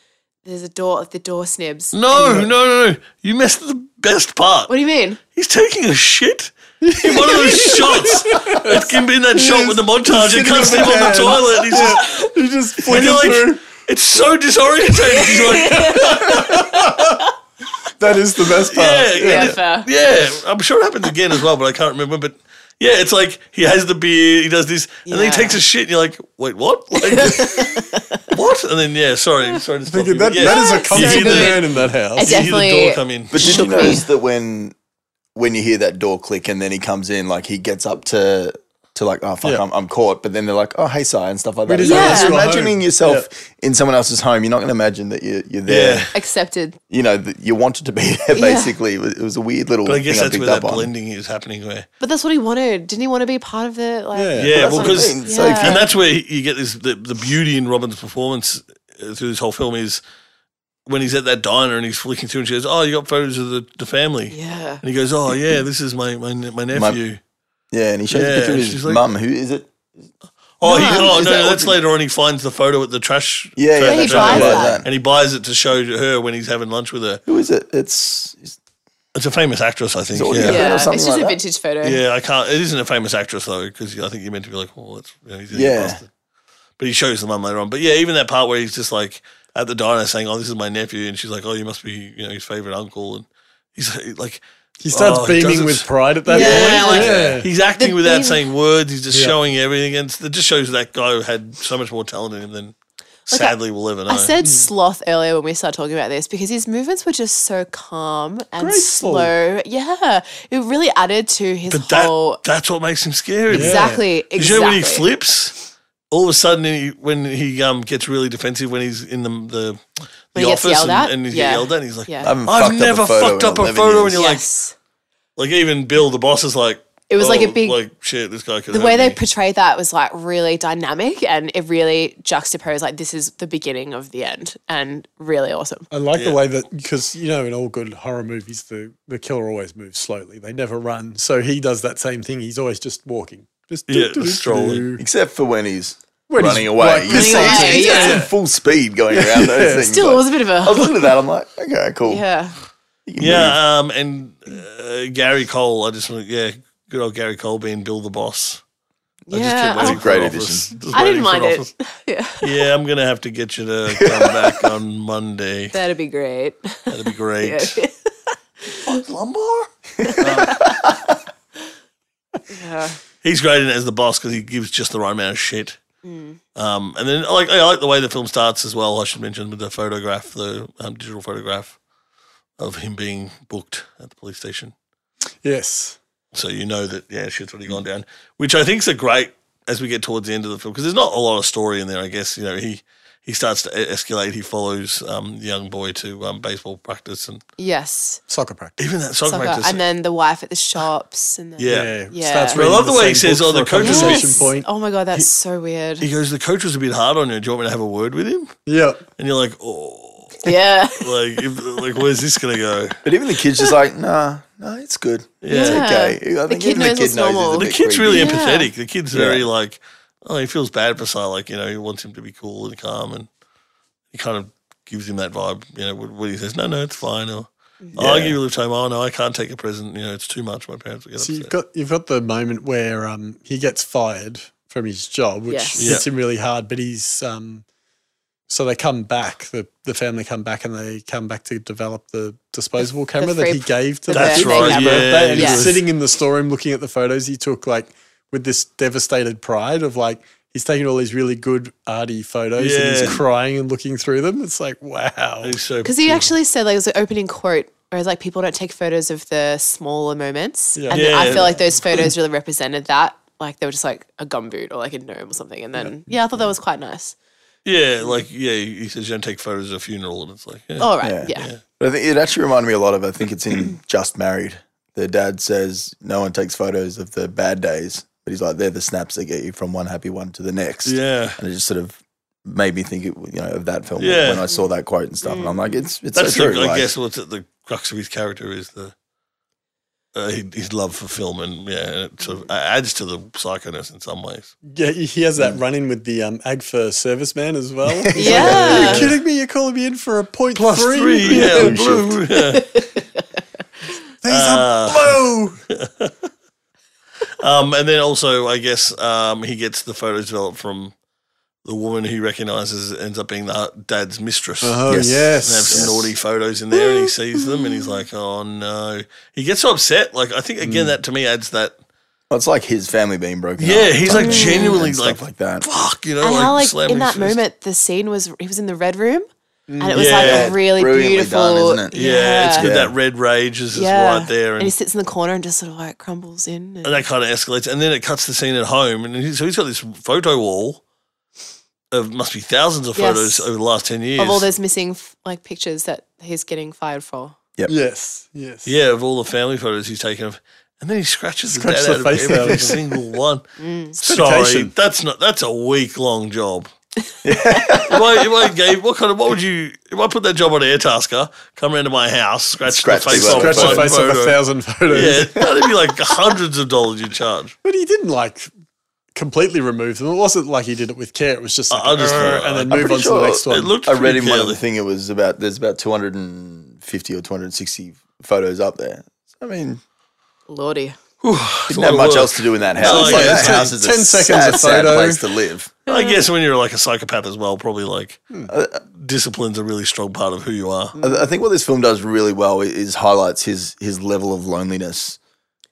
Speaker 2: there's a door. The door snibs.
Speaker 3: no, no, no, no, you missed the best part.
Speaker 2: What do you mean?
Speaker 3: He's taking a shit in one
Speaker 1: (laughs)
Speaker 3: of
Speaker 2: (laughs)
Speaker 3: those shots. It can be in that shot with the montage.
Speaker 1: sitting
Speaker 3: It cuts
Speaker 1: on
Speaker 3: him
Speaker 1: the
Speaker 3: on the
Speaker 1: bed.
Speaker 3: toilet. And he's just,
Speaker 1: you just
Speaker 3: and
Speaker 1: fling
Speaker 3: you're
Speaker 1: it
Speaker 3: like,
Speaker 1: through.
Speaker 3: it's so disorientating. He's
Speaker 2: (laughs)
Speaker 3: like,
Speaker 1: That is the best part.
Speaker 3: yeah,
Speaker 2: Yeah,
Speaker 3: yeah,
Speaker 2: fair.
Speaker 3: yeah. I'm sure it happens again as well, but I can't remember. But yeah, it's like he has the beer, he does this, and then
Speaker 2: Yeah.
Speaker 3: he takes a shit, and you're like, wait,
Speaker 2: (laughs)
Speaker 3: what? Like, what? And then yeah, sorry, sorry to stop you,
Speaker 1: Thinking that,
Speaker 3: but yeah,
Speaker 1: that is a
Speaker 3: you hear
Speaker 1: comforting
Speaker 3: the-
Speaker 1: man in that
Speaker 2: I
Speaker 1: house.
Speaker 3: you hear the door
Speaker 2: definitely.
Speaker 3: come in.
Speaker 4: But did you
Speaker 2: Shook me.
Speaker 4: notice that when when you hear that door click and then he comes in, like he gets up to to like, oh fuck,
Speaker 1: Yeah.
Speaker 4: I'm, I'm caught. But then they're like, oh hey, sir, and stuff like that.
Speaker 1: We
Speaker 4: It's
Speaker 1: didn't
Speaker 4: like,
Speaker 2: ask
Speaker 4: You're
Speaker 1: you at
Speaker 4: imagining
Speaker 1: home.
Speaker 4: yourself in someone else's home. You're not going to imagine that you're you're there.
Speaker 3: Yeah.
Speaker 2: Accepted.
Speaker 4: You know, that you wanted to be there. Basically, it, was, it was a weird little.
Speaker 3: But I guess
Speaker 4: thing
Speaker 3: that's
Speaker 4: I
Speaker 3: where
Speaker 4: picked
Speaker 3: that
Speaker 4: up on.
Speaker 3: blending is happening. Where
Speaker 2: But that's what he wanted. Didn't he want to be a part of the like?
Speaker 1: Yeah.
Speaker 3: yeah,
Speaker 4: That's
Speaker 3: well,
Speaker 4: what I
Speaker 3: because
Speaker 4: mean. So if
Speaker 2: Yeah.
Speaker 4: you-
Speaker 3: and that's where you get this the, the beauty in Robin's performance uh, through this whole film is when he's at that diner and he's flicking through and she goes, "Oh, you got photos of the, the family,"
Speaker 2: Yeah.
Speaker 3: and he goes, "Oh yeah, this is my my, ne- my nephew."
Speaker 4: yeah, and he shows
Speaker 3: Yeah,
Speaker 4: a picture of
Speaker 3: and
Speaker 4: his
Speaker 3: she's like-
Speaker 4: mum. Who is it?
Speaker 3: oh, he,
Speaker 2: No.
Speaker 3: oh
Speaker 4: Is
Speaker 3: no,
Speaker 4: that
Speaker 3: no,
Speaker 4: what
Speaker 3: that's
Speaker 4: the-
Speaker 3: later on. He finds the photo at the trash.
Speaker 4: Yeah,
Speaker 3: trash
Speaker 4: yeah,
Speaker 2: he
Speaker 4: that's
Speaker 2: buys
Speaker 4: right.
Speaker 2: that.
Speaker 4: Like
Speaker 3: and he buys it to show her when he's having lunch with her.
Speaker 4: Who is it? It's, it's
Speaker 3: It's a famous actress, I think.
Speaker 4: it
Speaker 3: Yeah.
Speaker 4: Audrey
Speaker 3: yeah.
Speaker 4: Hepburn or
Speaker 2: Yeah, it's
Speaker 4: something
Speaker 2: just
Speaker 4: like
Speaker 2: a
Speaker 4: that?
Speaker 2: vintage photo.
Speaker 3: I can't. It isn't a famous actress though, because I think you're meant to be like, "Oh, that's you know, he's a
Speaker 4: Yeah.
Speaker 3: bastard." But he shows the mum later on. But yeah, even that part where he's just like at the diner saying, "Oh, this is my nephew," and she's like, "Oh, you must be you know his favorite uncle," and he's like,
Speaker 1: He starts
Speaker 3: Oh, he
Speaker 1: beaming
Speaker 3: doesn't-
Speaker 1: with pride at that
Speaker 2: Yeah,
Speaker 1: point.
Speaker 2: like-
Speaker 1: yeah.
Speaker 3: He's acting
Speaker 2: The
Speaker 3: without
Speaker 2: thing-
Speaker 3: saying words. He's just
Speaker 1: Yeah.
Speaker 3: showing everything, and it just shows that guy had so much more talent in him than sadly we'll ever know.
Speaker 2: I said sloth earlier when we started talking about this because his movements were just so calm and
Speaker 1: Graceful.
Speaker 2: slow. Yeah, it really added to his
Speaker 3: but
Speaker 2: whole.
Speaker 3: that, that's what makes him scary. man.
Speaker 2: Exactly. Exactly.
Speaker 3: Did you know when he flips? All of a sudden, he, when he um, gets really defensive, when he's in the the, the
Speaker 2: he gets
Speaker 3: office and,
Speaker 2: yelled at?
Speaker 3: and he's
Speaker 2: Yeah.
Speaker 3: yelled at, he's like,
Speaker 2: Yeah.
Speaker 4: I haven't
Speaker 3: "I've
Speaker 4: fucked
Speaker 3: never
Speaker 4: up a photo
Speaker 3: fucked
Speaker 4: in
Speaker 3: up a
Speaker 4: 11
Speaker 3: photo,"
Speaker 4: years.
Speaker 3: and you're
Speaker 2: yes.
Speaker 3: like, like even Bill, the boss, is like,
Speaker 2: It was like a
Speaker 3: "Oh,
Speaker 2: big-
Speaker 3: like shit. This guy could
Speaker 2: the way they portrayed that was like really dynamic and it really juxtaposed like this is the beginning of the end and really awesome.
Speaker 1: I like the way that because you know in all good horror movies the the killer always moves slowly. They never run. So he does that same thing. He's always just walking. Just
Speaker 3: Yeah,
Speaker 1: do- do- do-
Speaker 3: strolling.
Speaker 1: do.
Speaker 4: except for when he's
Speaker 1: When he's
Speaker 4: running away.
Speaker 1: like
Speaker 4: you
Speaker 1: this
Speaker 4: see
Speaker 2: Running
Speaker 4: he's-
Speaker 2: away,
Speaker 4: he's
Speaker 2: yeah.
Speaker 4: at full speed going around those things.
Speaker 2: Still, it
Speaker 4: like-
Speaker 2: was a bit of
Speaker 4: I was
Speaker 2: a
Speaker 4: looking at that. I'm like, okay,
Speaker 2: (laughs)
Speaker 4: cool.
Speaker 2: yeah.
Speaker 4: You can move.
Speaker 3: Yeah, um, and uh, Gary Cole. I just want, yeah, good old Gary Cole being Bill the boss. I just
Speaker 2: Yeah,
Speaker 3: kept waiting
Speaker 2: I-
Speaker 3: for an
Speaker 4: Great
Speaker 3: office.
Speaker 4: addition.
Speaker 3: Just
Speaker 2: I
Speaker 3: waiting
Speaker 2: didn't
Speaker 3: for an
Speaker 2: mind it.
Speaker 3: office.
Speaker 2: (laughs) yeah,
Speaker 3: Yeah, I'm gonna have to get you to
Speaker 2: (laughs)
Speaker 3: come back on Monday.
Speaker 2: that'd be great. (laughs)
Speaker 3: That'd be great.
Speaker 2: Yeah.
Speaker 4: Lumbar?
Speaker 2: Yeah.
Speaker 3: He's great in it as the boss because he gives just the right amount of shit.
Speaker 2: Mm.
Speaker 3: Um, and then like I like the way the film starts as well. I should mention with the photograph, the um, digital photograph of him being booked at the police station.
Speaker 1: Yes.
Speaker 3: So you know that yeah, shit's already gone down, which I think's a great as we get towards the end of the film because there's not a lot of story in there. I guess you know he he starts to e- escalate. He follows um, the young boy to um, baseball practice and
Speaker 2: yes.
Speaker 1: Soccer practice.
Speaker 3: even that soccer,
Speaker 2: Soccer.
Speaker 3: practice.
Speaker 2: And then the wife at the shops and then
Speaker 3: yeah.
Speaker 2: Yeah.
Speaker 1: Starts
Speaker 2: But I
Speaker 1: reading
Speaker 3: love the way he
Speaker 1: same
Speaker 3: says,
Speaker 1: book
Speaker 3: "Oh,
Speaker 1: for
Speaker 3: the
Speaker 1: a
Speaker 3: coach is
Speaker 1: conversation
Speaker 2: Yes.
Speaker 1: point.
Speaker 2: Oh my god, that's so weird.
Speaker 3: He goes, the coach was a bit hard on you. Do you want me to have a word with him?
Speaker 1: Yeah.
Speaker 3: And you're like, oh,
Speaker 2: (laughs) Yeah.
Speaker 3: Like, if, like, where's this gonna go?
Speaker 4: But even the kid's just like, nah, nah, it's good. It's
Speaker 2: Yeah.
Speaker 4: okay. I
Speaker 2: The
Speaker 4: think
Speaker 2: kid
Speaker 4: even
Speaker 2: knows what's
Speaker 4: it's a
Speaker 2: normal.
Speaker 4: bit
Speaker 3: The kid's really
Speaker 4: creepy.
Speaker 2: Yeah.
Speaker 3: empathetic. The kid's very like, oh, he feels bad for Sai. Like, you know, he wants him to be cool and calm, and he kind of gives him that vibe. You know, when when he says, "No, no, it's fine," or "Oh, "I'll
Speaker 4: Yeah.
Speaker 3: give you a lift home." Oh no, I can't take a present. You know, it's too much. My parents will get
Speaker 1: So
Speaker 3: upset.
Speaker 1: you've got you've got the moment where um, he gets fired from his job, which
Speaker 2: Yes.
Speaker 3: Yeah.
Speaker 1: hits him really hard. But he's um, so they come back. The the family come back and they come back to develop the disposable camera that he
Speaker 2: free-
Speaker 1: gave to
Speaker 2: the
Speaker 1: them.
Speaker 2: That's birthday right, camera.
Speaker 1: Birthday, and
Speaker 2: yeah.
Speaker 1: he's sitting in the storeroom looking at the photos he took, like with this devastated pride of like. He's taking all these really good arty photos and
Speaker 3: Yeah.
Speaker 1: he's crying and looking through them. It's like, wow.
Speaker 3: He's (laughs) so
Speaker 2: Because he actually said, like, it was the opening quote where it's like, people don't take photos of the smaller moments. And I
Speaker 3: Yeah.
Speaker 2: feel like those photos really represented that. Like, they were just like a gumboot or like a gnome or something. And then, yeah, I thought that was quite nice.
Speaker 3: yeah, like yeah. He says, "You don't take photos of a funeral," and it's like, yeah.
Speaker 2: All right. Yeah.
Speaker 4: But I think it actually reminded me a lot of. I think it's in Just Married. The dad says no one takes photos of the bad days, but he's like they're the snaps that get you from one happy one to the next.
Speaker 3: yeah.
Speaker 4: and it just sort of made me think it, you know of that film
Speaker 3: Yeah.
Speaker 4: when I saw that quote and stuff. And I'm like, it's it's
Speaker 3: That's
Speaker 4: so
Speaker 3: the,
Speaker 4: true.
Speaker 3: I
Speaker 4: like-
Speaker 3: guess what's at the crux of his character is the uh, his his love for film, and yeah, and it sort of adds to the psychoness in some ways.
Speaker 1: Yeah, he has that run in with the um, AGFA serviceman as
Speaker 3: (laughs)
Speaker 1: well. He's like,
Speaker 2: Yeah.
Speaker 1: Are you kidding me? You're calling me in for a point
Speaker 3: Plus
Speaker 1: three? (laughs)
Speaker 3: three, yeah,
Speaker 1: Yeah.
Speaker 3: blue, yeah. (laughs)
Speaker 1: These
Speaker 3: Uh,
Speaker 1: are
Speaker 3: (laughs)
Speaker 1: blue.
Speaker 3: Um, and then also, I guess um, he gets the photos developed from the woman he recognizes ends up being the dad's mistress.
Speaker 1: Oh, yes.
Speaker 4: Yes.
Speaker 3: And they have some naughty photos in there, and he sees them, and he's like,
Speaker 2: (laughs)
Speaker 3: "Oh no!" He gets so upset. Like I think
Speaker 2: Mm.
Speaker 3: again, that to me adds that.
Speaker 4: Well, it's like his family being broken.
Speaker 3: Yeah,
Speaker 4: up,
Speaker 3: he's like
Speaker 4: and
Speaker 3: genuinely
Speaker 4: stuff
Speaker 3: like,
Speaker 4: like that.
Speaker 3: Fuck, you know,
Speaker 2: And how,
Speaker 3: like,
Speaker 2: like,
Speaker 3: slamming
Speaker 2: in that
Speaker 3: his fist.
Speaker 2: moment, the scene was, he was in the red room and it was like
Speaker 3: Yeah.
Speaker 2: a really
Speaker 4: Brilliantly
Speaker 2: beautiful.
Speaker 4: done, isn't it?
Speaker 3: Yeah, it's good
Speaker 4: Yeah.
Speaker 3: that red rage is, is
Speaker 2: Yeah.
Speaker 3: right there, and,
Speaker 2: And he sits in the corner and just sort of like crumbles in. and-
Speaker 3: and that kind of escalates. And then it cuts the scene at home, and he, so he's got this photo wall of must be thousands of
Speaker 2: Yes.
Speaker 3: photos over the last ten years
Speaker 2: of all those missing f- like pictures that he's getting fired for.
Speaker 1: Yes, yes.
Speaker 3: Yeah, of all the family photos he's taken of, and then he scratches the
Speaker 1: Scratch
Speaker 3: dad
Speaker 1: the
Speaker 3: out of
Speaker 1: face
Speaker 3: every
Speaker 1: out of them.
Speaker 3: single one. Sorry,
Speaker 1: dedication.
Speaker 3: that's not that's a week long
Speaker 4: (laughs)
Speaker 3: job. if, I, if I gave what kind of what would you if I put that job on Airtasker, come round to my house, scratch,
Speaker 4: Scratch
Speaker 3: the
Speaker 4: the
Speaker 3: face
Speaker 4: photo.
Speaker 3: off,
Speaker 1: Scratch
Speaker 3: one
Speaker 1: the face of a
Speaker 3: photo.
Speaker 1: thousand photos.
Speaker 3: Yeah, that'd be like hundreds of dollars you charge.
Speaker 1: But he didn't like completely remove them. It wasn't like he did it with care. It was just like,
Speaker 3: I just thought-
Speaker 1: "Arr," and then move on
Speaker 4: I'm pretty
Speaker 1: to the
Speaker 4: sure
Speaker 1: next
Speaker 3: It
Speaker 1: one.
Speaker 3: looked.
Speaker 4: I read
Speaker 3: pretty
Speaker 4: in one other
Speaker 3: careless.
Speaker 4: thing. It was about there's about 250 or 260 photos up there. So, I mean,
Speaker 2: Lordy.
Speaker 3: It's a
Speaker 4: didn't
Speaker 3: lot
Speaker 4: have
Speaker 3: of
Speaker 4: much
Speaker 3: work.
Speaker 4: else to do in that house.
Speaker 3: No,
Speaker 4: It's like,
Speaker 3: yeah,
Speaker 4: that
Speaker 3: ten-
Speaker 4: house is a
Speaker 1: 10 seconds
Speaker 4: sad,
Speaker 1: a
Speaker 4: sad
Speaker 1: photo.
Speaker 4: place to live.
Speaker 3: I guess when you're like a psychopath as well, probably like
Speaker 4: Hmm.
Speaker 3: uh, discipline's a really strong part of who you are.
Speaker 4: I I think what this film does really well i- is highlights his his level of loneliness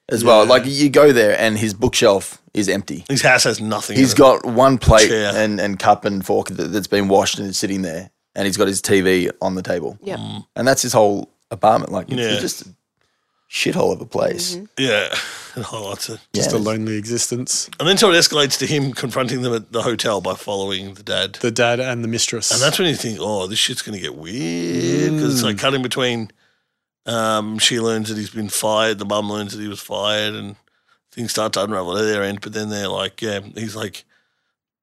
Speaker 4: as well. Like you go there and his bookshelf is empty.
Speaker 3: His house has nothing.
Speaker 4: He's
Speaker 3: in it.
Speaker 4: got one plate
Speaker 3: Chair.
Speaker 4: and, and cup and fork that, that's been washed and is sitting there, and he's got his TV on the table.
Speaker 2: Yeah.
Speaker 4: and that's his whole apartment. Like it's
Speaker 3: Yeah.
Speaker 4: just a shithole of a place.
Speaker 3: yeah, (laughs) it highlights it.
Speaker 1: Just a
Speaker 4: Yeah.
Speaker 1: lonely existence.
Speaker 3: And then so it escalates to him confronting them at the hotel by following the dad.
Speaker 1: The dad and the mistress.
Speaker 3: And that's when you think, oh, this shit's going to get weird. Because
Speaker 4: Mm.
Speaker 3: it's like cutting between um, she learns that he's been fired, the mum learns that he was fired, and things start to unravel at their end. But then they're like, yeah, he's like,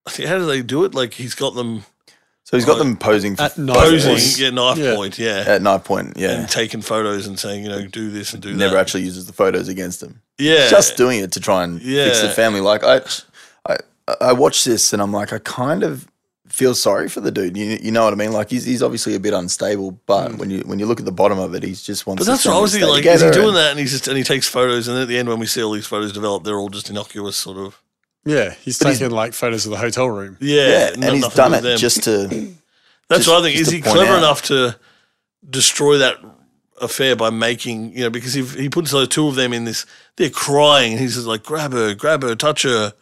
Speaker 3: I think, how do they do it? Like, he's got them
Speaker 4: So he's got them posing for
Speaker 1: At night.
Speaker 4: both
Speaker 1: Posing.
Speaker 4: points.
Speaker 3: posing, yeah, knife
Speaker 1: Yeah.
Speaker 3: point, yeah.
Speaker 4: at night point. Yeah,
Speaker 3: And taking photos and saying, you know, do this and do
Speaker 4: never
Speaker 3: that.
Speaker 4: actually uses the photos against him.
Speaker 3: yeah.
Speaker 4: Just doing it to try and fix the
Speaker 3: Yeah.
Speaker 4: family. Like I, I, I watch this and I'm like, I kind of feel sorry for the dude. You, you know what I mean? Like he's, he's obviously a bit unstable, but when you when you look at the bottom of it, he's just wants.
Speaker 3: Hmm. But
Speaker 4: his
Speaker 3: that's what I
Speaker 4: family
Speaker 3: was
Speaker 4: to
Speaker 3: thinking.
Speaker 4: stay
Speaker 3: Like, is he
Speaker 4: together
Speaker 3: doing
Speaker 4: and-
Speaker 3: that? And he's just and he takes photos, and then at the end, when we see all these photos develop, they're all just innocuous, sort of.
Speaker 1: yeah, he's
Speaker 4: But he's-
Speaker 1: taking like photos of the hotel room.
Speaker 3: Yeah,
Speaker 4: Yeah,
Speaker 3: no-
Speaker 4: and he's
Speaker 3: nothing
Speaker 4: done
Speaker 3: with
Speaker 4: it
Speaker 3: them. (laughs)
Speaker 4: just to.
Speaker 3: That's
Speaker 4: just-
Speaker 3: what I think. Is
Speaker 4: just to
Speaker 3: he
Speaker 4: point
Speaker 3: clever
Speaker 4: out.
Speaker 3: enough to destroy that affair by making you know because if he puts those two of them in this, they're crying, and he's just like grab her, grab her, touch her,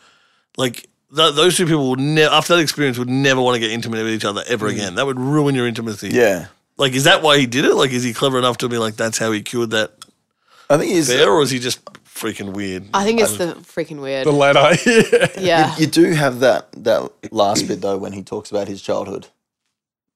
Speaker 3: like. tho- those two people would never, after that experience, would never want to get intimate with each other ever again. That would ruin your intimacy.
Speaker 4: Mm. Yeah,
Speaker 3: Like, is that why he did it? Like, is he clever enough to be like, that's how he cured that
Speaker 4: I think he's.
Speaker 3: affair, or is he just freaking weird?
Speaker 2: I think it's the freaking weird.
Speaker 1: The latter. (laughs) yeah.
Speaker 2: yeah.
Speaker 4: (laughs) You do have that that last bit though when he talks about his childhood.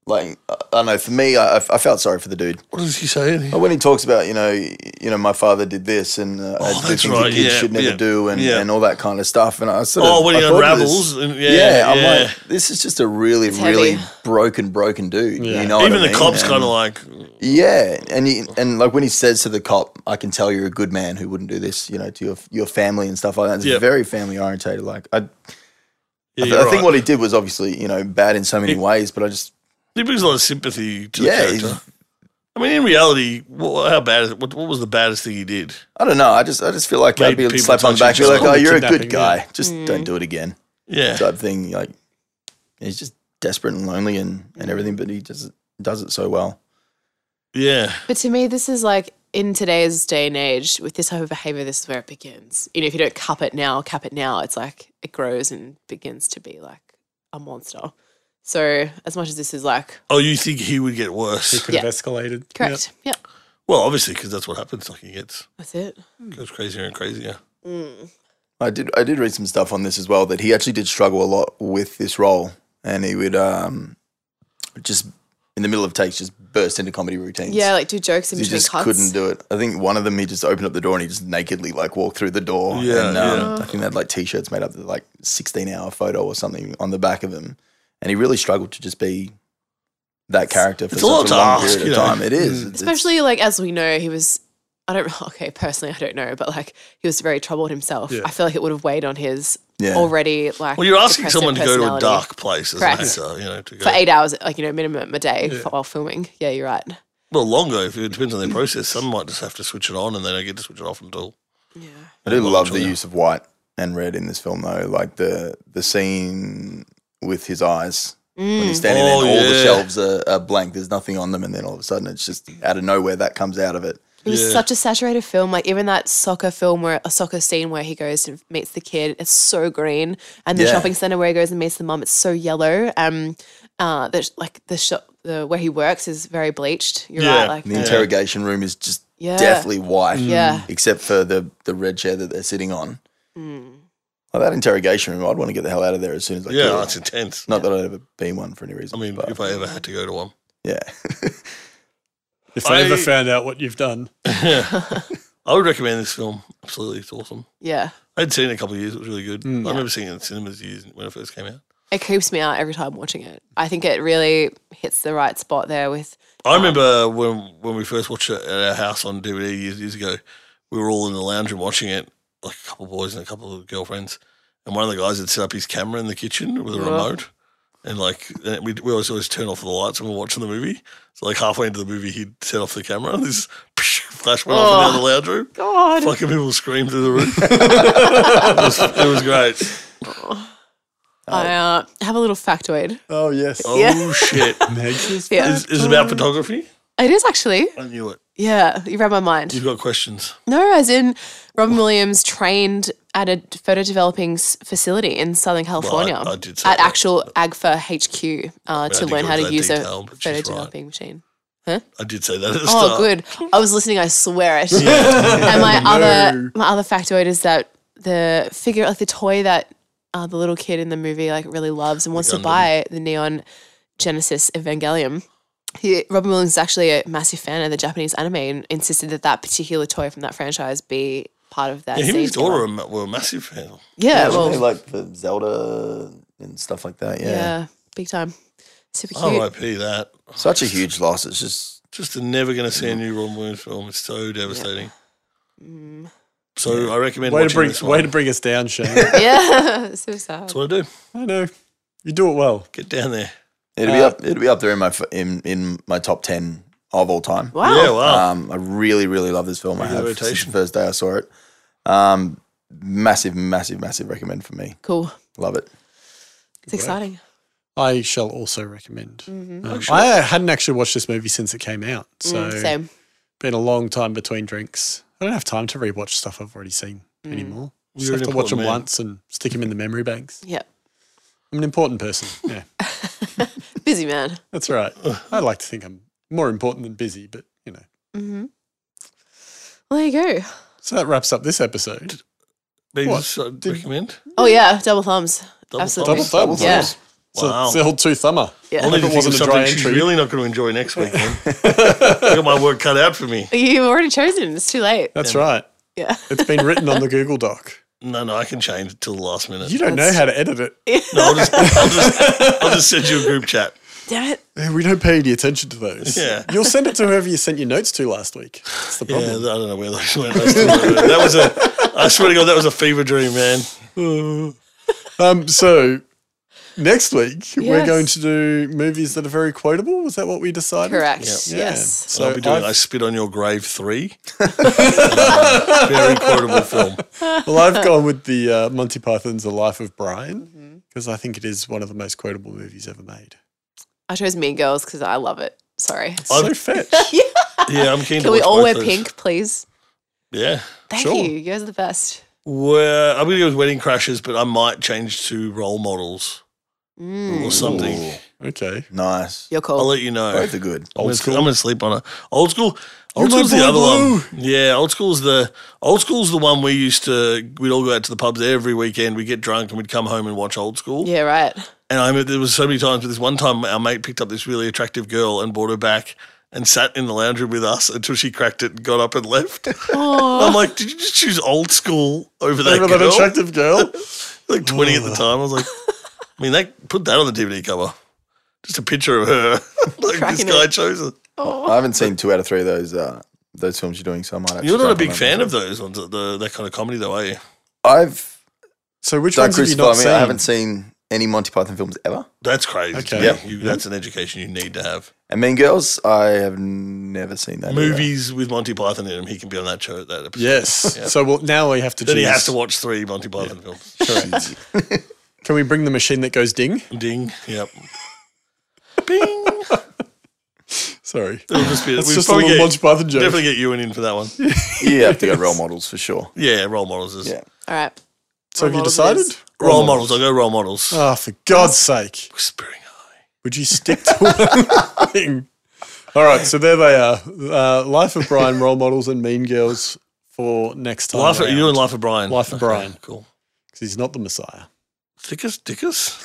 Speaker 4: like I don't know. For me, I, I felt sorry for the dude.
Speaker 3: What does he Oh, say? in here?
Speaker 4: But when he talks about you know you know my father did this and uh, I did
Speaker 3: Oh, that's
Speaker 4: things that
Speaker 3: right,
Speaker 4: kids
Speaker 3: yeah,
Speaker 4: should never
Speaker 3: yeah,
Speaker 4: do and,
Speaker 3: yeah.
Speaker 4: and all that kind of stuff and I sort of
Speaker 3: Oh, when
Speaker 4: I
Speaker 3: he
Speaker 4: thought of this-
Speaker 3: unravels. and- yeah,
Speaker 4: yeah,
Speaker 3: yeah.
Speaker 4: I'm like this is just a really
Speaker 2: heavy.
Speaker 4: really broken broken dude
Speaker 1: Yeah.
Speaker 4: you know what
Speaker 3: Even
Speaker 4: I
Speaker 3: the
Speaker 4: mean?
Speaker 3: cops
Speaker 4: And-
Speaker 3: kind of like,
Speaker 4: yeah and he, and like when he says to the cop I can tell you're a good man who wouldn't do this you know to your your family and stuff like that it's
Speaker 3: Yep.
Speaker 4: very family orientated like I
Speaker 3: yeah,
Speaker 4: I,
Speaker 3: you're
Speaker 4: I think
Speaker 3: right.
Speaker 4: what he did was obviously you know bad in so many
Speaker 3: It-
Speaker 4: ways but I just
Speaker 3: he brings a lot of sympathy to
Speaker 4: Yeah,
Speaker 3: the
Speaker 4: he's-
Speaker 3: character. I mean, in reality, wha how bad is it? What, what was the baddest thing he did?
Speaker 4: I don't know I just I just feel like
Speaker 3: Made
Speaker 4: I'd be
Speaker 3: people
Speaker 4: slapped on the
Speaker 3: touch
Speaker 4: back
Speaker 3: each
Speaker 4: be like
Speaker 3: other.
Speaker 4: oh you're a
Speaker 1: Kidnapping,
Speaker 4: good
Speaker 1: yeah.
Speaker 4: guy just don't do it again
Speaker 3: Yeah.
Speaker 4: type thing. Like he's just desperate and lonely and, and everything, but he just does it so well.
Speaker 3: Yeah.
Speaker 2: But to me, this is like in today's day and age, with this type of behavior, this is where it begins. You know, if you don't cup it now, cap it now, it's like it grows and begins to be like a monster. So, as much as this is like
Speaker 3: Oh, you think he would get
Speaker 1: He
Speaker 3: worse?
Speaker 1: could have escalated. Yeah.
Speaker 2: correct, yeah,
Speaker 3: Well, obviously, because that's what happens. Like he gets
Speaker 2: that's it.
Speaker 4: Hmm.
Speaker 3: goes crazier and crazier.
Speaker 4: I did I did read some stuff on this as well that he actually did struggle a lot with this role, and he would um just in the middle of takes just burst into comedy routines.
Speaker 2: Yeah, like do jokes in
Speaker 4: He
Speaker 2: between
Speaker 4: just
Speaker 2: cuts.
Speaker 4: couldn't do it. I think one of them, he just opened up the door and he just nakedly like walked through the door.
Speaker 3: Yeah,
Speaker 4: and, um,
Speaker 3: yeah.
Speaker 4: I think they had like t-shirts made up with like sixteen hour photo or something on the back of him, and he really struggled to just be that character for
Speaker 3: it's a
Speaker 4: such a long
Speaker 3: lot to ask,
Speaker 4: period of
Speaker 3: you know.
Speaker 4: time. It is, It's- it's-
Speaker 2: Especially like as we know, he was. I don't. (laughs) Okay, personally, I don't know, but like he was very troubled himself. I feel like it would have weighed on his
Speaker 4: Yeah.
Speaker 2: already like.
Speaker 3: Well, you're asking
Speaker 2: depressive
Speaker 3: someone to go to a
Speaker 2: personality
Speaker 3: dark place as an
Speaker 2: Correct.
Speaker 3: actor, you know, to go
Speaker 2: for eight hours, like you know, minimum a day for- while filming. Yeah, you're right.
Speaker 3: well longer. If it depends on their process, some might just have to switch it on, and they don't get to switch it off until
Speaker 2: Yeah.
Speaker 4: I do
Speaker 3: Well,
Speaker 4: love
Speaker 3: true.
Speaker 4: the use of white and red in this film, though. Like the the scene with his eyes
Speaker 2: Mm.
Speaker 4: when he's standing
Speaker 3: Oh,
Speaker 4: there, and all
Speaker 3: yeah.
Speaker 4: the shelves are, are blank. There's nothing on them, and then all of a sudden, it's just out of nowhere that comes out of it.
Speaker 2: It was
Speaker 3: Yeah.
Speaker 2: such a saturated film. Like even that soccer film where a soccer scene where he goes and meets the kid, it's so green. And the
Speaker 4: Yeah.
Speaker 2: shopping center where he goes and meets the mum, it's so yellow. Um, uh, the, sh- like the shop, the where he works is very bleached. You're
Speaker 3: Yeah.
Speaker 2: right. Like uh,
Speaker 4: And the interrogation room is just
Speaker 2: Yeah.
Speaker 4: deathly white,
Speaker 2: Yeah.
Speaker 4: except for the the red chair that they're sitting on.
Speaker 2: Mm.
Speaker 4: Like that interrogation room, I'd want to get the hell out of there as soon as I
Speaker 3: yeah,
Speaker 4: could.
Speaker 3: it's intense.
Speaker 4: Not that I'd ever been one for any reason.
Speaker 3: I mean,
Speaker 4: but
Speaker 3: if I ever had to go to
Speaker 2: (laughs)
Speaker 3: one, (laughs)
Speaker 4: yeah,
Speaker 1: If they ever
Speaker 3: I-
Speaker 1: found out what you've done,
Speaker 3: I would recommend this film. Absolutely, it's awesome.
Speaker 2: yeah,
Speaker 3: I'd seen it a couple of years. It was really good.
Speaker 4: Hmm.
Speaker 3: I remember seeing it in cinemas years when it first came out.
Speaker 2: it creeps me out every time watching it. I think it really hits the right spot there with
Speaker 3: I remember when when we first watched it at our house on DVD years, years ago, we were all in the lounge room watching it, like a couple of boys and a couple of girlfriends, and one of the guys had set up his camera in the kitchen with a remote, and like and we we always always turn off the lights when we're watching the movie. So like halfway into the movie, he'd set off the camera, and this (laughs) flash went off
Speaker 2: Oh.
Speaker 3: in the other lounge room.
Speaker 2: God.
Speaker 3: Fucking people screamed through the
Speaker 2: (laughs)
Speaker 3: roof. it, was, it was great.
Speaker 2: I uh, have a little factoid.
Speaker 1: oh yes,
Speaker 3: Oh
Speaker 2: (laughs) Yeah.
Speaker 3: shit! (laughs)
Speaker 2: Yeah,
Speaker 3: Is, is it about photography?
Speaker 2: it is actually.
Speaker 3: I knew it.
Speaker 2: Yeah, you read my mind.
Speaker 3: You've got questions.
Speaker 2: No, as in Robin Williams trained at a photo developing s- facility in Southern California
Speaker 3: I did say
Speaker 2: at
Speaker 3: that.
Speaker 2: actual AGFA HQ uh, to
Speaker 3: didn't
Speaker 2: learn
Speaker 3: go
Speaker 2: how
Speaker 3: into
Speaker 2: to
Speaker 3: that
Speaker 2: use
Speaker 3: detail,
Speaker 2: a
Speaker 3: but she's
Speaker 2: photo
Speaker 3: right.
Speaker 2: developing machine.
Speaker 3: I did say that at the
Speaker 2: Oh,
Speaker 3: start.
Speaker 2: good. I was listening. I swear it. and
Speaker 1: (laughs)
Speaker 3: (laughs)
Speaker 2: my other my other factoid is that the figure, like the toy that uh, the little kid in the movie like really loves and wants to
Speaker 3: Gundam.
Speaker 2: buy, the neon Genesis Evangelium. He, Robin Williams is actually a massive fan of the Japanese anime and insisted that that particular toy from that franchise be part of that.
Speaker 3: Yeah, him and
Speaker 2: scene
Speaker 3: his
Speaker 2: together.
Speaker 3: daughter are ma- were a massive fan.
Speaker 4: (laughs)
Speaker 2: Yeah, well,
Speaker 4: Especially, like the Zelda and stuff like that.
Speaker 2: yeah.
Speaker 4: yeah,
Speaker 2: big time. Super
Speaker 3: Oh,
Speaker 2: cute.
Speaker 3: R.I.P. That.
Speaker 4: such a huge loss. It's just
Speaker 3: Just never going to see a new Robin Williams film. It's so devastating.
Speaker 2: Mm.
Speaker 3: So I recommend
Speaker 1: way to
Speaker 3: watching
Speaker 1: bring
Speaker 3: this one.
Speaker 1: way to bring us down, Shane.
Speaker 3: (laughs)
Speaker 2: Yeah, (laughs) so sad.
Speaker 3: That's what I do.
Speaker 1: I know you do it well.
Speaker 3: Get down there.
Speaker 4: It'd be up. It'd be up there in my f- in in my top ten of all time.
Speaker 2: Wow.
Speaker 3: Yeah,
Speaker 1: Uh,
Speaker 3: wow.
Speaker 4: Um, I really, really love this film. I
Speaker 3: Regular
Speaker 4: have since
Speaker 3: rotation.
Speaker 4: the first day I saw it. Um, massive, massive, massive recommend for me.
Speaker 2: Cool.
Speaker 4: Love it.
Speaker 2: It's exciting. Mm-hmm.
Speaker 1: I shall also recommend.
Speaker 3: Mm-hmm.
Speaker 1: Um, I hadn't actually watched this movie since it came out, so
Speaker 2: Mm, same.
Speaker 1: been a long time between drinks. I don't have time to rewatch stuff I've already seen anymore. Just
Speaker 3: Hmm. You're
Speaker 1: have
Speaker 3: an
Speaker 1: to watch them
Speaker 3: important man.
Speaker 1: once and stick them in the memory banks.
Speaker 2: Yep.
Speaker 1: I'm an important
Speaker 3: (laughs)
Speaker 1: person. Yeah,
Speaker 2: Busy man.
Speaker 1: that's right. I like to think I'm more important than busy, but you know.
Speaker 2: Mm-hmm. Well, there you go.
Speaker 1: So that wraps up this episode.
Speaker 3: Beans,
Speaker 1: What?
Speaker 3: I recommend.
Speaker 2: Oh yeah, double thumbs.
Speaker 3: Double
Speaker 2: Absolutely.
Speaker 1: Double thumbs.
Speaker 2: Yeah.
Speaker 1: So
Speaker 3: Wow.
Speaker 1: it's the old two thumber.
Speaker 2: Yeah.
Speaker 1: Only
Speaker 3: Only
Speaker 1: if
Speaker 3: to
Speaker 1: it
Speaker 3: think of
Speaker 1: wasn't a dry
Speaker 3: something she's
Speaker 1: entry.
Speaker 3: really not going to enjoy next
Speaker 1: (laughs)
Speaker 3: week. man. I got my work cut out for me.
Speaker 2: You've already chosen. It's too late.
Speaker 1: That's right.
Speaker 2: Yeah.
Speaker 1: It's been written
Speaker 3: (laughs)
Speaker 1: on the Google Doc.
Speaker 3: No, no, I can change it till the last minute.
Speaker 1: You don't know how to edit it.
Speaker 3: No, I'll just, I'll just, I'll just send you a group chat.
Speaker 2: Damn it.
Speaker 1: Yeah, We don't pay any attention to those.
Speaker 3: Yeah.
Speaker 1: You'll send it to whoever you sent your notes to last week. That's the
Speaker 3: Yeah, I
Speaker 1: problem.
Speaker 3: don't know where those (laughs) went. Those two were. That was a. I swear to God, that was a fever dream, man.
Speaker 1: Um, so next week we're
Speaker 2: Yes.
Speaker 1: going to do movies that are very quotable. Is that what we decided?
Speaker 2: Correct.
Speaker 1: Yeah.
Speaker 2: Yes.
Speaker 1: So
Speaker 3: I'll be doing
Speaker 1: I've-
Speaker 3: I Spit on Your Grave
Speaker 1: (laughs)
Speaker 3: 3. Very quotable film.
Speaker 1: well, I've gone with the
Speaker 2: (laughs)
Speaker 1: uh, Monty Python's The Life of
Speaker 2: Mm-hmm.
Speaker 1: Brian because I think it is one of the most quotable movies ever made.
Speaker 2: I chose Mean Girls because I love it. Sorry.
Speaker 1: It's so
Speaker 2: (laughs)
Speaker 1: fetch.
Speaker 3: Yeah, I'm keen to
Speaker 2: Can we
Speaker 3: watch
Speaker 2: all
Speaker 3: both
Speaker 2: wear
Speaker 3: those.
Speaker 2: pink, please?
Speaker 3: Yeah.
Speaker 2: Thank
Speaker 1: Sure.
Speaker 2: you. You guys are the best.
Speaker 3: Well, I'm going to go with Wedding Crashes, but I might change to Role Models
Speaker 2: Mm,
Speaker 3: or something.
Speaker 4: Ooh,
Speaker 1: okay.
Speaker 4: nice.
Speaker 2: you're
Speaker 3: I'll
Speaker 2: cool.
Speaker 3: let you know.
Speaker 4: Both are good.
Speaker 3: I'm
Speaker 1: Old
Speaker 3: gonna-
Speaker 1: school.
Speaker 3: I'm going to sleep on it. Old school. Old
Speaker 1: You
Speaker 3: school's
Speaker 1: love
Speaker 3: the other
Speaker 1: Blue
Speaker 3: one. Yeah, old school's the old school's the one we used to. We'd all go out to the pubs every weekend. We'd get drunk and we'd come home and watch old school.
Speaker 2: Yeah, right.
Speaker 3: And I remember there was so many times. But this one time, our mate picked up this really attractive girl and brought her back and sat in the lounge room with us until she cracked it and got up and left. I'm like, did you just choose old school over that
Speaker 1: Remember
Speaker 3: girl?
Speaker 1: that attractive girl?
Speaker 3: like 20 at the time. I was like, I mean, that put that on the DVD cover. Just a picture of her. (laughs) like this
Speaker 2: Cracking
Speaker 3: guy
Speaker 2: it.
Speaker 3: chose her.
Speaker 4: I haven't seen two out of three of those uh, those films you're doing, so I might. Actually
Speaker 3: You're not a
Speaker 4: jump
Speaker 3: big
Speaker 4: on
Speaker 3: fan
Speaker 4: those.
Speaker 3: of those ones, the, that kind of comedy, though, are you?
Speaker 4: I've
Speaker 1: So which
Speaker 4: don't
Speaker 1: ones have you
Speaker 4: crucify
Speaker 1: not
Speaker 4: me.
Speaker 1: seen?
Speaker 4: I haven't seen any Monty Python films ever.
Speaker 3: That's crazy.
Speaker 1: Okay.
Speaker 3: Okay.
Speaker 1: Yep.
Speaker 3: You, that's an education you need to have.
Speaker 4: And Mean Girls, I have never seen that. either.
Speaker 3: Movies with Monty Python in them, he can be on that show, that episode. (laughs)
Speaker 1: Yes. So well, now we have to.
Speaker 3: Then he
Speaker 1: choose.
Speaker 3: has to watch three Monty Python films.
Speaker 1: Correct. (laughs) Can we bring the machine that goes ding?
Speaker 3: Ding.
Speaker 1: (laughs)
Speaker 3: Yep. Bing.
Speaker 1: Sorry.
Speaker 3: It'll just be,
Speaker 1: It's
Speaker 3: we'll
Speaker 1: just a
Speaker 3: probably
Speaker 1: little
Speaker 3: get-
Speaker 1: Monty Python joke.
Speaker 3: Definitely get Ewan in
Speaker 1: (laughs)
Speaker 3: for that one.
Speaker 4: You have to go role models for sure.
Speaker 3: Yeah, role models. Is,
Speaker 4: Yeah.
Speaker 2: All right.
Speaker 1: So have you
Speaker 2: Role models.
Speaker 1: decided?
Speaker 3: Role, models. I'll go role models.
Speaker 1: Oh, for God's sake.
Speaker 3: Whispering Eye.
Speaker 1: Would you stick to (laughs) one thing? All right, so there they are. Uh, Life of Brian, Role Models, and Mean Girls for next time.
Speaker 3: Life of,
Speaker 1: around,
Speaker 3: you and Life of Brian.
Speaker 1: Oh, Life of
Speaker 3: Okay,
Speaker 1: Brian.
Speaker 3: Cool.
Speaker 1: 'cause he's not the Messiah.
Speaker 3: Thickest Dickus?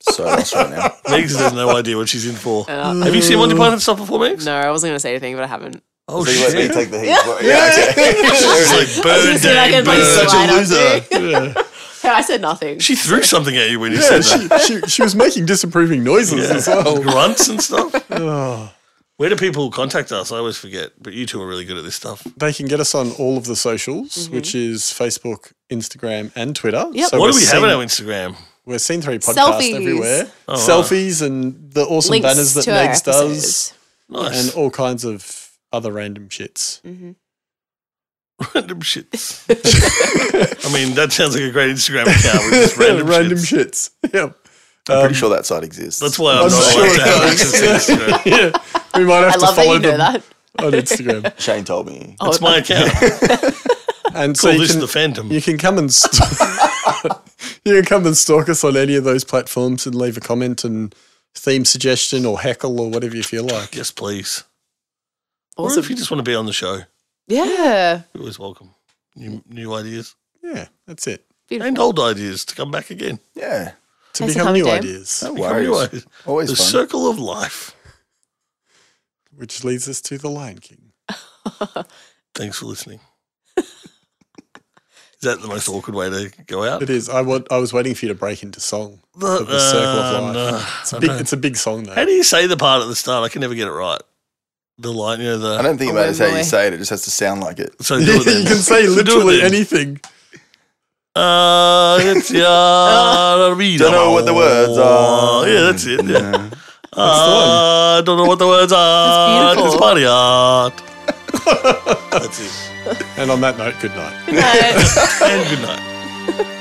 Speaker 4: So lost right now.
Speaker 3: Megs has no idea what she's in for.
Speaker 2: (laughs) Uh,
Speaker 3: Have you seen Monty Python stuff before, Megs?
Speaker 2: No, I wasn't going to say anything, but I haven't.
Speaker 3: Oh,
Speaker 4: So you
Speaker 3: shit.
Speaker 4: let me take the heat. for it. Yeah, okay.
Speaker 3: She's like, bird
Speaker 2: See if I
Speaker 3: day,
Speaker 2: can, like,
Speaker 3: bird.
Speaker 4: Such a
Speaker 2: slide up
Speaker 4: loser.
Speaker 2: to you. (laughs) I said nothing.
Speaker 3: She threw something at you when you
Speaker 1: Yeah,
Speaker 3: said that.
Speaker 1: she, she, she was making disapproving noises as well.
Speaker 3: (laughs)
Speaker 1: Oh,
Speaker 3: Grunts and stuff. Where do people contact us? I always forget, but you two are really good at this stuff.
Speaker 1: They can get us on all of the socials, which is Facebook, Instagram, and Twitter.
Speaker 2: Mm-hmm. Yep.
Speaker 1: So
Speaker 3: what
Speaker 1: we're
Speaker 3: do we have
Speaker 1: seen,
Speaker 3: on our Instagram?
Speaker 1: We're seen three podcasts
Speaker 2: Selfies.
Speaker 1: everywhere.
Speaker 3: Oh,
Speaker 1: Selfies and the awesome
Speaker 2: Links
Speaker 1: banners that
Speaker 2: to our
Speaker 1: Megs does,
Speaker 2: episodes.
Speaker 1: and
Speaker 3: Nice.
Speaker 1: all kinds of other random shits.
Speaker 2: Mm-hmm.
Speaker 3: random shits. I mean, that sounds like a great Instagram account
Speaker 1: (laughs)
Speaker 3: with just random,
Speaker 1: Random
Speaker 3: shits.
Speaker 1: shits. (laughs) Yep.
Speaker 3: (laughs)
Speaker 4: I'm pretty sure that site exists.
Speaker 3: Um, That's why I'm,
Speaker 1: I'm
Speaker 3: not
Speaker 1: sure
Speaker 3: allowed to
Speaker 1: it
Speaker 3: have access
Speaker 1: does.
Speaker 3: to Instagram.
Speaker 1: yeah, we might have
Speaker 2: I
Speaker 1: to
Speaker 2: love that
Speaker 1: follow
Speaker 2: you know
Speaker 1: them
Speaker 2: that. Oh,
Speaker 1: on
Speaker 2: (laughs)
Speaker 1: Instagram.
Speaker 4: Shane told me.
Speaker 3: That's
Speaker 1: (laughs)
Speaker 3: my account. Call
Speaker 1: And so you
Speaker 3: this
Speaker 1: can,
Speaker 3: the Phantom.
Speaker 1: you can come and st- (laughs) you can come and stalk us on any of those platforms and leave a comment and theme suggestion or heckle or whatever you feel like.
Speaker 3: Yes, please. Or if
Speaker 2: Awesome.
Speaker 3: you just want to be on the show,
Speaker 2: Yeah.
Speaker 3: you're always welcome. New, new ideas
Speaker 1: Yeah, that's it.
Speaker 2: Beautiful.
Speaker 3: and old ideas to come back again.
Speaker 4: Yeah.
Speaker 1: To
Speaker 2: Thanks for
Speaker 1: become
Speaker 2: coming,
Speaker 1: new
Speaker 2: Dave.
Speaker 1: ideas,
Speaker 4: No
Speaker 3: Become new
Speaker 4: worries.
Speaker 3: ideas.
Speaker 4: Always
Speaker 3: The
Speaker 4: fun.
Speaker 3: circle of life.
Speaker 1: which leads us to the Lion King.
Speaker 3: Thanks
Speaker 1: (laughs)
Speaker 3: for listening. Is that the most awkward way to go out?
Speaker 1: It is. I want. I was waiting for you to break into song.
Speaker 3: The-
Speaker 1: of the circle of
Speaker 3: uh,
Speaker 1: life.
Speaker 3: no,
Speaker 1: It's
Speaker 3: I
Speaker 1: a big.
Speaker 3: don't know.
Speaker 1: It's a big song though.
Speaker 3: How do you say the part at the start? I can never get it right. The line, you know, the.
Speaker 4: I don't think it
Speaker 2: Oh,
Speaker 4: matters how
Speaker 2: boy.
Speaker 4: you say it. It just has to sound like it.
Speaker 1: (laughs)
Speaker 3: so
Speaker 1: you
Speaker 4: (laughs)
Speaker 3: do it then.
Speaker 1: can say
Speaker 3: So (laughs) do it
Speaker 1: literally
Speaker 3: then.
Speaker 1: anything.
Speaker 3: Uh, it's,
Speaker 4: (laughs)
Speaker 3: uh,
Speaker 4: Don't know what the words are.
Speaker 3: Oh, Yeah, that's it.
Speaker 4: (laughs)
Speaker 3: Yeah.
Speaker 4: No.
Speaker 3: Uh, don't know what the words are.
Speaker 2: beautiful.
Speaker 3: It's party
Speaker 4: (laughs)
Speaker 3: art. that's it.
Speaker 1: And on that note, good night. (laughs)
Speaker 2: Good night.
Speaker 3: And good night.